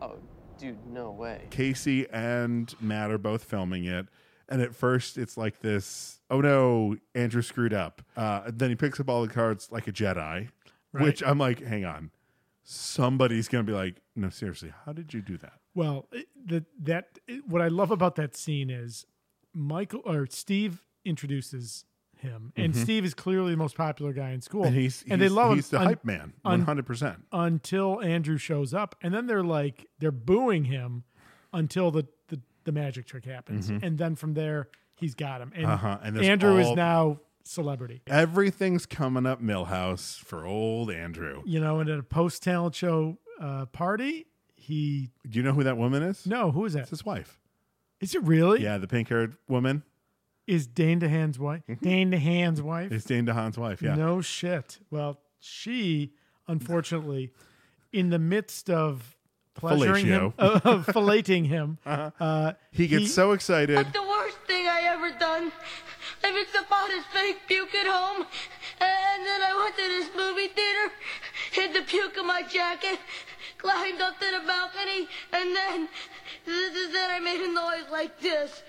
Speaker 14: Oh, dude, no way.
Speaker 1: Casey and Matt are both filming it. And at first, it's like this oh no, Andrew screwed up. Uh, and then he picks up all the cards like a Jedi,
Speaker 2: Right.
Speaker 1: which I'm like, hang on. Somebody's going to be like, no, seriously, how did you do that?
Speaker 2: Well, it, the, that it- what I love about that scene is Michael or Steve introduces him, and
Speaker 1: Mhm.
Speaker 2: Steve is clearly the most popular guy in school,
Speaker 1: And he's-
Speaker 2: they
Speaker 1: he's-
Speaker 2: love him.
Speaker 1: he's the
Speaker 2: un-
Speaker 1: hype man,
Speaker 2: un-
Speaker 1: 100%.
Speaker 2: Until Andrew shows up, and then they're like they're booing him until the the, the magic trick happens,
Speaker 1: Mhm.
Speaker 2: and then from there he's got him, and,
Speaker 1: Uh-huh, and there's
Speaker 2: Andrew
Speaker 1: all-
Speaker 2: is now celebrity.
Speaker 1: Everything's coming up Millhouse for old Andrew.
Speaker 2: You know, and at a post talent show uh, party, he
Speaker 1: Do you know who that woman is?
Speaker 2: No, who is that?
Speaker 1: It's his wife.
Speaker 2: Is it really?
Speaker 1: Yeah, the pink haired woman
Speaker 2: Is Dane DeHaan's wife? Dane DeHaan's wife?
Speaker 1: Mm-hmm. is Dane DeHaan's wife. Yeah.
Speaker 2: No shit. Well, she, unfortunately, in the midst of pleasuring him,
Speaker 1: Fellatio.
Speaker 2: of filleting him, uh
Speaker 1: He gets so excited.
Speaker 18: The worst thing I ever done. I mixed up all this fake puke at home, and then I went to this movie theater, hid the puke in my jacket, climbed up to the balcony, and then, th- th- then I made a noise like this.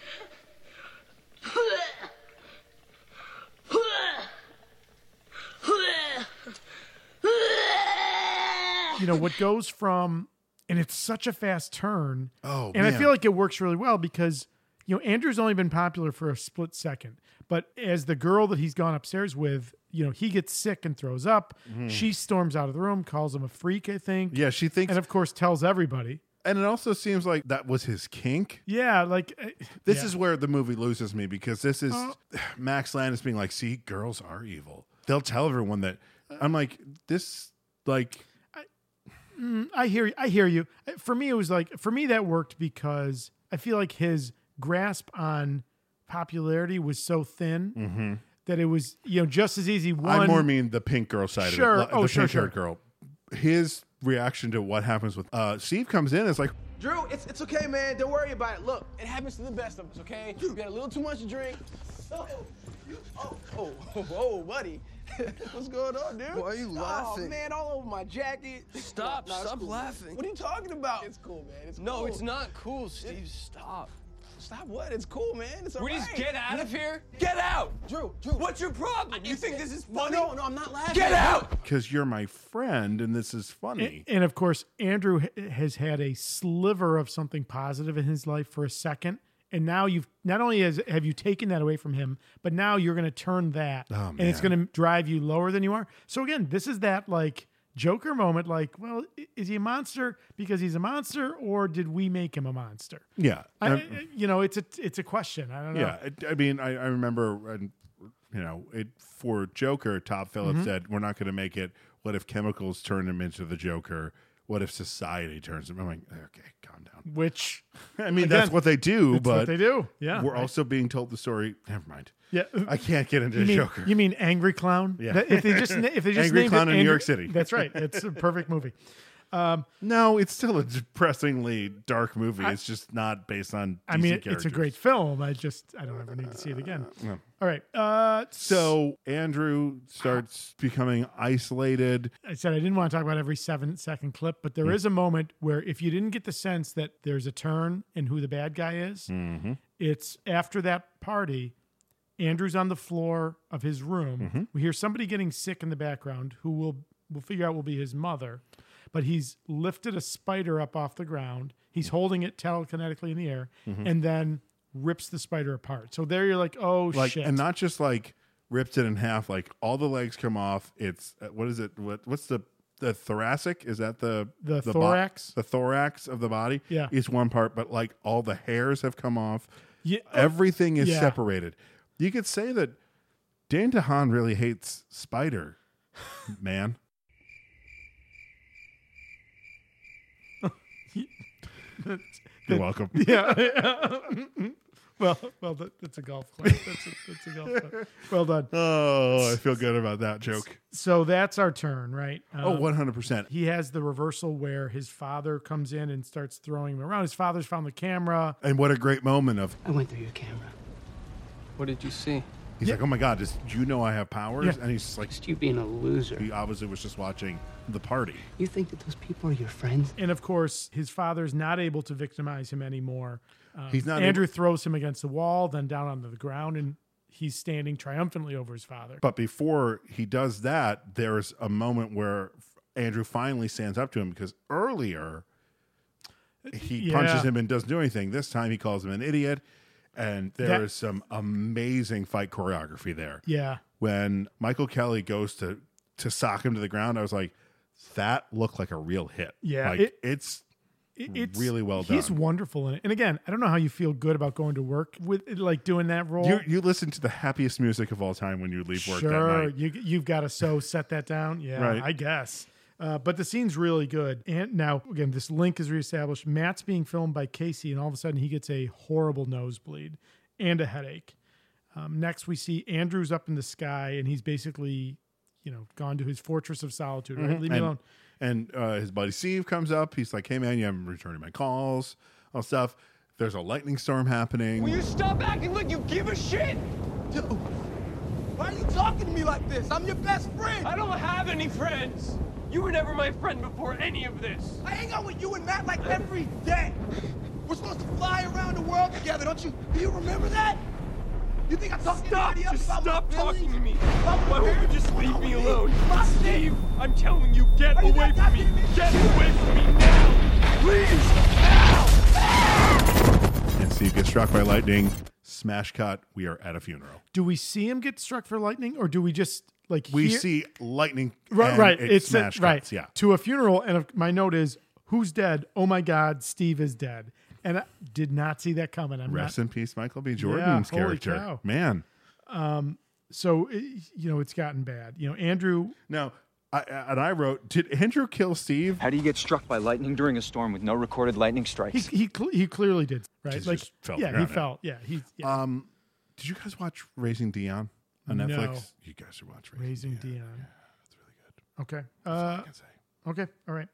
Speaker 2: you know what goes from, and it's such a fast turn.
Speaker 1: Oh,
Speaker 2: and I
Speaker 1: man.
Speaker 2: feel like it works really well because you know Andrew's only been popular for a split second, but as the girl that he's gone upstairs with, you know he gets sick and throws up.
Speaker 1: Mhm.
Speaker 2: She storms out of the room, calls him a freak, I think.
Speaker 1: Yeah, she thinks.
Speaker 2: and of course tells everybody.
Speaker 1: And it also seems like that was his kink.
Speaker 2: Yeah, like uh,
Speaker 1: This
Speaker 2: yeah.
Speaker 1: is where the movie loses me because this is
Speaker 2: Oh.
Speaker 1: Max Landis being like, see, girls are evil. They'll tell everyone that. I'm like, this, like,
Speaker 2: Mm, I hear you. I hear you. For me, it was like for me that worked because I feel like his grasp on popularity was so thin
Speaker 1: Mhm.
Speaker 2: that it was you know just as easy. One,
Speaker 1: I more mean the pink girl side
Speaker 2: Sure.
Speaker 1: of it. like,
Speaker 2: Oh,
Speaker 1: the
Speaker 2: sure,
Speaker 1: pink haired
Speaker 2: sure.
Speaker 1: girl. His reaction to what happens with uh Steve comes in is like,
Speaker 13: Drew, it's, it's okay, man. Don't worry about it. Look, it happens to the best of us, okay? You got a little too much to drink. So, you, oh, oh, oh, oh, buddy. What's going on, dude?
Speaker 15: Why are you laughing?
Speaker 13: Oh, man, all over my jacket.
Speaker 15: Stop,
Speaker 13: it's
Speaker 15: stop
Speaker 13: cool, man.
Speaker 15: laughing.
Speaker 13: What are you talking about? It's cool, man. It's
Speaker 15: No, it's
Speaker 13: not cool, Steve. stop. Stop what? It's cool, man. It's all
Speaker 14: We just
Speaker 13: right.
Speaker 14: get out of here?
Speaker 13: Get out! Drew, Drew. What's your problem? You think this is funny? No, no, I'm not laughing.
Speaker 1: Get out! Because you're my friend and this is funny.
Speaker 2: and of course Andrew h- has had a sliver of something positive in his life for a second, and now you've not only has have you taken that away from him, but now you're going to turn that,
Speaker 1: Oh,
Speaker 2: and it's
Speaker 1: man.
Speaker 2: going to drive you lower than you are. So again, this is that like. Joker moment, like, well, i- is he a monster because he's a monster, or did we make him a monster?
Speaker 1: yeah.
Speaker 2: I,
Speaker 1: Um,
Speaker 2: I- you know, it's a it's a question. I don't know.
Speaker 1: Yeah, I, I mean, I, I remember, and you know, it for Joker. Top Phillips
Speaker 2: Mhm.
Speaker 1: said, "We're not going to make it. What if chemicals turn him into the Joker? What if society turns him?" I'm like, okay, calm down.
Speaker 2: Which
Speaker 1: I mean, that's what they do,
Speaker 2: that's
Speaker 1: but
Speaker 2: what they do. Yeah,
Speaker 1: we're
Speaker 2: right.
Speaker 1: also being told the story. Never mind.
Speaker 2: Yeah,
Speaker 1: I can't get into
Speaker 2: you mean,
Speaker 1: Joker.
Speaker 2: You mean angry clown?
Speaker 1: Yeah.
Speaker 2: That- if they just na- if they just
Speaker 1: Angry
Speaker 2: named
Speaker 1: Clown
Speaker 2: it
Speaker 1: in New
Speaker 2: Angry-
Speaker 1: York City.
Speaker 2: That's right. It's a perfect movie. Um,
Speaker 1: no, it's still a depressingly dark movie.
Speaker 2: I-
Speaker 1: it's just not based on. DC
Speaker 2: I mean, it's a
Speaker 1: characters.
Speaker 2: great film. I just I don't ever need to see it again.
Speaker 1: no.
Speaker 2: All right. Uh,
Speaker 1: So Andrew starts becoming isolated.
Speaker 2: I said I didn't want to talk about every seven second clip, but there is a moment where if you didn't get the sense that there's a turn and who the bad guy is,
Speaker 1: Mm-hmm.
Speaker 2: it's after that party. Andrew's on the floor of his room.
Speaker 1: Mhm.
Speaker 2: We hear somebody getting sick in the background, who will we'll figure out will be his mother. But he's lifted a spider up off the ground.
Speaker 1: Mm.
Speaker 2: He's holding it telekinetically in the air,
Speaker 1: Mhm.
Speaker 2: and then rips the spider apart. So there you're like, oh
Speaker 1: like
Speaker 2: shit!
Speaker 1: and not just like ripped it in half like all the legs come off it's uh, what is it what what's the the thoracic is that the
Speaker 2: The
Speaker 1: bo-
Speaker 2: thorax?
Speaker 1: the thorax of the body
Speaker 2: Yeah.
Speaker 1: is one part but like all the hairs have come off
Speaker 2: Yeah.
Speaker 1: everything is
Speaker 2: Yeah.
Speaker 1: separated you could say that Dan DeHaan really hates spider man. You're welcome.
Speaker 2: Yeah. yeah. well, well, that, that's a golf club. That's a, that's a golf club. Well done.
Speaker 1: Oh, I feel good about that
Speaker 2: Uh,
Speaker 1: joke.
Speaker 2: So that's our turn, right? Uh,
Speaker 1: Oh, 100%.
Speaker 2: He has the reversal where his father comes in and starts throwing him around. His father's found the camera.
Speaker 1: And what a great moment of
Speaker 15: I went through your camera.
Speaker 14: What did you see?
Speaker 1: He's like, oh my god, does, do you know I have powers?
Speaker 15: Yeah.
Speaker 1: And he's just like,
Speaker 15: you being a loser.
Speaker 1: He obviously was just watching the party.
Speaker 15: You think that those people are your friends?
Speaker 2: And of course, his father's not able to victimize him anymore. Um,
Speaker 1: He's not
Speaker 2: Andrew throws him against the wall, then down onto the ground, and he's standing triumphantly over his father.
Speaker 1: But before he does that, there's a moment where Andrew finally stands up to him because earlier he
Speaker 2: Yeah.
Speaker 1: punches him and doesn't do anything. This time he calls him an idiot. And there is
Speaker 2: That-
Speaker 1: some amazing fight choreography there.
Speaker 2: Yeah.
Speaker 1: When Michael Kelly goes to to sock him to the ground, I was like, that looked like a real hit.
Speaker 2: Yeah,
Speaker 1: Like
Speaker 2: it-
Speaker 1: it's
Speaker 2: It- It's
Speaker 1: Mm, really well done.
Speaker 2: He's wonderful in it. And again, I don't know how you feel good about going to work with like doing that role.
Speaker 1: you you listen to the happiest music of all time when you leave work that night.
Speaker 2: sure, you you've got to so set that down. Yeah,
Speaker 1: Right.
Speaker 2: I guess. Uh, but the scene's really good. And now again, this link is reestablished. Matt's being filmed by Casey, and all of a sudden he gets a horrible nosebleed and a headache. Um, next, we see Andrew's up in the sky, and he's basically, you know, gone to his fortress of solitude. Right,
Speaker 1: Mhm.
Speaker 2: leave me
Speaker 1: and,
Speaker 2: alone.
Speaker 1: And uh, his buddy Steve comes up. He's like, "Hey man, you haven't returning my calls, all stuff." There's a lightning storm happening.
Speaker 3: Will you stop acting like you give a shit?
Speaker 13: Dude, why are you talking to me like this? I'm your best friend.
Speaker 10: I don't have any friends. You were never my friend before any of this.
Speaker 13: I hang out with you and Matt like every day. We're supposed to fly around the world together, don't you? Do you remember that? You think I talked to
Speaker 10: Stop!
Speaker 13: anybody else
Speaker 10: Just
Speaker 13: about
Speaker 10: stop
Speaker 13: my
Speaker 10: talking
Speaker 13: feelings?
Speaker 10: to me.
Speaker 13: About my
Speaker 10: Why won't you
Speaker 13: parents?
Speaker 10: just leave me alone?
Speaker 13: My
Speaker 10: Steve, I'm telling you, get
Speaker 13: you
Speaker 10: away
Speaker 13: not
Speaker 10: from me. Get away from me now, please.
Speaker 1: And Steve gets struck by lightning. Smash cut. We are at a funeral.
Speaker 2: Do we see him get struck for lightning, or do we just like
Speaker 1: We
Speaker 2: hear-
Speaker 1: see lightning.
Speaker 2: right,
Speaker 1: and
Speaker 2: right?
Speaker 1: It
Speaker 2: It's a-
Speaker 1: smash
Speaker 2: right
Speaker 1: cuts. Yeah.
Speaker 2: to a funeral, and if- my note is, "Who's dead? Oh my God, Steve is dead." And I did not see that coming. I'm not
Speaker 1: Rest in peace, Michael B.
Speaker 2: holy
Speaker 1: Jordan's character.
Speaker 2: cow.
Speaker 1: Man.
Speaker 2: Um, so it, you know it's gotten bad. You know Andrew.
Speaker 1: Now, I, I- and I wrote, did Andrew kill Steve?
Speaker 19: How do you get struck by lightning during a storm with no recorded lightning
Speaker 2: He
Speaker 19: strikes?
Speaker 2: he cle he clearly did right.
Speaker 1: Just-
Speaker 2: like
Speaker 1: just fell
Speaker 2: yeah, he
Speaker 1: down it.
Speaker 2: fell. Yeah, he yeah.
Speaker 1: Um, did you guys watch Raising Dion on
Speaker 2: No.
Speaker 1: Netflix? You guys should watch Raising.
Speaker 2: raising Dion. that's really good. Okay.
Speaker 1: all
Speaker 2: Uh,
Speaker 1: I can say.
Speaker 2: okay. All right.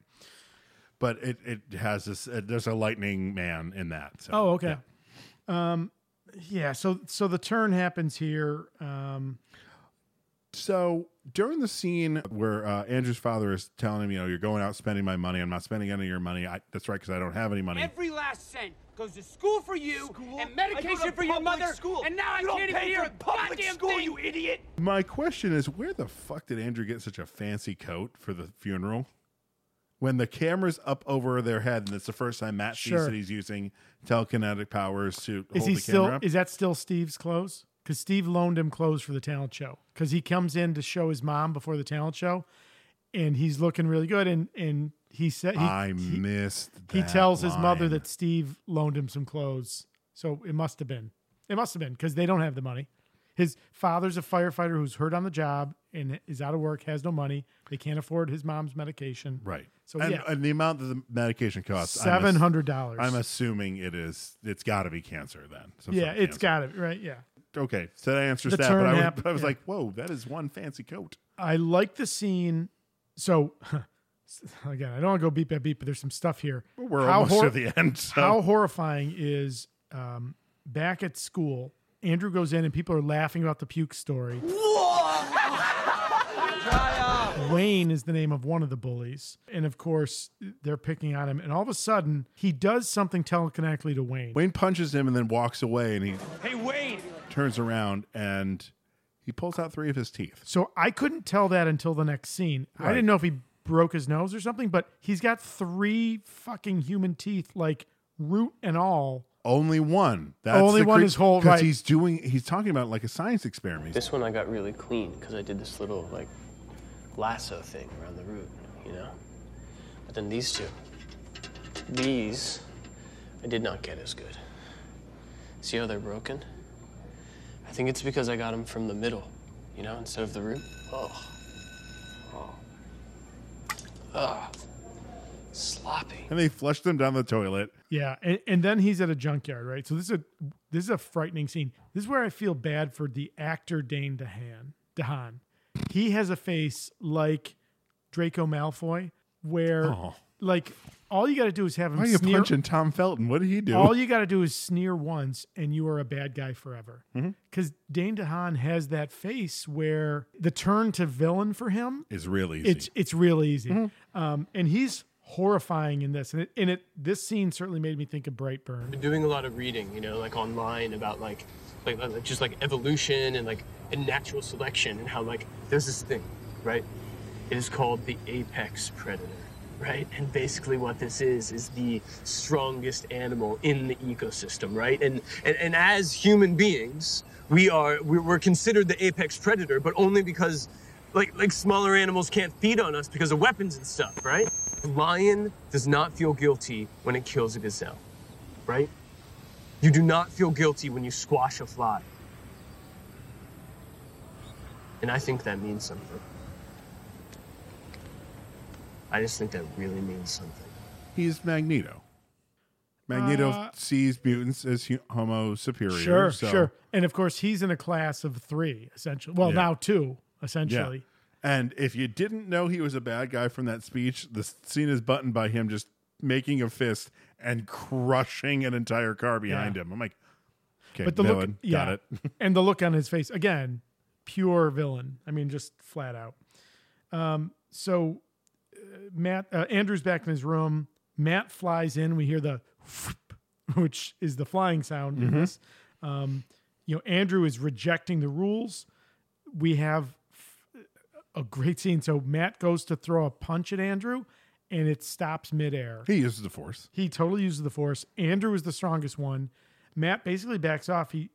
Speaker 1: But it, it has this. Uh, there's a lightning man in that. So,
Speaker 2: oh, okay.
Speaker 1: yeah.
Speaker 2: Um, yeah. So so the turn happens here. Um,
Speaker 1: So during the scene where uh, Andrew's father is telling him, you know, you're going out spending my money. I'm not spending any of your money. I, that's right, because I don't have any money.
Speaker 20: Every last cent goes to school for you and medication
Speaker 17: I go to
Speaker 20: for your
Speaker 17: public
Speaker 20: mother.
Speaker 17: school.
Speaker 20: And now
Speaker 17: You
Speaker 20: I
Speaker 17: don't
Speaker 20: can't even
Speaker 17: pay
Speaker 20: hear
Speaker 17: for
Speaker 20: a public school, you idiot.
Speaker 1: My question is, where the fuck did Andrew get such a fancy coat for the funeral? When the camera's up over their head, and it's the first time Matt
Speaker 2: Sure.
Speaker 1: sees that he's using telekinetic powers to
Speaker 2: is
Speaker 1: hold
Speaker 2: he
Speaker 1: the
Speaker 2: still?
Speaker 1: camera up.
Speaker 2: Is that still Steve's clothes? Because Steve loaned him clothes for the talent show. Because he comes in to show his mom before the talent show, and he's looking really good. And and he said he,
Speaker 1: I
Speaker 2: he-
Speaker 1: missed.
Speaker 2: he
Speaker 1: that
Speaker 2: tells his mother
Speaker 1: line.
Speaker 2: that Steve loaned him some clothes. So it must have been. It must have been because they don't have the money. His father's a firefighter who's hurt on the job and is out of work, has no money. They can't afford his mom's medication.
Speaker 1: Right.
Speaker 2: So
Speaker 1: and,
Speaker 2: yeah,
Speaker 1: and the amount that the medication costs I'm ass-
Speaker 2: $700.
Speaker 1: I'm assuming it is. It's got to be cancer then. Some
Speaker 2: yeah,
Speaker 1: sort of
Speaker 2: it's
Speaker 1: cancer.
Speaker 2: got it right. Yeah.
Speaker 1: Okay, so that answers
Speaker 2: The
Speaker 1: that.
Speaker 2: turn
Speaker 1: But I was,
Speaker 2: happened,
Speaker 1: but I was
Speaker 2: yeah.
Speaker 1: like, whoa, that is one fancy coat.
Speaker 2: I like the scene. So again, I don't want to go beat by beat, but there's some stuff here.
Speaker 1: We're almost to the end, so-
Speaker 2: How horrifying is um, back at school? Andrew goes in and people are laughing about the puke story. Wayne is the name of one of the bullies. And of course, they're picking on him. And all of a sudden, he does something telekinetically to Wayne.
Speaker 1: Wayne punches him and then walks away, and he
Speaker 20: Hey, Wayne.
Speaker 1: turns around and he pulls out three of his teeth.
Speaker 2: So I couldn't tell that until the next scene. I
Speaker 1: Right.
Speaker 2: didn't know if he broke his nose or something, but he's got three fucking human teeth, like root and all.
Speaker 1: Only one.
Speaker 2: Only one is whole,
Speaker 1: Because
Speaker 2: right.
Speaker 1: he's doing. He's talking about it like a science experiment.
Speaker 14: This one I got really clean because I did this little like lasso thing around the root, you know. But then these two, these, I did not get as good. See how they're broken? I think it's because I got them from the middle, you know, instead of the root. Oh, Ugh. Sloppy.
Speaker 1: And they flushed him down the toilet.
Speaker 2: Yeah, and, and then he's at a junkyard, right? So this is a this is a frightening scene. This is where I feel bad for the actor Dane DeHaan. DeHaan, he has a face like Draco Malfoy, where
Speaker 1: Oh.
Speaker 2: like all you got to do is have him.
Speaker 1: Why are you
Speaker 2: sneer-
Speaker 1: punching Tom Felton? What did he do?
Speaker 2: All you got to do is sneer once, and you are a bad guy forever.
Speaker 1: Mm-hmm.
Speaker 2: Because Dane DeHaan has that face where the turn to villain for him
Speaker 1: Is real easy. Mm-hmm.
Speaker 2: It's it's real easy, um, and he's horrifying in this. And it, and it this scene certainly made me think of Brightburn.
Speaker 14: Been doing a lot of reading, you know, like online about like, like, uh, just like evolution and like and natural selection and how like there's this thing, right? It is called the apex predator, right? And basically what this is is the strongest animal in the ecosystem, right? And and, and as human beings, we are we're, we're considered the apex predator, but only because like like smaller animals can't feed on us because of weapons and stuff, right? A lion does not feel guilty when it kills a gazelle right? You do not feel guilty when you squash a fly. And I think that means something. I just think that really means something.
Speaker 1: He's Magneto. Magneto
Speaker 2: Uh,
Speaker 1: sees mutants as hu- Homo superior.
Speaker 2: Sure,
Speaker 1: so-
Speaker 2: sure. And of course, he's in a class of three, essentially. Well,
Speaker 1: Yeah.
Speaker 2: now two,
Speaker 1: Yeah.
Speaker 2: essentially.
Speaker 1: And if you didn't know he was a bad guy from that speech, the scene is buttoned by him just making a fist and crushing an entire car behind
Speaker 2: Yeah.
Speaker 1: him. I'm like, okay,
Speaker 2: but the
Speaker 1: villain,
Speaker 2: look, yeah,
Speaker 1: got it.
Speaker 2: and the look on his face again, pure villain. I mean, just flat out. Um, so uh, Matt uh, Andrew's back in his room. Matt flies in. We hear the, whoop, which is the flying sound in
Speaker 1: Mhm.
Speaker 2: this. Um, you know, Andrew is rejecting the rules. We have f- a great scene. So Matt goes to throw a punch at Andrew, and it stops midair.
Speaker 1: He uses the force.
Speaker 2: He totally uses the force. Andrew is the strongest one. Matt basically backs off. He,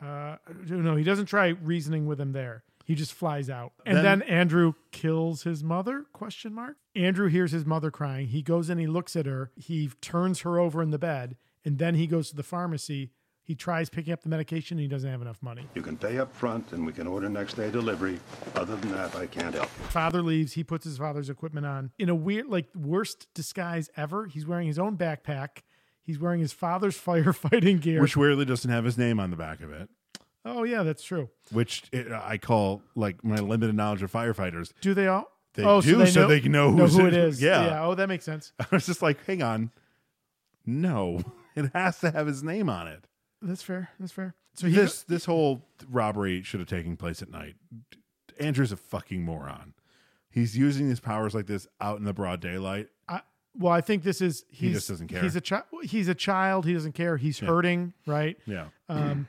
Speaker 2: uh, no, he doesn't try reasoning with him there. He just flies out, and
Speaker 1: Then-
Speaker 2: then, Andrew kills his mother? Question mark. Andrew hears his mother crying. He goes and he looks at her. He turns her over in the bed, and then he goes to the pharmacy. He tries picking up the medication. And he doesn't have enough money.
Speaker 21: You can pay up front and we can order next day delivery. Other than that, I can't help you.
Speaker 2: Father leaves. He puts his father's equipment on in a weird, like, worst disguise ever. He's wearing his own backpack. He's wearing his father's firefighting gear.
Speaker 1: Which weirdly doesn't have his name on the back of it,
Speaker 2: Oh yeah, that's true.
Speaker 1: which it, I call like my limited knowledge of firefighters.
Speaker 2: Do they all?
Speaker 1: They
Speaker 2: oh,
Speaker 1: do, so they can know who's
Speaker 2: who
Speaker 1: in-
Speaker 2: it is.
Speaker 1: Yeah.
Speaker 2: Oh, that makes sense.
Speaker 1: I was just like, hang on. No, it has to have his name on it.
Speaker 2: That's fair. That's fair. So
Speaker 1: So
Speaker 2: he
Speaker 1: this this whole robbery should have taken place at night. Andrew's a fucking moron. He's using his powers like this out in the broad daylight.
Speaker 2: I, well, I think this is
Speaker 1: He
Speaker 2: he's,
Speaker 1: just doesn't care.
Speaker 2: He's a child. He's a child. He doesn't care. He's hurting, right?
Speaker 1: Yeah.
Speaker 2: Um,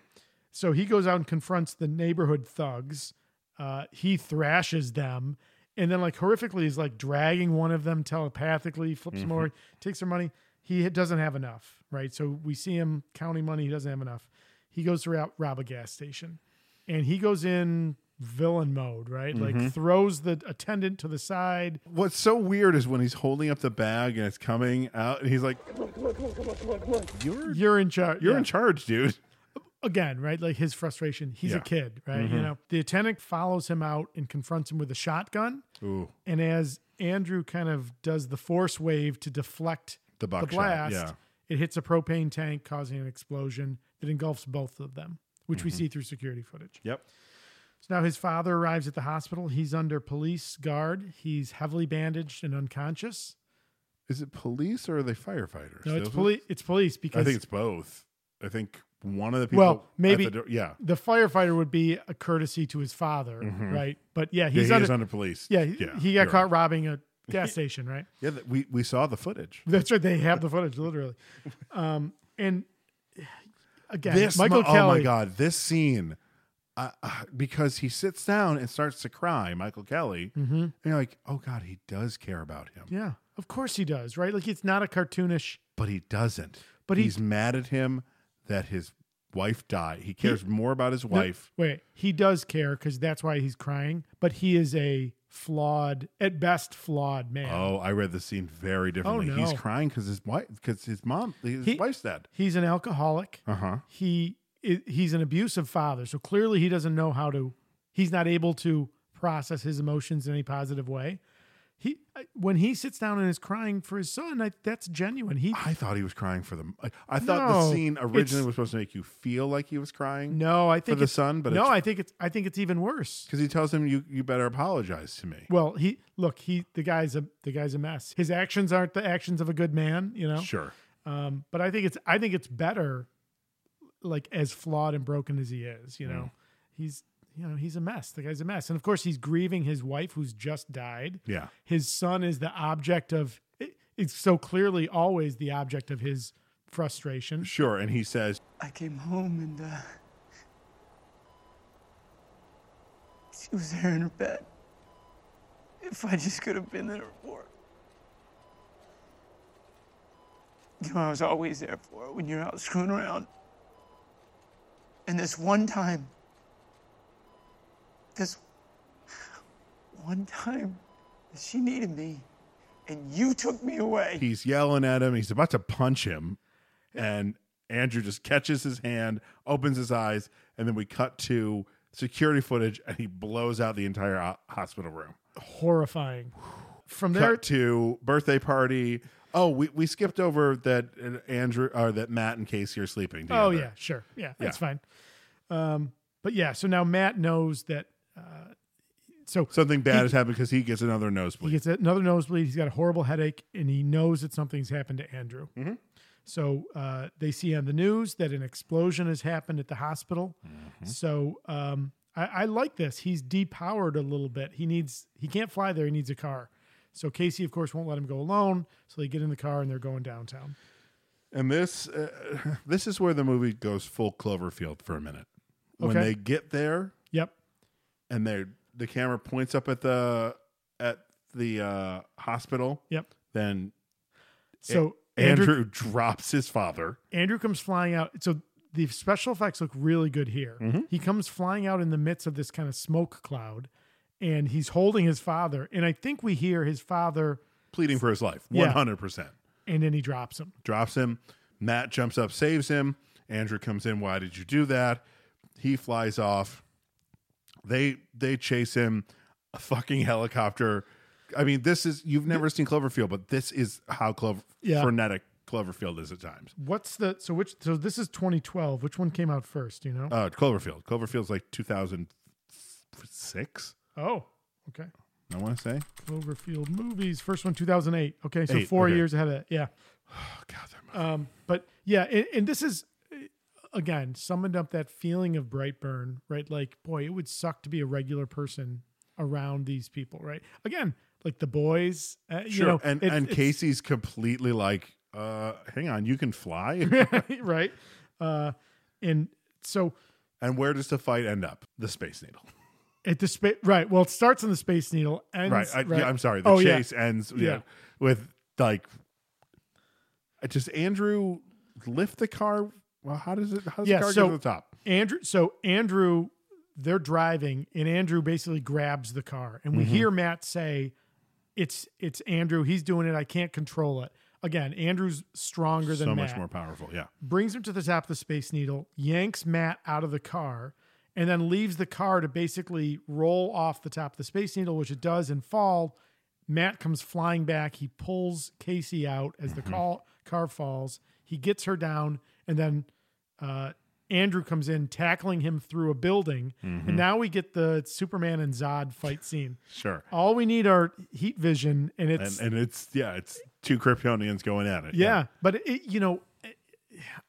Speaker 2: so he goes out and confronts the neighborhood thugs. Uh, he thrashes them, and then like horrifically, he's like dragging one of them telepathically, flips him
Speaker 1: Mhm.
Speaker 2: over, takes their money. He doesn't have enough, right? So we see him counting money. He doesn't have enough. He goes to rob, rob a gas station, and he goes in villain mode, right?
Speaker 1: Mhm.
Speaker 2: Like throws the attendant to the side.
Speaker 1: What's so weird is when he's holding up the bag and it's coming out, and he's like, "You're
Speaker 2: You're in charge.
Speaker 1: you're
Speaker 2: Yeah.
Speaker 1: in charge, dude."
Speaker 2: again, right? Like his frustration. He's
Speaker 1: Yeah.
Speaker 2: a kid, right?
Speaker 1: Mhm.
Speaker 2: You know, the attendant follows him out and confronts him with a shotgun.
Speaker 1: Ooh.
Speaker 2: And as Andrew kind of does the force wave to deflect
Speaker 1: The buckshot,
Speaker 2: blast,
Speaker 1: yeah.
Speaker 2: it hits a propane tank, causing an explosion that engulfs both of them, which we
Speaker 1: Mhm.
Speaker 2: see through security footage.
Speaker 1: Yep.
Speaker 2: So now his father arrives at the hospital. He's under police guard. He's heavily bandaged and unconscious.
Speaker 1: Is it police or are they firefighters?
Speaker 2: No, it's
Speaker 1: Those
Speaker 2: police.
Speaker 1: ones?
Speaker 2: It's police because
Speaker 1: I think it's both. I think one of the people.
Speaker 2: well,
Speaker 1: at
Speaker 2: maybe
Speaker 1: the door- yeah.
Speaker 2: The firefighter would be a courtesy to his father,
Speaker 1: Mhm.
Speaker 2: right? But yeah,
Speaker 1: Yeah,
Speaker 2: he's
Speaker 1: he
Speaker 2: under,
Speaker 1: is under police.
Speaker 2: Yeah, he-
Speaker 1: Yeah,
Speaker 2: he
Speaker 1: you're
Speaker 2: got
Speaker 1: right.
Speaker 2: caught robbing a gas station, right?
Speaker 1: Yeah, that- we we saw the footage.
Speaker 2: That's right. They have the footage literally. Um, and again,
Speaker 1: this
Speaker 2: Michael
Speaker 1: mo-
Speaker 2: Kelly.
Speaker 1: Oh my god, this scene, uh, uh, because he sits down and starts to cry, Michael Kelly,
Speaker 2: Mhm.
Speaker 1: and you're like, oh god, he does care about him,
Speaker 2: Yeah, of course he does, right? Like it's not a cartoonish.
Speaker 1: but he doesn't.
Speaker 2: But he-
Speaker 1: he's mad at him that his wife died. He cares more about his
Speaker 2: No,
Speaker 1: wife.
Speaker 2: wait, he does care because that's why he's crying. But he is a flawed, at best, flawed man.
Speaker 1: Oh, I read the scene very differently. He's
Speaker 2: Oh, no.
Speaker 1: crying because his wife, because his mom, his
Speaker 2: He-
Speaker 1: wife's dead.
Speaker 2: He's an alcoholic.
Speaker 1: Uh huh.
Speaker 2: he i- he's an abusive father so clearly he doesn't know how to he's not able to process his emotions in any positive way he when he sits down and is crying for his son, I, that's genuine. He
Speaker 1: I thought he was crying for them. I, I thought the
Speaker 2: No,
Speaker 1: scene originally
Speaker 2: it's-
Speaker 1: was supposed to make you feel like he was crying.
Speaker 2: No, I think
Speaker 1: for the
Speaker 2: it's-
Speaker 1: son, but
Speaker 2: no,
Speaker 1: it's
Speaker 2: I think it's I think it's even worse.
Speaker 1: because he tells him you you better apologize to me.
Speaker 2: Well, he look he the guy's a the guy's a mess. His actions aren't the actions of a good man, you know.
Speaker 1: Sure.
Speaker 2: Um, but I think it's I think it's better, like as flawed and broken as he is, you know,
Speaker 1: Mm.
Speaker 2: he's you know he's a mess. The guy's a mess, and of course he's grieving his wife who's just died.
Speaker 1: Yeah.
Speaker 2: his son is the object of. It, it's so clearly always the object of his frustration.
Speaker 1: Sure, and he says,
Speaker 13: I came home and uh, she was there in her bed. If I just could have been there for her. You know, I was always there for her when you're out screwing around. And this one time, this one time, she needed me, and you took me away.
Speaker 1: He's yelling at him. He's about to punch him. And Andrew just catches his hand, opens his eyes, and then we cut to security footage and he blows out the entire ho- hospital room.
Speaker 2: Horrifying. From there,
Speaker 1: cut to birthday party. Oh, we, we skipped over that uh, Andrew or that Matt and Casey are sleeping together.
Speaker 2: Oh yeah, sure. Yeah, that's fine. Um, but yeah, so now Matt knows that. Uh, so
Speaker 1: Something bad
Speaker 2: he-
Speaker 1: has happened because he gets another nosebleed.
Speaker 2: He gets another nosebleed. He's got a horrible headache, and he knows that something's happened to Andrew. So uh, they see on the news that an explosion has happened at the hospital. So um, I, I like this. He's depowered a little bit. He needs. He can't fly there. He needs a car. So Casey, of course, won't let him go alone. So they get in the car and they're going downtown.
Speaker 1: And this uh, this is where the movie goes full Cloverfield for a minute. When
Speaker 2: Okay.
Speaker 1: they get there,
Speaker 2: Yep.
Speaker 1: and they the camera points up at the at the uh, hospital.
Speaker 2: Yep.
Speaker 1: Then
Speaker 2: So,
Speaker 1: A- Andrew,
Speaker 2: Andrew-
Speaker 1: drops his father.
Speaker 2: Andrew comes flying out. So the special effects look really good here.
Speaker 1: Mm-hmm.
Speaker 2: He comes flying out in the midst of this kind of smoke cloud and he's holding his father. And I think we hear his father
Speaker 1: pleading for his life.
Speaker 2: Yeah.
Speaker 1: One hundred percent.
Speaker 2: and then he drops him.
Speaker 1: Drops him. Matt jumps up, saves him. Andrew comes in. Why did you do that? He flies off. They they chase him. A fucking helicopter. I mean, this is you've never seen Cloverfield, but this is how clover
Speaker 2: Yeah.
Speaker 1: frenetic Cloverfield is at times.
Speaker 2: What's the so which so this is 2012. Which one came out first, do you know?
Speaker 1: Uh, Cloverfield. Cloverfield's like two thousand six.
Speaker 2: oh, okay.
Speaker 1: I want to say.
Speaker 2: Cloverfield movies. First one, 2008. Okay, so
Speaker 1: Eight,
Speaker 2: four
Speaker 1: okay.
Speaker 2: years ahead of that. Yeah. Um, but yeah, and, and this is uh, again summoned up that feeling of Brightburn, right? Like, boy, it would suck to be a regular person around these people, right? Again, like the boys, uh, you
Speaker 1: Sure.
Speaker 2: know,
Speaker 1: and
Speaker 2: it-
Speaker 1: and
Speaker 2: it's-
Speaker 1: Casey's completely like, uh, hang on, you can fly?
Speaker 2: right? Uh, and so
Speaker 1: and where does the fight end up? The Space Needle.
Speaker 2: at the space, right? Well, it starts on the Space Needle, ends
Speaker 1: right. I,
Speaker 2: right-
Speaker 1: Yeah, I'm sorry. The
Speaker 2: Oh, yeah.
Speaker 1: chase ends yeah, with like uh, does Andrew lift the car? Well, how does it how does the car get to the top?
Speaker 2: Andrew, so Andrew, they're driving, and Andrew basically grabs the car, and we
Speaker 1: Mhm.
Speaker 2: hear Matt say, "It's it's Andrew. He's doing it. I can't control it." Again, Andrew's stronger than
Speaker 1: So much
Speaker 2: Matt.
Speaker 1: more powerful, yeah.
Speaker 2: Brings him to the top of the Space Needle, yanks Matt out of the car, and then leaves the car to basically roll off the top of the Space Needle, which it does, and fall. Matt comes flying back. He pulls Casey out as the call, car falls. He gets her down, and then uh, Andrew comes in, tackling him through a building.
Speaker 1: Mhm.
Speaker 2: And now we get the Superman and Zod fight scene.
Speaker 1: Sure.
Speaker 2: All we need are heat vision, and it's
Speaker 1: and and it's yeah, it's two Kryptonians going at it.
Speaker 2: yeah, but it, you know,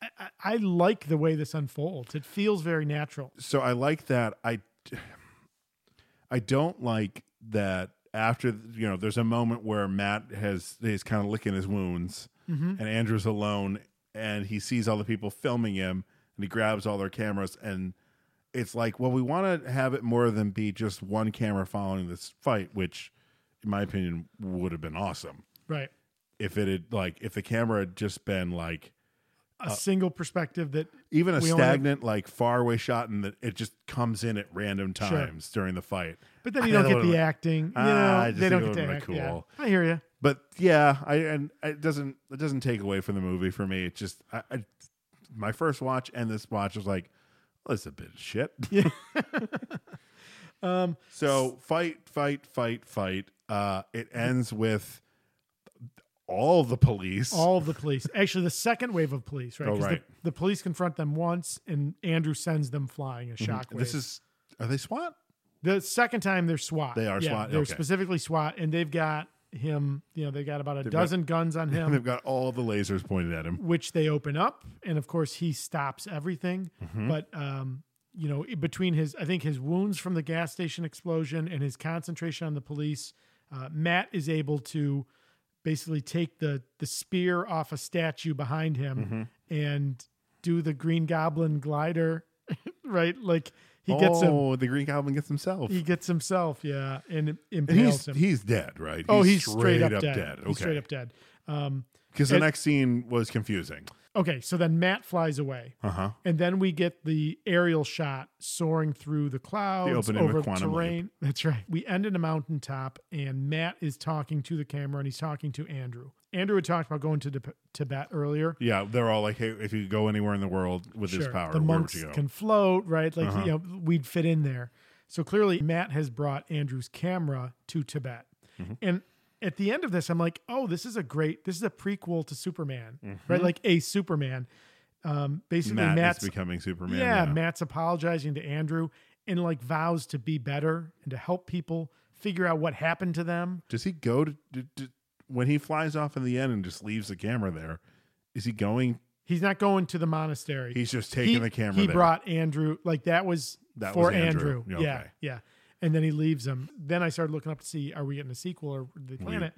Speaker 2: I, I, I like the way this unfolds. It feels very natural.
Speaker 1: so I like that. I I don't like that after you know. There's a moment where Matt has he's kind of licking his wounds,
Speaker 2: Mhm.
Speaker 1: and Andrew's alone, and he sees all the people filming him, and he grabs all their cameras, and it's like, well, we want to have it more than be just one camera following this fight, which, in my opinion, would have been awesome
Speaker 2: Right.
Speaker 1: if it had like if the camera had just been like Uh,
Speaker 2: A single perspective that
Speaker 1: even a
Speaker 2: we only-
Speaker 1: stagnant like faraway shot and the, it just comes in at random
Speaker 2: Sure.
Speaker 1: times during the fight
Speaker 2: But then you don't
Speaker 1: That
Speaker 2: get
Speaker 1: would've
Speaker 2: the
Speaker 1: been-
Speaker 2: acting, you
Speaker 1: Ah,
Speaker 2: know,
Speaker 1: I just
Speaker 2: they
Speaker 1: think
Speaker 2: don't
Speaker 1: it
Speaker 2: get
Speaker 1: would've
Speaker 2: to
Speaker 1: been
Speaker 2: act, yeah.
Speaker 1: cool.
Speaker 2: I hear ya.
Speaker 1: but yeah i and it doesn't it doesn't take away from the movie for me it just I, I my first watch and this watch was like well, that's a bit of shit
Speaker 2: um,
Speaker 1: so fight fight fight fight Uh, it
Speaker 2: Mm-hmm.
Speaker 1: ends with all the police.
Speaker 2: All of the police. Actually, the second wave of police, right?
Speaker 1: Oh,
Speaker 2: 'Cause the-
Speaker 1: right.
Speaker 2: The, police confront them once, and Andrew sends them flying a shockwave.
Speaker 1: Mm-hmm. This is are they SWAT?
Speaker 2: the second time they're SWAT.
Speaker 1: They are
Speaker 2: Yeah,
Speaker 1: SWAT?
Speaker 2: They're
Speaker 1: Okay.
Speaker 2: specifically SWAT, and they've got him. You know, they got about a
Speaker 1: They've got-
Speaker 2: dozen guns on him.
Speaker 1: They've got all the lasers pointed at him.
Speaker 2: which they open up and of course he stops everything
Speaker 1: Mhm.
Speaker 2: but um you know i- between his i think his wounds from the gas station explosion and his concentration on the police uh, matt is able to basically take the the spear off a statue behind him and do the green goblin glider right like he gets him
Speaker 1: oh, the Green Goblin gets himself.
Speaker 2: he gets himself yeah and
Speaker 1: and
Speaker 2: impales
Speaker 1: he's,
Speaker 2: him
Speaker 1: he's dead, right?
Speaker 2: oh he's straight, up, dead, He's straight up dead um
Speaker 1: Because the
Speaker 2: and-
Speaker 1: next scene was confusing.
Speaker 2: Okay, so then Matt flies away.
Speaker 1: Uh huh.
Speaker 2: And then we get the aerial shot soaring through the clouds
Speaker 1: opening with
Speaker 2: over
Speaker 1: Quantum
Speaker 2: terrain. That's right. We end in a mountaintop, and Matt is talking to the camera, and he's talking to Andrew. Andrew had talked about going to Dep- Tibet earlier.
Speaker 1: Yeah, they're all like, "Hey, if you could go anywhere in the world with this
Speaker 2: Sure,
Speaker 1: power,
Speaker 2: the
Speaker 1: where would
Speaker 2: monks
Speaker 1: you go?"
Speaker 2: can float, right? Like
Speaker 1: Uh-huh.
Speaker 2: you know, we'd fit in there. So clearly, Matt has brought Andrew's camera to Tibet,
Speaker 1: Mhm.
Speaker 2: and at the end of this, I'm like, oh, this is a great, this is a prequel to Superman,
Speaker 1: Mhm.
Speaker 2: right? Like a Superman. Um, basically,
Speaker 1: Matt is
Speaker 2: Matt's
Speaker 1: becoming Superman,
Speaker 2: Yeah,
Speaker 1: yeah.
Speaker 2: Matt's apologizing to Andrew and like vows to be better and to help people figure out what happened to them.
Speaker 1: Does he go to, d d when he flies off in the end and just leaves the camera there? Is he going?
Speaker 2: He's not going to the monastery.
Speaker 1: He's just taking
Speaker 2: He-
Speaker 1: the camera.
Speaker 2: He
Speaker 1: there.
Speaker 2: brought Andrew. Like that was
Speaker 1: That
Speaker 2: for
Speaker 1: was Andrew.
Speaker 2: Andrew.
Speaker 1: Yeah,
Speaker 2: Yeah,
Speaker 1: okay.
Speaker 2: yeah. And then he leaves him. Then I started looking up to see are we getting a sequel or the planet.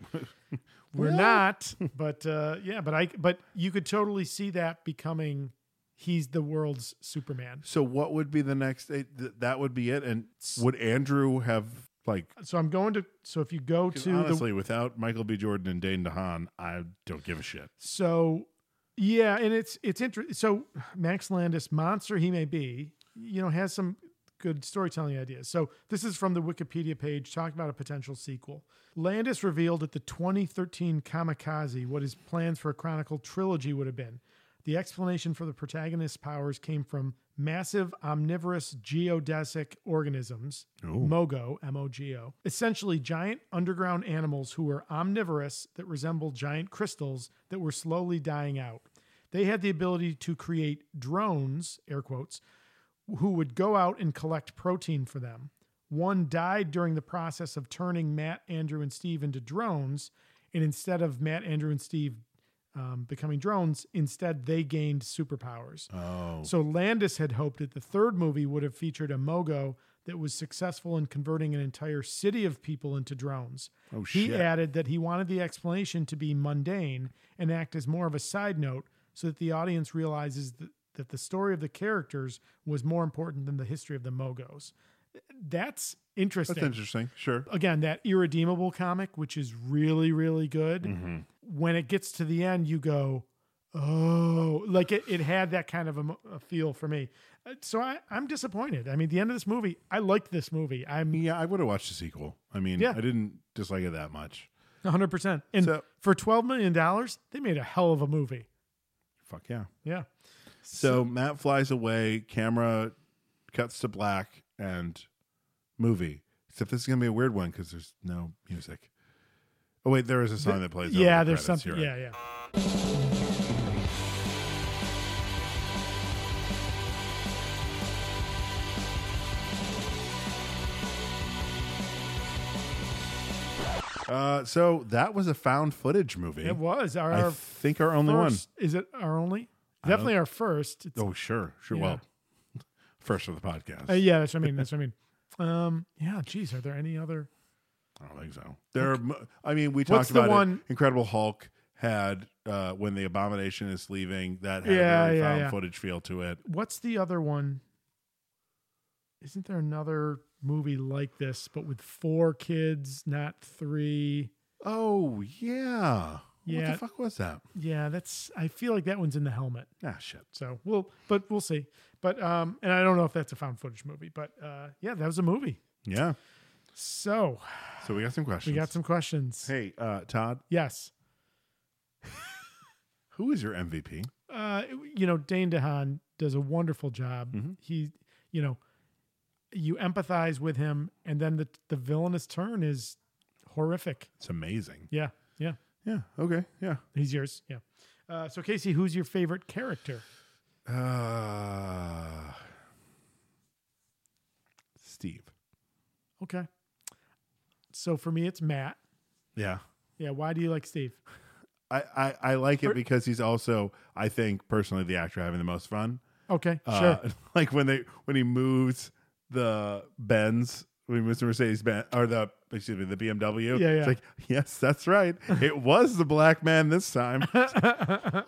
Speaker 2: We're
Speaker 1: Well.
Speaker 2: not, but uh, yeah, but I but you could totally see that becoming he's the world's Superman.
Speaker 1: So what would be the next? eh, Th- that would be it. And would Andrew have like?
Speaker 2: So I'm going to so if you go
Speaker 1: 'cause
Speaker 2: to the
Speaker 1: honestly, without Michael B. Jordan and Dane DeHaan, I don't give a shit.
Speaker 2: So yeah, and it's it's interesting. So Max Landis, monster he may be, you know, has some good storytelling ideas. So this is from the Wikipedia page talking about a potential sequel. Landis revealed at the 2013 Kamikaze what his plans for a Chronicle trilogy would have been. The explanation for the protagonist's powers came from massive omnivorous geodesic organisms,
Speaker 1: Ooh.
Speaker 2: Mogo, M O G O, essentially giant underground animals who were omnivorous that resembled giant crystals that were slowly dying out. They had the ability to create drones, air quotes, who would go out and collect protein for them. One died during the process of turning Matt, Andrew, and Steve into drones. And instead of Matt, Andrew, and Steve um, becoming drones, instead they gained superpowers.
Speaker 1: Oh.
Speaker 2: So Landis had hoped that the third movie would have featured a Mogo that was successful in converting an entire city of people into drones.
Speaker 1: Oh,
Speaker 2: He
Speaker 1: shit.
Speaker 2: added that he wanted the explanation to be mundane and act as more of a side note so that the audience realizes that, that the story of the characters was more important than the history of the Mogos. That's interesting.
Speaker 1: That's interesting. Sure.
Speaker 2: Again, that irredeemable comic, which is really, really good.
Speaker 1: Mhm.
Speaker 2: When it gets to the end, you go, oh, like it, it had that kind of a, mo- a feel for me. Uh, So I, I'm disappointed. I mean, the end of this movie, I liked this movie. I'm
Speaker 1: Yeah, I would have watched the sequel. I mean,
Speaker 2: Yeah.
Speaker 1: I didn't dislike it that much.
Speaker 2: 100%. And for $12 million, they made a hell of a movie.
Speaker 1: Fuck yeah.
Speaker 2: Yeah.
Speaker 1: So Matt flies away, camera cuts to black and movie. Except this is going to be a weird one because there's no music. Oh, wait, there is a song that plays. over
Speaker 2: yeah,
Speaker 1: the
Speaker 2: there's
Speaker 1: credits.
Speaker 2: something.
Speaker 1: You're
Speaker 2: Yeah,
Speaker 1: right.
Speaker 2: yeah.
Speaker 1: Uh, so that was a found footage movie.
Speaker 2: It was our,
Speaker 1: I think our only one.
Speaker 2: first- Is it our only?
Speaker 1: I don't-
Speaker 2: Definitely our first. It's-
Speaker 1: Oh, sure. Sure.
Speaker 2: Yeah.
Speaker 1: Well, first of the podcast.
Speaker 2: uh, yeah, that's what I mean. That's what I mean. Um, yeah, geez, are there any other?
Speaker 1: I don't think so. There, are,
Speaker 2: Okay.
Speaker 1: mo- I mean, we talked
Speaker 2: What's the
Speaker 1: about it.
Speaker 2: one-
Speaker 1: Incredible Hulk had uh, when the abomination is leaving that had
Speaker 2: Yeah,
Speaker 1: a very
Speaker 2: yeah,
Speaker 1: found
Speaker 2: yeah.
Speaker 1: footage feel to it.
Speaker 2: What's the other one? Isn't there another movie like this, but with four kids, not three?
Speaker 1: Oh yeah, What
Speaker 2: Yeah.
Speaker 1: the fuck was that?
Speaker 2: Yeah, that's. I feel like that one's in the helmet.
Speaker 1: Ah, shit.
Speaker 2: So we'll, but we'll see. But um, and I don't know if that's a found footage movie, but uh, yeah, that was a movie.
Speaker 1: Yeah.
Speaker 2: So
Speaker 1: So we got some
Speaker 2: we
Speaker 1: questions.
Speaker 2: got some questions.
Speaker 1: Hey, uh, Todd,
Speaker 2: Yes.
Speaker 1: who is your MVP?
Speaker 2: uh, you know, Dane DeHaan does a wonderful job.
Speaker 1: Mhm.
Speaker 2: He, you know, you empathize with him, and then the the villainous turn is horrific.
Speaker 1: It's amazing.
Speaker 2: Yeah. Yeah.
Speaker 1: Yeah. Okay. Yeah.
Speaker 2: He's yours. Yeah. Uh, so Casey, who's your favorite character?
Speaker 1: Uh, Steve.
Speaker 2: Okay. So for me, it's Matt.
Speaker 1: Yeah.
Speaker 2: Yeah. Why do you like Steve?
Speaker 1: I, I, I like it because he's also, I think personally, the actor having the most fun.
Speaker 2: Okay,
Speaker 1: Uh,
Speaker 2: sure.
Speaker 1: Like when they when he moves the Benz, when he moves the Mercedes Benz or the excuse me the BMW.
Speaker 2: Yeah, yeah.
Speaker 1: It's like yes, that's right. It was the black man this time.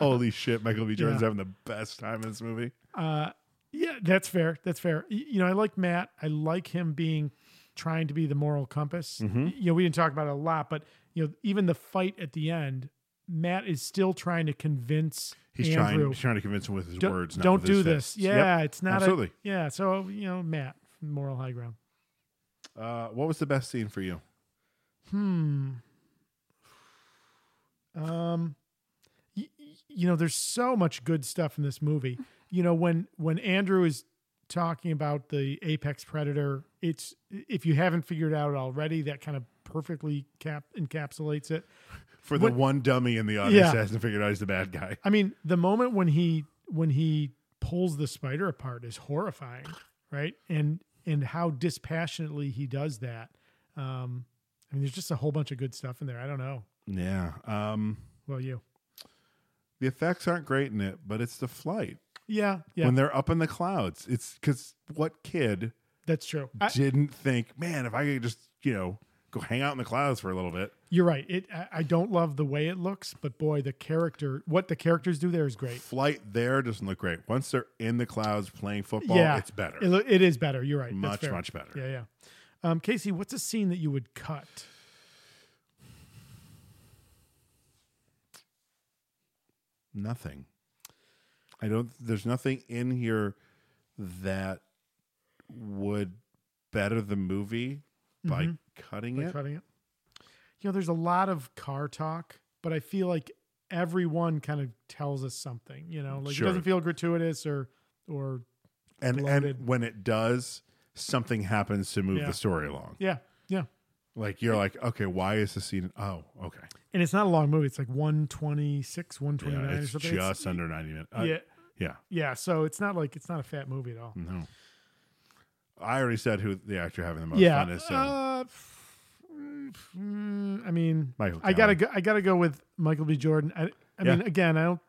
Speaker 1: Holy shit, Michael B. Jordan's
Speaker 2: Yeah.
Speaker 1: having the best time in this movie.
Speaker 2: Uh, yeah, that's fair. That's fair. Y- You know, I like Matt. I like him being trying to be the moral compass.
Speaker 1: Mhm.
Speaker 2: Y- You know, we didn't talk about it a lot, but you know, even the fight at the end, Matt is still trying to convince
Speaker 1: He's
Speaker 2: Andrew,
Speaker 1: trying he's trying to convince him with his
Speaker 2: "Don't-
Speaker 1: words. not
Speaker 2: Don't
Speaker 1: with
Speaker 2: do
Speaker 1: his
Speaker 2: this.
Speaker 1: fists."
Speaker 2: Yeah,
Speaker 1: Yep,
Speaker 2: it's not
Speaker 1: absolutely.
Speaker 2: A, yeah, so you know, Matt, moral high ground.
Speaker 1: uh, what was the best scene for you?
Speaker 2: Hmm. Um, y- y- you know, there's so much good stuff in this movie. You know, when when Andrew is talking about the apex predator, it's if you haven't figured it out already, that kind of perfectly cap encapsulates it.
Speaker 1: For the
Speaker 2: When-
Speaker 1: one dummy in the audience
Speaker 2: Yeah.
Speaker 1: that hasn't figured out he's the bad guy.
Speaker 2: I mean, the moment when he when he pulls the spider apart is horrifying, right? And and how dispassionately he does that. Um, I mean, there's just a whole bunch of good stuff in there. I don't know.
Speaker 1: Yeah. Um,
Speaker 2: Well, you.
Speaker 1: the effects aren't great in it, but it's the flight.
Speaker 2: Yeah, yeah.
Speaker 1: When they're up in the clouds, it's because what kid
Speaker 2: That's true. I-
Speaker 1: didn't think, man, if I could just you know go hang out in the clouds for a little bit.
Speaker 2: You're right. It. I, I don't love the way it looks, but boy, the character, what the characters do there is great.
Speaker 1: Flight there doesn't look great. Once they're in the clouds playing football,
Speaker 2: yeah,
Speaker 1: it's better.
Speaker 2: It, lo- it is better. You're right. That's
Speaker 1: Much,
Speaker 2: fair.
Speaker 1: much better.
Speaker 2: Yeah, yeah. Um, Casey, what's a scene that you would cut?
Speaker 1: nothing. I don't. There's nothing in here that would better the movie by
Speaker 2: Mhm.
Speaker 1: cutting
Speaker 2: By
Speaker 1: it.
Speaker 2: cutting it. You know, there's a lot of car talk, but I feel like everyone kind of tells us something. You know, like
Speaker 1: Sure.
Speaker 2: it doesn't feel gratuitous or or
Speaker 1: and
Speaker 2: bloated.
Speaker 1: and when it does, something happens to move
Speaker 2: Yeah.
Speaker 1: the story along.
Speaker 2: yeah, yeah.
Speaker 1: Like you're like, okay, why is the scene? Oh, okay.
Speaker 2: And it's not a long movie. It's like 126, 129
Speaker 1: Yeah,
Speaker 2: or
Speaker 1: it's
Speaker 2: something. It's-
Speaker 1: just under ninety minutes. Uh,
Speaker 2: yeah.
Speaker 1: yeah.
Speaker 2: Yeah, so it's not like it's not a fat movie at all.
Speaker 1: No. I already said who the actor having the most
Speaker 2: yeah.
Speaker 1: fun is. So
Speaker 2: uh, f- mm, I mean,
Speaker 1: Michael
Speaker 2: I gotta
Speaker 1: Callan.
Speaker 2: go. I gotta go with Michael B. Jordan. I, I
Speaker 1: Yeah.
Speaker 2: mean, again, I don't.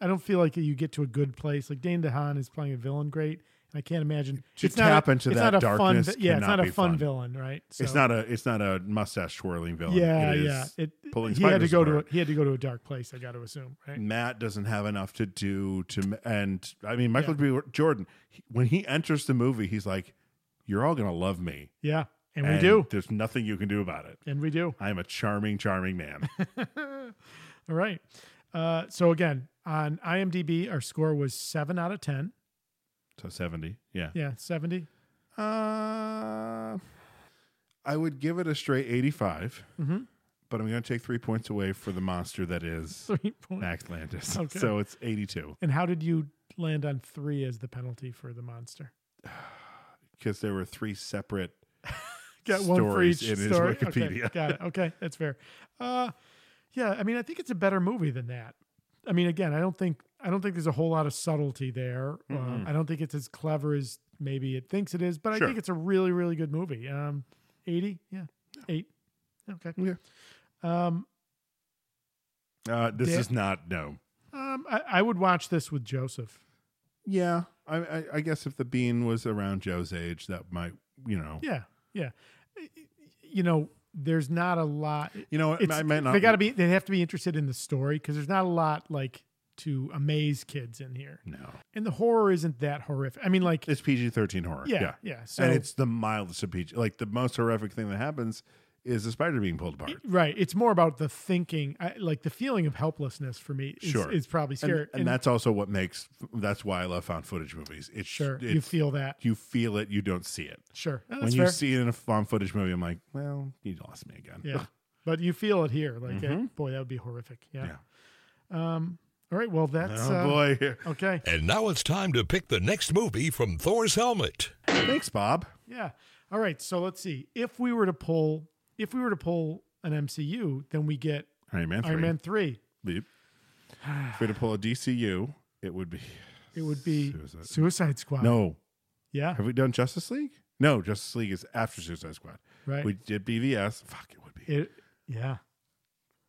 Speaker 2: I don't feel like you get to a good place. Like Dane DeHaan is playing a villain great, and I can't imagine
Speaker 1: to
Speaker 2: it's
Speaker 1: tap
Speaker 2: not a,
Speaker 1: into
Speaker 2: it's
Speaker 1: that
Speaker 2: not a
Speaker 1: darkness.
Speaker 2: Fun, vi- yeah, it's
Speaker 1: cannot
Speaker 2: not a
Speaker 1: be
Speaker 2: fun, villain, right?
Speaker 1: It's
Speaker 2: So-
Speaker 1: not a it's not a mustache swirling villain.
Speaker 2: Yeah,
Speaker 1: It is
Speaker 2: yeah. It,
Speaker 1: pulling
Speaker 2: he had to
Speaker 1: spiders
Speaker 2: go to a,
Speaker 1: apart. Mm.
Speaker 2: he had to go to a dark place. I got to assume, right?
Speaker 1: Matt doesn't have enough to do to and I mean Michael B. Jordan he- when he enters the movie he's like you're all gonna love me
Speaker 2: Yeah, and, we do,
Speaker 1: there's nothing you can do about it
Speaker 2: and we do.
Speaker 1: I am a charming charming man
Speaker 2: All right. Uh, so again, on IMDb, our score was seven out of ten.
Speaker 1: so seventy yeah
Speaker 2: Yeah, seventy.
Speaker 1: Uh, I would give it a straight 85,
Speaker 2: Mhm.
Speaker 1: but I'm going to take three points away for the monster that is
Speaker 2: Three points.
Speaker 1: Max Landis.
Speaker 2: Okay.
Speaker 1: So it's 82
Speaker 2: And how did you land on three as the penalty for the monster?
Speaker 1: because there were three separate
Speaker 2: Got
Speaker 1: stories
Speaker 2: one for each
Speaker 1: in his
Speaker 2: story?
Speaker 1: Wikipedia.
Speaker 2: Okay, got it. Okay, that's fair. Uh, yeah, I mean, I think it's a better movie than that. I mean, again, I don't think I don't think there's a whole lot of subtlety there. Uh,
Speaker 1: Mm-mm.
Speaker 2: I don't think it's as clever as maybe it thinks it is, but
Speaker 1: Sure.
Speaker 2: I think it's a really, really good movie. Um, eighty, yeah, eight. Okay.
Speaker 1: Yeah.
Speaker 2: Um,
Speaker 1: Uh, this
Speaker 2: Yeah.
Speaker 1: is not, no.
Speaker 2: um, I, I would watch this with Joseph.
Speaker 1: Yeah. I, I, I guess if the bean was around Joe's age, that might, you know.
Speaker 2: Yeah, yeah. You know, there's not a lot.
Speaker 1: You know what,
Speaker 2: It's-
Speaker 1: I might not-
Speaker 2: They got to be. They have to be interested in the story because there's not a lot like to amaze kids in here.
Speaker 1: No.
Speaker 2: And the horror isn't that horrific. I mean, like
Speaker 1: It's PG 13 horror.
Speaker 2: Yeah,
Speaker 1: Yeah.
Speaker 2: yeah, so-
Speaker 1: and it's the mildest of PG. Like the most horrific thing that happens is the spider being pulled apart.
Speaker 2: right, it's more about the thinking, I, like the feeling of helplessness for me. Is,
Speaker 1: sure
Speaker 2: is probably
Speaker 1: And-
Speaker 2: scary.
Speaker 1: and, that's also what makes that's why i love found footage movies it's
Speaker 2: Sure, you
Speaker 1: it's-
Speaker 2: feel that.
Speaker 1: you feel it you don't see it
Speaker 2: Sure. Oh,
Speaker 1: when
Speaker 2: that's
Speaker 1: you
Speaker 2: fair.
Speaker 1: see it in a found footage movie i'm like well you lost me again
Speaker 2: yeah, but you feel it here. Like, eh,
Speaker 1: Mhm.
Speaker 2: boy, that would be horrific. Yeah. Um. All right. Well, that's
Speaker 4: Oh,
Speaker 2: uh,
Speaker 1: boy.
Speaker 2: Okay.
Speaker 4: And now it's time to pick the next movie from Thor's helmet.
Speaker 1: thanks bob
Speaker 2: Yeah. All right. So let's see. If we were to pull, if we were to pull an MCU, then we get
Speaker 1: Iron Man 3.
Speaker 2: Iron Man 3.
Speaker 1: Leap. if we had to pull a DCU, it would be.
Speaker 2: It would be Suicide, Squad.
Speaker 1: No.
Speaker 2: Yeah.
Speaker 1: Have we done Justice League? No, Justice League is after Suicide Squad.
Speaker 2: Right.
Speaker 1: We did BVS. Fuck, it would be.
Speaker 2: It, yeah.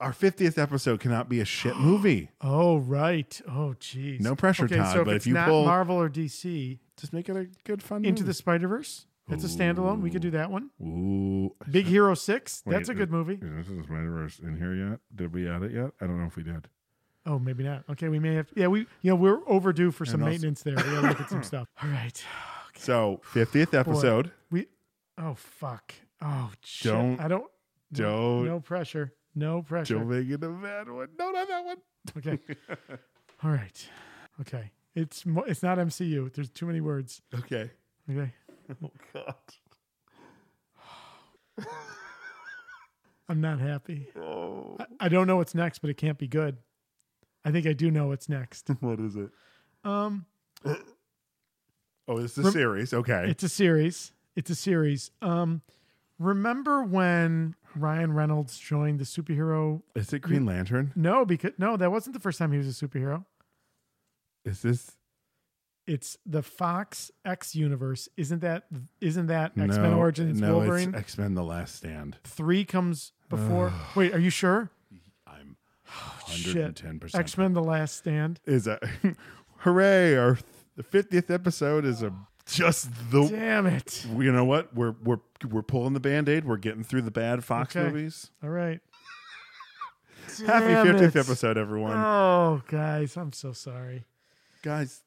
Speaker 1: Our 50th episode cannot be a shit movie.
Speaker 2: Oh, right. Oh, geez.
Speaker 1: No pressure,
Speaker 2: okay,
Speaker 1: Todd,
Speaker 2: So if
Speaker 1: but if
Speaker 2: it's
Speaker 1: you
Speaker 2: not
Speaker 1: pull- Hmm.
Speaker 2: Marvel or DC,
Speaker 1: just make it a good fun
Speaker 2: Into
Speaker 1: movie.
Speaker 2: the Spider Verse. That's a standalone. We could do that one.
Speaker 1: Ooh.
Speaker 2: Big Hero Six. That's
Speaker 1: Wait, uh,
Speaker 2: a good movie.
Speaker 1: Is this is Spider Verse in here yet? Did we add it yet? I don't know if we did.
Speaker 2: Oh, maybe not. Okay, we may have. Yeah, we. You know, we're overdue for some
Speaker 1: And also-
Speaker 2: maintenance there. We gotta look at some stuff. All right.
Speaker 1: So, 50th episode.
Speaker 2: Boy, we. Oh fuck. Oh shit.
Speaker 1: Don't-
Speaker 2: I don't. no-
Speaker 1: don't-
Speaker 2: No pressure. No pressure.
Speaker 1: Don't make it a bad one. No, not that one.
Speaker 2: Okay. All right. Okay. It's mo- it's not MCU. There's too many words.
Speaker 1: Okay.
Speaker 2: Okay.
Speaker 1: Oh, God.
Speaker 2: I'm not happy.
Speaker 1: Oh.
Speaker 2: I, I don't know what's next, but it can't be good. I think I do know what's next.
Speaker 1: What is it?
Speaker 2: Um,
Speaker 1: Oh, it's
Speaker 2: Rem-
Speaker 1: the series. Okay.
Speaker 2: it's a series. It's a series. Um, remember when Ryan Reynolds joined the superhero?
Speaker 1: Is it Green Lantern?
Speaker 2: No, because no, that wasn't the first time he was a superhero.
Speaker 1: Is this
Speaker 2: It's the Fox X universe. Isn't that isn't that X Men Origins
Speaker 1: no,
Speaker 2: Wolverine?
Speaker 1: it's X Men: The Last Stand.
Speaker 2: Three comes before. Wait, are you sure? Oh, Shit.
Speaker 1: 110%.
Speaker 2: X Men: The Last Stand.
Speaker 1: Is a hooray! Our fiftieth episode is a just the
Speaker 2: Damn it.
Speaker 1: You know what? We're we're we're pulling the band aid. We're getting through the bad Fox
Speaker 2: Okay.
Speaker 1: movies.
Speaker 2: All right.
Speaker 1: Happy
Speaker 2: Damn
Speaker 1: fiftieth
Speaker 2: it.
Speaker 1: episode, everyone.
Speaker 2: Oh, guys, I'm so sorry.
Speaker 1: Guys,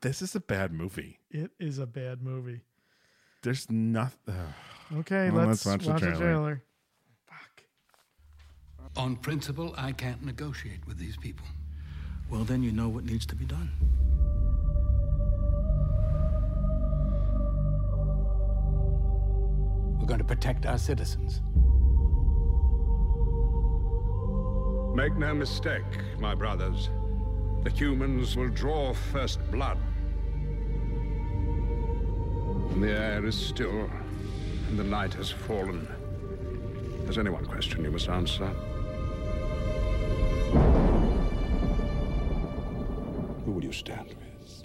Speaker 1: this is a bad movie.
Speaker 2: It is a bad movie.
Speaker 1: There's nothing.
Speaker 2: Okay,
Speaker 1: Well,
Speaker 2: let's,
Speaker 1: let's watch
Speaker 2: watch,
Speaker 1: the
Speaker 2: the
Speaker 1: trailer.
Speaker 2: trailer.
Speaker 22: On principle, I can't negotiate with these people. Well, then you know what needs to be done.
Speaker 6: We're going to protect our citizens.
Speaker 23: Make no mistake, my brothers. The humans will draw first blood. And the air is still, and the night has fallen. There's only one question you must answer. Who will you stand with?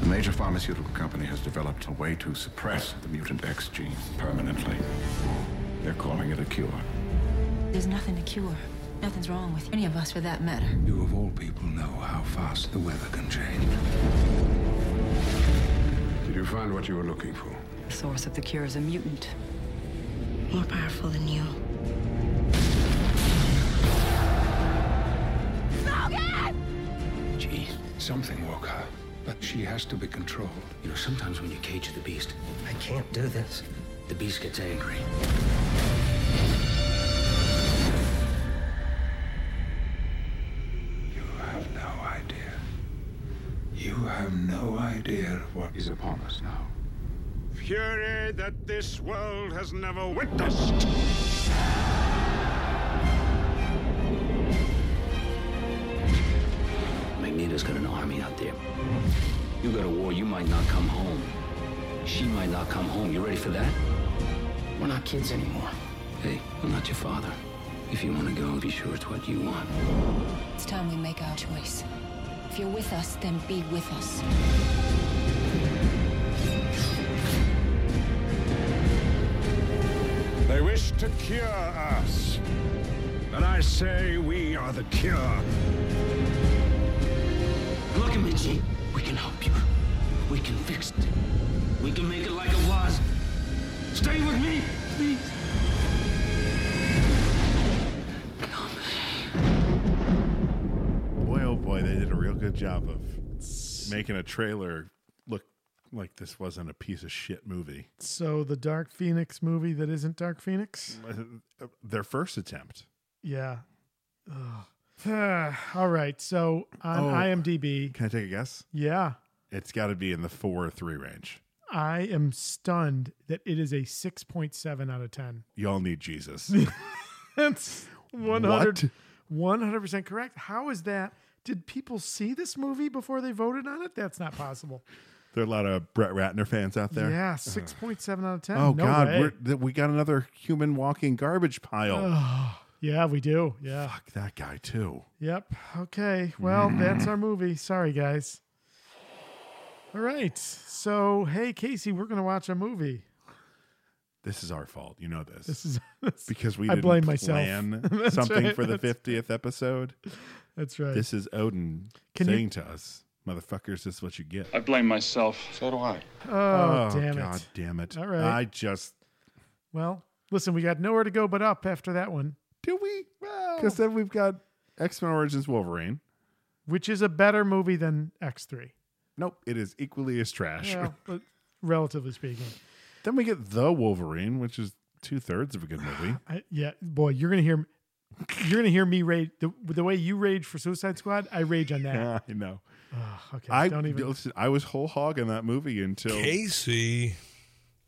Speaker 11: The major pharmaceutical company has developed a way to suppress the mutant X gene permanently. They're calling it a cure.
Speaker 24: There's nothing to cure. Nothing's wrong with any of us for that matter.
Speaker 22: You, of all people, know how fast the weather can change.
Speaker 23: Did you find what you were looking for?
Speaker 24: The source of the cure is a mutant. More powerful than you.
Speaker 22: Jeez. Something woke her, but she has to be controlled. You know, sometimes when you cage the beast, I can't do this. The beast gets angry.
Speaker 23: You have no idea. You have no idea of what is upon us now. Fury that this world has never witnessed.
Speaker 6: Magneto's got an army out there. You go to war, you might not come home. She might not come home. You ready for that? We're not kids anymore. Hey, I'm not your father. If you want to go, be sure it's what you want.
Speaker 24: It's time we make our choice. If you're with us, then be with us.
Speaker 23: They wish to cure us. And I say we are the cure.
Speaker 6: Look at me, G. We can help you. We can fix it. We can make it like it was. Stay with me, please.
Speaker 1: Boy, oh boy, they did a real good job of making a trailer look like this wasn't a piece of shit movie.
Speaker 2: So the Dark Phoenix movie that isn't Dark Phoenix.
Speaker 1: Their first attempt.
Speaker 2: Yeah. Ugh. All right. So on
Speaker 1: Oh.
Speaker 2: IMDb,
Speaker 1: Can I take a guess?
Speaker 2: yeah,
Speaker 1: It's got to be in the four or three range.
Speaker 2: I am stunned that it is a six point seven out of ten.
Speaker 1: Y'all need Jesus.
Speaker 2: That's
Speaker 1: What?
Speaker 2: 100 percent correct. How is that? Did people see this movie before they voted on it? That's not possible.
Speaker 1: There are a lot of Brett Ratner fans out there.
Speaker 2: Yeah, six point seven out of ten.
Speaker 1: Oh
Speaker 2: No
Speaker 1: God,
Speaker 2: way.
Speaker 1: we're, th- we got another human walking garbage pile.
Speaker 2: Ugh. yeah, we do. Yeah.
Speaker 1: Fuck that guy too.
Speaker 2: Yep. Okay. Well, that's our movie. Sorry, guys. All right. So, hey, Casey, we're going to watch a movie.
Speaker 1: This is our fault. You know this.
Speaker 2: This is-
Speaker 1: because we
Speaker 2: I
Speaker 1: didn't
Speaker 2: blame myself.
Speaker 1: plan
Speaker 2: That's
Speaker 1: something
Speaker 2: right.
Speaker 1: for the
Speaker 2: That's-
Speaker 1: fiftieth episode.
Speaker 2: That's right.
Speaker 1: This is Odin
Speaker 2: Can you-
Speaker 1: saying to us, "Motherfuckers, this is what you get."
Speaker 5: I blame myself. So do I.
Speaker 2: Oh, damn it.
Speaker 1: God damn it!
Speaker 2: All right.
Speaker 1: I just
Speaker 2: Well, listen, we got nowhere to go but up after that one.
Speaker 1: Do we? because then we've got X Men Origins Wolverine.
Speaker 2: Which is a better movie than X3.
Speaker 1: Nope, it is equally as trash.
Speaker 2: Well, but relatively speaking.
Speaker 1: then we get the Wolverine, which is two thirds of a good movie.
Speaker 2: I, yeah, boy, you're going to hear you're going to hear me rage the, the way you rage for Suicide Squad, I rage on that.
Speaker 1: I know.
Speaker 2: Ugh, okay.
Speaker 1: I
Speaker 2: don't even
Speaker 1: listen. I was whole hog in that movie until
Speaker 4: Casey,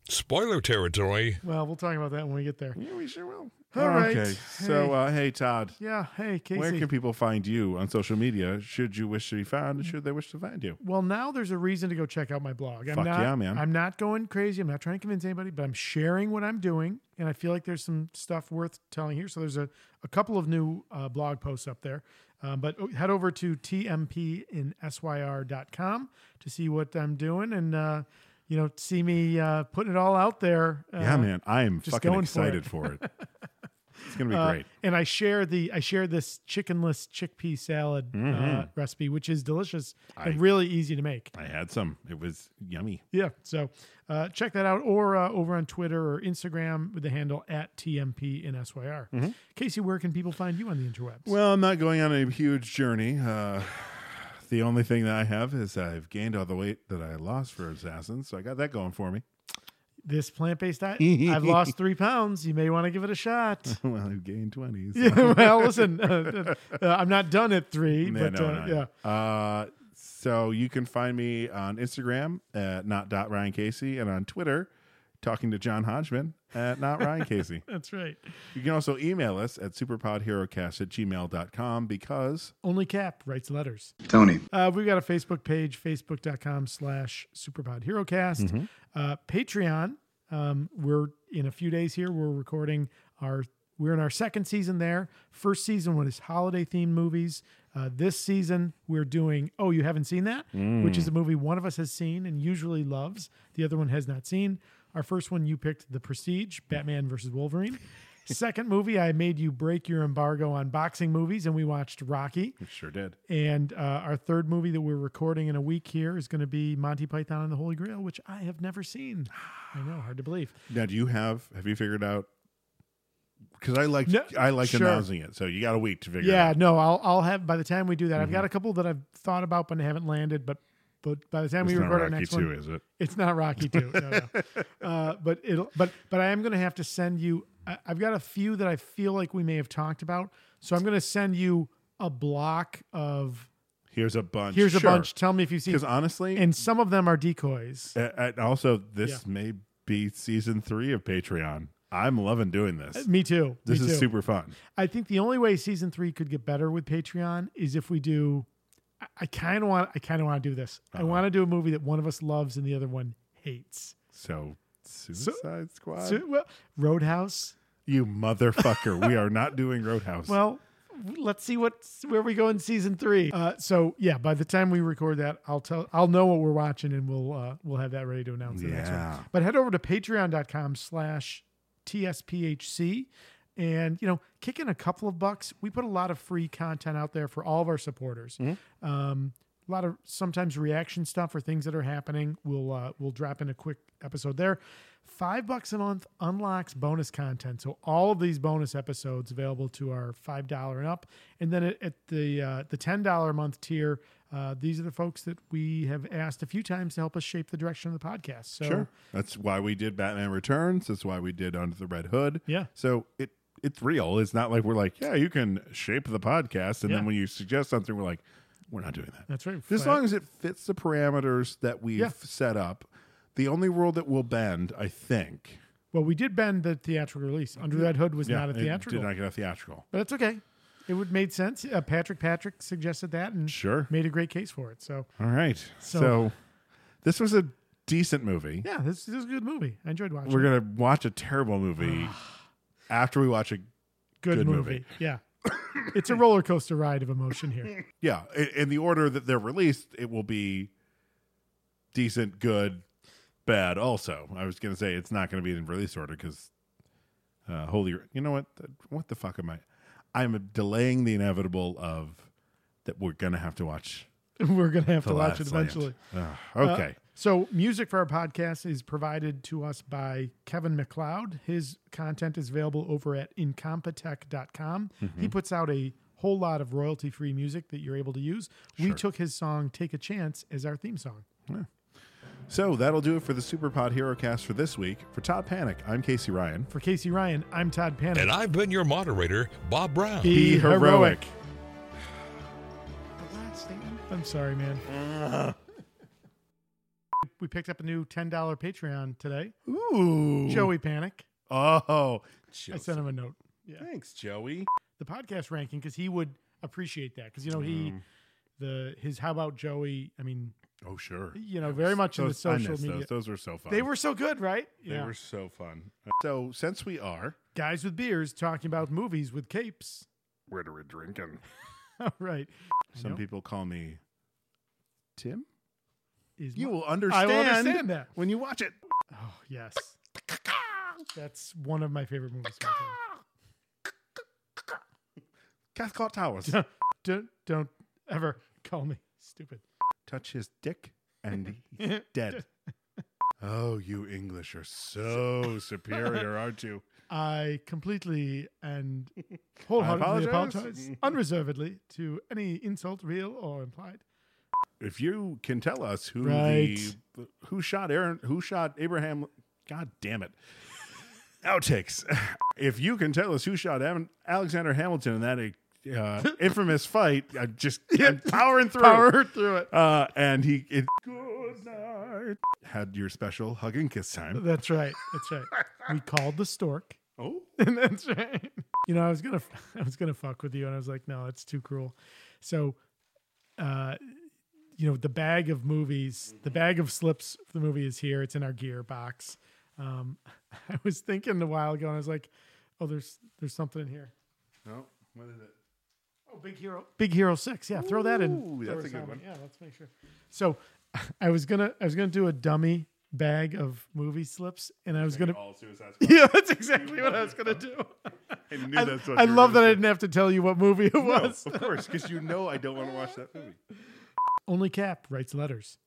Speaker 4: spoiler territory.
Speaker 2: Well, we'll talk about that when we get there.
Speaker 1: Yeah, we sure will.
Speaker 2: All right.
Speaker 1: Okay, so uh, hey Todd,
Speaker 2: Yeah, hey, Casey.
Speaker 1: where can people find you on social media? Should you wish to be found, and should they wish to find you?
Speaker 2: Well, now there's a reason to go check out my blog. I'm
Speaker 1: Fuck
Speaker 2: not,
Speaker 1: yeah, man.
Speaker 2: I'm not going crazy. I'm not trying to convince anybody, but I'm sharing what I'm doing, and I feel like there's some stuff worth telling here. So there's a, a couple of new uh, blog posts up there. Um, but head over to tmpinyr.com to see what I'm doing and uh, you know see me uh, putting it all out there. Uh,
Speaker 1: yeah, man, I am
Speaker 2: just
Speaker 1: fucking
Speaker 2: going
Speaker 1: excited for it. it's gonna be
Speaker 2: Uh,
Speaker 1: great.
Speaker 2: And I share the I share this chickenless chickpea salad uh,
Speaker 1: Mhm.
Speaker 2: recipe, which is delicious
Speaker 1: I-
Speaker 2: and really easy to make.
Speaker 1: I had some. It was yummy.
Speaker 2: Yeah. So uh, check that out or uh, over on Twitter or Instagram with the handle at TMP in SYR.
Speaker 1: Mhm.
Speaker 2: Casey, where can people find you on the interwebs?
Speaker 1: Well, I'm not going on a huge journey. Uh, the only thing that I have is I've gained all the weight that I lost for Assassin, so I got that going for me.
Speaker 2: This plant based diet, I've lost three pounds. You may want to give it a shot.
Speaker 1: well, I've gained 20. so-
Speaker 2: Yeah, well, listen, uh, uh, I'm not done at three,
Speaker 1: Yeah,
Speaker 2: but
Speaker 1: no,
Speaker 2: uh,
Speaker 1: no,
Speaker 2: yeah.
Speaker 1: no. Uh, so you can find me on Instagram at not dot Ryan Casey and on Twitter talking to John Hodgman at not Ryan Casey.
Speaker 2: That's right.
Speaker 1: You can also email us at superpodherocast at gmail.com because
Speaker 2: Only Cap writes letters.
Speaker 1: Tony.
Speaker 2: Uh, we've got a Facebook page, facebook.com slash superpodherocast.
Speaker 1: Mhm.
Speaker 2: Uh, Patreon, um, we're in a few days here. We're recording our, we're in our second season there. First season was holiday themed movies. Uh, this season we're doing, oh, you haven't seen that? Which is
Speaker 1: Mm.
Speaker 2: a movie one of us has seen and usually loves. The other one has not seen. Our first one, you picked The Prestige, Batman versus Wolverine. Second movie, I made you break your embargo on boxing movies, and we watched Rocky.
Speaker 1: Sure did.
Speaker 2: And uh, our third movie that we're recording in a week here is going to be Monty Python and the Holy Grail, which I have never seen. I know, hard to believe.
Speaker 1: Now, do you have, have you figured out? Because I like, I like
Speaker 2: sure.
Speaker 1: announcing it. So you got a week to figure it out.
Speaker 2: yeah, no, I'll I'll have by the time we do that. I've
Speaker 1: Mhm.
Speaker 2: got a couple that I've thought about but I haven't landed. But but by the time
Speaker 1: It's
Speaker 2: we
Speaker 1: not
Speaker 2: record our
Speaker 1: Rocky
Speaker 2: next
Speaker 1: 2,
Speaker 2: one,
Speaker 1: is it?
Speaker 2: It's not Rocky Two. No, no. uh, but it'll but but I am going to have to send you. I, I've got a few that I feel like we may have talked about, so I'm going to send you a block of.
Speaker 1: Here's a bunch.
Speaker 2: Here's a bunch. Tell me if you've seen.
Speaker 1: Because honestly,
Speaker 2: and some of them are decoys.
Speaker 1: A- And also, this
Speaker 2: Yeah.
Speaker 1: may be season three of Patreon. I'm loving doing
Speaker 2: Uh,
Speaker 1: this.
Speaker 2: Me too.
Speaker 1: This
Speaker 2: Me
Speaker 1: is
Speaker 2: too.
Speaker 1: super fun.
Speaker 2: I think the only way season three could get better with Patreon is if we do. I- I kind of want. I kind of want to do this. I want to do a movie that one of us loves and the other one hates.
Speaker 1: So, Suicide Squad.
Speaker 2: So, well, Roadhouse.
Speaker 1: you motherfucker. we are not doing Roadhouse.
Speaker 2: Well, let's see what's where we go in season three. Uh, so yeah, by the time we record that, I'll tell. I'll know what we're watching, and we'll uh, we'll have that ready to announce. The next
Speaker 1: Yeah.
Speaker 2: one. But head over to Patreon.com/slash TSPHC. And you know, kick in a couple of bucks. We put a lot of free content out there for all of our supporters. Um, a lot of sometimes reaction stuff or things that are happening. We'll uh, we'll drop in a quick episode there. Five bucks a month unlocks bonus content. So all of these bonus episodes available to our five dollar and up. And then at, at the uh, the ten dollar a month tier, uh, these are the folks that we have asked a few times to help us shape the direction of the podcast. So
Speaker 1: sure. That's why we did Batman Returns. That's why we did Under the Red Hood.
Speaker 2: Yeah.
Speaker 1: So it it's real. It's not like we're like, yeah, you can shape the podcast, and
Speaker 2: Yeah.
Speaker 1: then when you suggest something, we're like, we're not doing that.
Speaker 2: that's right.
Speaker 1: As long as it fits the parameters that we've
Speaker 2: Yeah.
Speaker 1: set up, the only rule that will bend, I think.
Speaker 2: well, we did bend the theatrical release. Under the Red Hood was
Speaker 1: Yeah,
Speaker 2: not a
Speaker 1: it
Speaker 2: theatrical.
Speaker 1: Did not get a theatrical.
Speaker 2: But that's okay. It would made sense. Uh, Patrick Patrick suggested that and
Speaker 1: Sure.
Speaker 2: made a great case for it. So
Speaker 1: All right.
Speaker 2: So-
Speaker 1: So, This was a decent movie.
Speaker 2: Yeah, this, this is a good movie. I enjoyed watching.
Speaker 1: We're
Speaker 2: it.
Speaker 1: gonna watch a terrible movie after we watch a
Speaker 2: good, movie. Yeah, it's a roller coaster ride of emotion here.
Speaker 1: Yeah, i- in the order that they're released, it will be decent, good, bad. Also, I was gonna say it's not gonna be in release order because uh, holy, you know what? The- What the fuck am I? I'm delaying the inevitable of that we're gonna have to watch.
Speaker 2: We're gonna have
Speaker 1: The
Speaker 2: to watch
Speaker 1: Last
Speaker 2: it
Speaker 1: Stand.
Speaker 2: eventually.
Speaker 1: Ugh,
Speaker 2: Uh,
Speaker 1: okay.
Speaker 2: so music for our podcast is provided to us by Kevin McLeod. His content is available over at incompetech.com. He
Speaker 1: Mhm.
Speaker 2: puts out a whole lot of royalty-free music that you're able to use. We
Speaker 1: Sure.
Speaker 2: took his song "Take a Chance" as our theme song.
Speaker 1: So that'll do it for the Superpod Hero Cast for this week. For Todd Panic, I'm Casey Ryan.
Speaker 2: For Casey Ryan, I'm Todd Panic.
Speaker 4: And I've been your moderator, Bob Brown.
Speaker 1: Be heroic.
Speaker 2: I'm sorry, man. we picked up a new ten dollar Patreon today.
Speaker 1: Ooh,
Speaker 2: Joey Panic.
Speaker 1: Oh,
Speaker 2: I sent him a note. Yeah.
Speaker 1: Thanks, Joey.
Speaker 2: The podcast ranking because he would appreciate that because you know he
Speaker 1: Mm.
Speaker 2: the his how about Joey? I mean,
Speaker 1: Oh, sure.
Speaker 2: you know, very much in the
Speaker 1: Those- I
Speaker 2: social
Speaker 1: miss
Speaker 2: media.
Speaker 1: Those. those were so fun.
Speaker 2: They were so good, right?
Speaker 1: They were so fun. So since we are,
Speaker 2: guys with beers talking about movies with capes.
Speaker 1: we're to drinking.
Speaker 2: All right. I
Speaker 1: Some
Speaker 2: know.
Speaker 1: people call me Tim.
Speaker 2: Is
Speaker 1: You
Speaker 2: my-
Speaker 1: will understand.
Speaker 2: I will understand that.
Speaker 1: when you watch it.
Speaker 2: Oh yes, that's one of my favorite movies. of all time.
Speaker 1: Cathcart Towers.
Speaker 2: Don't, don't don't ever call me stupid.
Speaker 1: Touch his dick and he's dead. Oh, you English are so superior, aren't you?
Speaker 2: I completely and wholeheartedly
Speaker 1: apologize.
Speaker 2: apologize unreservedly to any insult, real or implied.
Speaker 1: If you can tell us who
Speaker 2: Right.
Speaker 1: the who shot Aaron, who shot Abraham, God damn it. Outtakes. If you can tell us who shot Am- Alexander Hamilton in that uh, infamous fight, I'm just I'm powering through.
Speaker 2: Power through it.
Speaker 1: Uh, and he it, good night. had your special hug and kiss time.
Speaker 2: That's right. That's right. We called the stork.
Speaker 1: Oh,
Speaker 2: that's right. You know, I was gonna, I was gonna fuck with you, and I was like, no, that's too cruel. So, uh, you know, the bag of movies, the bag of slips for the movie is here. It's in our gear box. Um, I was thinking a while ago, and I was like, oh, there's, there's something in here.
Speaker 1: No, what is it?
Speaker 2: Oh, Big Hero. Big Hero Six. Yeah, throw that in.
Speaker 1: Ooh,
Speaker 2: Throw
Speaker 1: that's a
Speaker 2: us
Speaker 1: good
Speaker 2: on.
Speaker 1: one.
Speaker 2: Yeah, let's make sure. So, I was gonna I was gonna do a dummy bag of movie slips, and I was gonna. Yeah, that's exactly what I was gonna do.
Speaker 1: I knew
Speaker 2: I,
Speaker 1: that's what
Speaker 2: I
Speaker 1: you were
Speaker 2: love that
Speaker 1: gonna
Speaker 2: I
Speaker 1: say.
Speaker 2: didn't have to tell you what movie it
Speaker 1: No,
Speaker 2: was.
Speaker 1: of course, because you know I don't want to watch that movie.
Speaker 2: Only Cap writes letters.